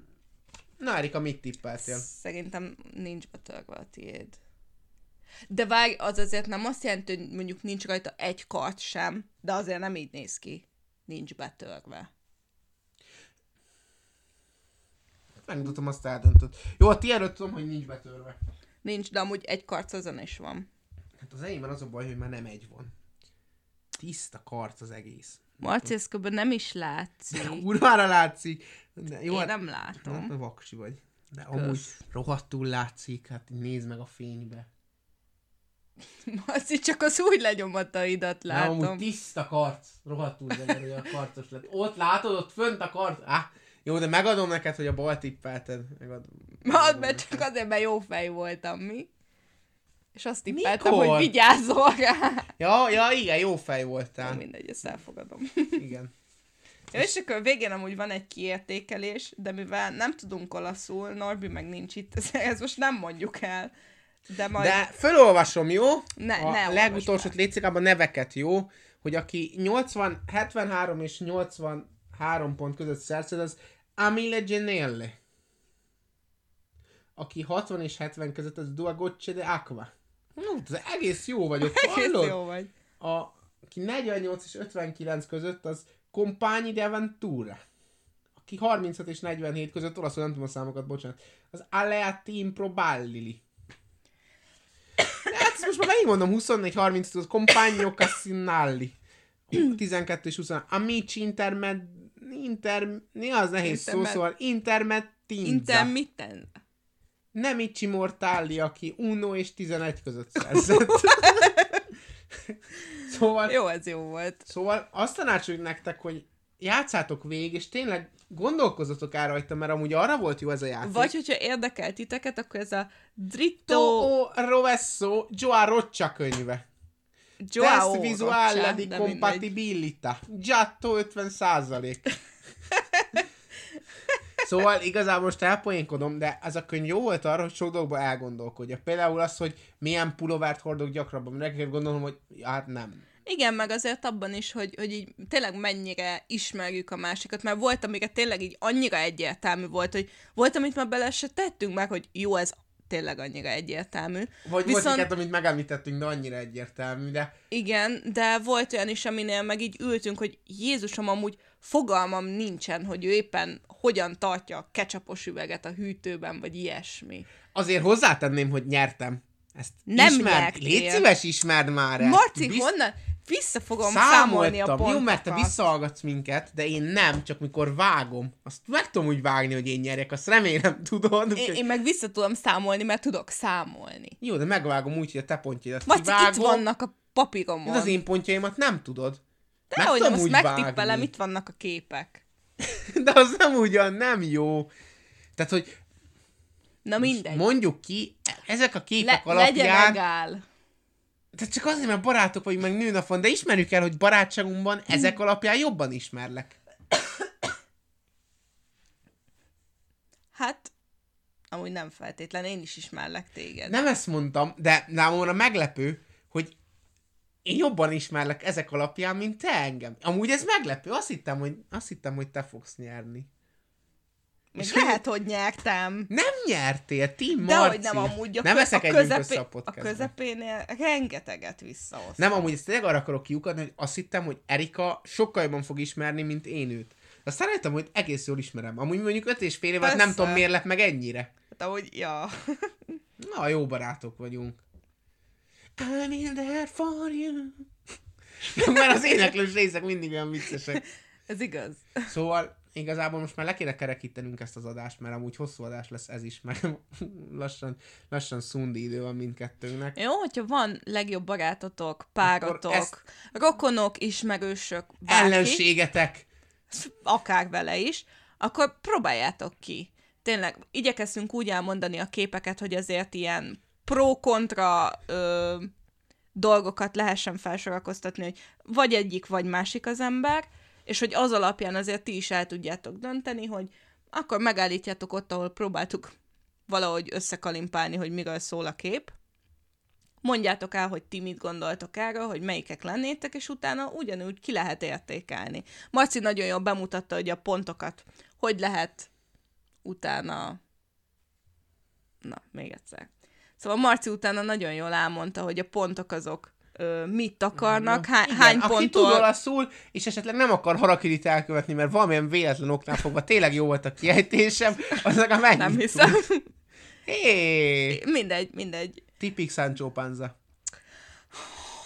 A: Na, Erika, mit tippeltél?
C: Szerintem nincs betörve a tiéd. De várj, az azért nem azt jelenti, hogy mondjuk nincs rajta egy kart sem, de azért nem így néz ki. Nincs betörve.
A: Megmutatom, azt eldöntött. Jó, a ti előtt tudom, hogy nincs betörve.
C: Nincs, de amúgy egy karc azon is van.
A: Hát az enyémben az a baj, hogy már nem egy van. Tiszta karc az egész.
C: Marci, ez kb. nem is látszik.
A: Kurvára látszik. De, jó,
C: Én
A: hát-
C: nem
A: Hát,
C: látom.
A: te vaksi vagy. De amúgy rohadtul látszik, hát nézd meg a fénybe.
C: Marci, csak az új lenyomatidat
A: Látom. Nem,
C: látom.
A: amúgy tiszta karc. Rohadtul zenerő, a karcos lett. Ott látod, ott fönt a karc. Á, jó, de megadom neked, hogy a bal tippelted. Megadom.
C: Hát, mert csak azért, mert jó fej voltam, mi? És azt tippeltem,
A: Mikor?
C: hogy vigyázol rá.
A: Ja, ja, igen, jó fej
C: Jó,
A: voltál.
C: mindegy, ezt elfogadom.
A: Igen.
C: Jó, és akkor végén amúgy van egy kiértékelés, de mivel nem tudunk olaszul, Norbi meg nincs itt, ezért ezt most nem mondjuk el. De <laughs> majd...
A: De felolvasom, jó?
C: Ne- ne
A: a
C: olvasd
A: legutolsót létszik, abban neveket, jó? Hogy aki 80, 73 és 83 pont között szerzed, az Amile Genelle. Aki 60 és 70 között, az Dua Gocce de Aqua. No, ez egész jó vagyok,
C: Hm. Egész
A: hallod?
C: jó vagy.
A: A, aki 48 és 59 között, az Compagni de Ventura. Aki 36 és 47 között, olaszul nem tudom a számokat, bocsánat. Az Aleati Improbabili. Hát ezt most már megint mondom, 24, 30, az Compagno Cassinalli. 12 és 20, Amici Intermed... Inter... Mi az nehéz szó,
C: Intermed-
A: szóval Intermettinza.
C: Intermitten.
A: Nem Icsi Mortáli, aki Uno és 11 között szerzett. szóval,
C: Jó, ez jó volt.
A: szóval azt tanácsoljuk nektek, hogy játszátok végig, és tényleg gondolkozzatok el rajta, mert amúgy arra volt jó ez a játék.
C: Vagy, hogyha érdekel titeket, akkor ez a Dritto
A: To'o Rovesso Joa Roccia könyve.
C: Joao
A: Test visuale
C: Rocha,
A: di
C: de mindegy.
A: compatibilità. Giatto 50
C: <laughs>
A: százalék. Szóval igazából most elpoénkodom, de az a könyv jó volt arra, hogy sok dolgokban elgondolkodja. Például az, hogy milyen pulovert hordok gyakrabban. Mindenképp gondolom, hogy hát nem.
C: Igen, meg azért abban is, hogy, hogy így tényleg mennyire ismerjük a másikat, mert volt, amiket tényleg így annyira egyértelmű volt, hogy volt, amit már bele se tettünk meg, hogy jó, ez tényleg annyira egyértelmű.
A: Vagy Viszont... volt
C: Viszont-
A: minket, amit megemlítettünk, de annyira egyértelmű, de
C: Igen, de volt olyan is, aminél meg így ültünk, hogy Jézusom, amúgy fogalmam nincsen, hogy ő éppen hogyan tartja a kecsapos üveget a hűtőben, vagy ilyesmi.
A: azért hozzátenném, hogy nyertem. Ezt
C: Nem
A: ismerd,
C: nyertél.
A: légy szíves, ismerd már el.
C: Marci,
A: Biz-
C: honnan? Vissza fogom számolni a pontokat.
A: Jó, mert te visszahallgatsz minket, de én nem, csak mikor vágom. Azt meg tudom úgy vágni, hogy én nyerek, azt remélem <laughs> tudod.
C: én,
A: úgyhogy-
C: én meg vissza tudom számolni, mert tudok számolni.
A: Jó, de megvágom úgy, hogy a te pontjaidat
C: Marci, itt
A: kivágom.
C: vannak a
A: de
C: papíromon.
A: az én pontjaimat nem tudod.
C: De hogy nem,
A: tudom
C: azt
A: úgy
C: megtippelem,
A: vágni.
C: itt vannak a képek.
A: <laughs> De az nem ugyan, nem jó. Tehát, hogy
C: Na mindegy.
A: mondjuk ki, ezek a
C: Le,
A: képek
C: legyen
A: alapján...
C: legál.
A: Tehát csak azért, mert barátok vagy, meg nőnapon, de ismerjük el, hogy barátságunkban ezek alapján jobban ismerlek.
C: Hát, amúgy nem feltétlen, én is ismerlek téged.
A: Nem ezt mondtam, de számomra meglepő, hogy én jobban ismerlek ezek alapján, mint te engem. Amúgy ez meglepő, azt hittem, hogy, azt hittem, hogy te fogsz nyerni.
C: Még
A: És
C: lehet, hogy nyertem.
A: Nem nyertél, ti Marci.
C: Dehogy nem amúgy. A,
A: nem
C: kö-
A: veszek
C: a,
A: egy
C: közepé,
A: össze a,
C: a,
A: podcastben.
C: közepénél rengeteget visszahoz.
A: Nem, amúgy ezt tényleg arra akarok kiukadni, hogy azt hittem, hogy Erika sokkal jobban fog ismerni, mint én őt. Aztán rájöttem, hogy egész jól ismerem. Amúgy mondjuk öt és fél év, alatt nem
C: Persze.
A: tudom, miért lett meg ennyire.
C: Hát, ahogy, ja. <laughs>
A: Na, jó barátok vagyunk. I'm in there for you. <laughs> Mert az éneklős részek mindig olyan viccesek.
C: Ez igaz.
A: Szóval igazából most már le kéne kerekítenünk ezt az adást, mert amúgy hosszú adás lesz ez is, meg <laughs> lassan, lassan szundi idő van mindkettőnknek.
C: Jó, hogyha van legjobb barátotok, párotok,
A: ezt-
C: rokonok, ismerősök, bárki,
A: Ellenségetek!
C: akár vele is, akkor próbáljátok ki. Tényleg, igyekeztünk úgy elmondani a képeket, hogy azért ilyen pro-kontra ö, dolgokat lehessen felsorakoztatni, hogy vagy egyik, vagy másik az ember, és hogy az alapján azért ti is el tudjátok dönteni, hogy akkor megállítjátok ott, ahol próbáltuk valahogy összekalimpálni, hogy miről szól a kép, mondjátok el, hogy ti mit gondoltok erről, hogy melyikek lennétek, és utána ugyanúgy ki lehet értékelni. Marci nagyon jól bemutatta, hogy a pontokat hogy lehet utána... Na, még egyszer. Szóval Marci utána nagyon jól elmondta, hogy a pontok azok ö, mit akarnak, há-
A: Igen,
C: hány
A: aki
C: ponttól...
A: tud olaszul, és esetleg nem akar harakirit elkövetni, mert valamilyen véletlen oknál fogva tényleg jó volt a kiejtésem, az legalább mennyit
C: Nem
A: tud.
C: hiszem. <laughs>
A: Hé,
C: Mindegy, mindegy.
A: tipik Sancho Panza.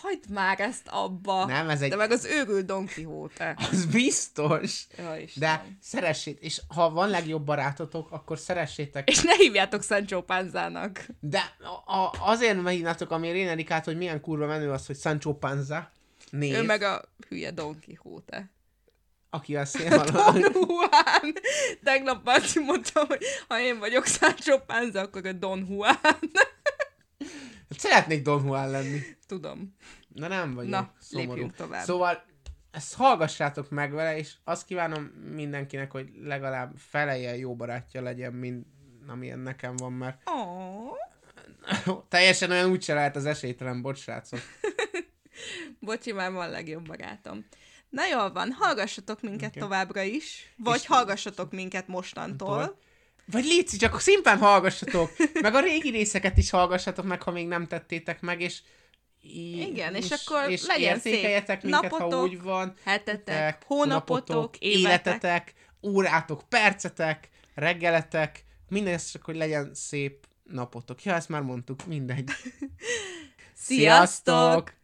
C: Hagyd már ezt abba.
A: Nem, ez egy-
C: De meg az őrült Don Quixote.
A: Az biztos.
C: Jaj, Istenem.
A: De szeressét, és ha van legjobb barátotok, akkor szeressétek.
C: És ne hívjátok Sancho Panzának.
A: De a, a, azért megírnátok, amiért én Erikát, hogy milyen kurva menő az, hogy Sancho Panza név,
C: Ő meg a hülye Don Quixote. <laughs>
A: aki a szélmalom.
C: Don Juan. Tegnap Marci mondta, hogy ha én vagyok Sancho Panza, akkor a Don Juan. <laughs>
A: Szeretnék Don Juan lenni.
C: Tudom.
A: Na nem vagyok.
C: Na,
A: szomorú.
C: lépjünk tovább.
A: Szóval ezt hallgassátok meg vele, és azt kívánom mindenkinek, hogy legalább feleje jó barátja legyen, mint amilyen nekem van, mert <laughs>
C: Oh.
A: teljesen olyan úgyse lehet az esélytelen, bocs, srácok.
C: Bocsi, már van legjobb barátom. Na jól van, hallgassatok minket okay. továbbra is, vagy És hallgassatok minket mostantól.
A: Vagy légy csak szimplán hallgassatok, meg a régi részeket is hallgassatok meg, ha még nem tettétek meg, és í-
C: Igen, és akkor legyen szép
A: értékeljetek minket, ha
C: napotok,
A: úgy van.
C: Hetetek, hónapotok, életetek.
A: életetek, órátok, percetek, reggeletek, minden ez csak, hogy legyen szép
C: <laughs>
A: napotok. Ja, ezt már mondtuk, mindegy.
C: Sziasztok!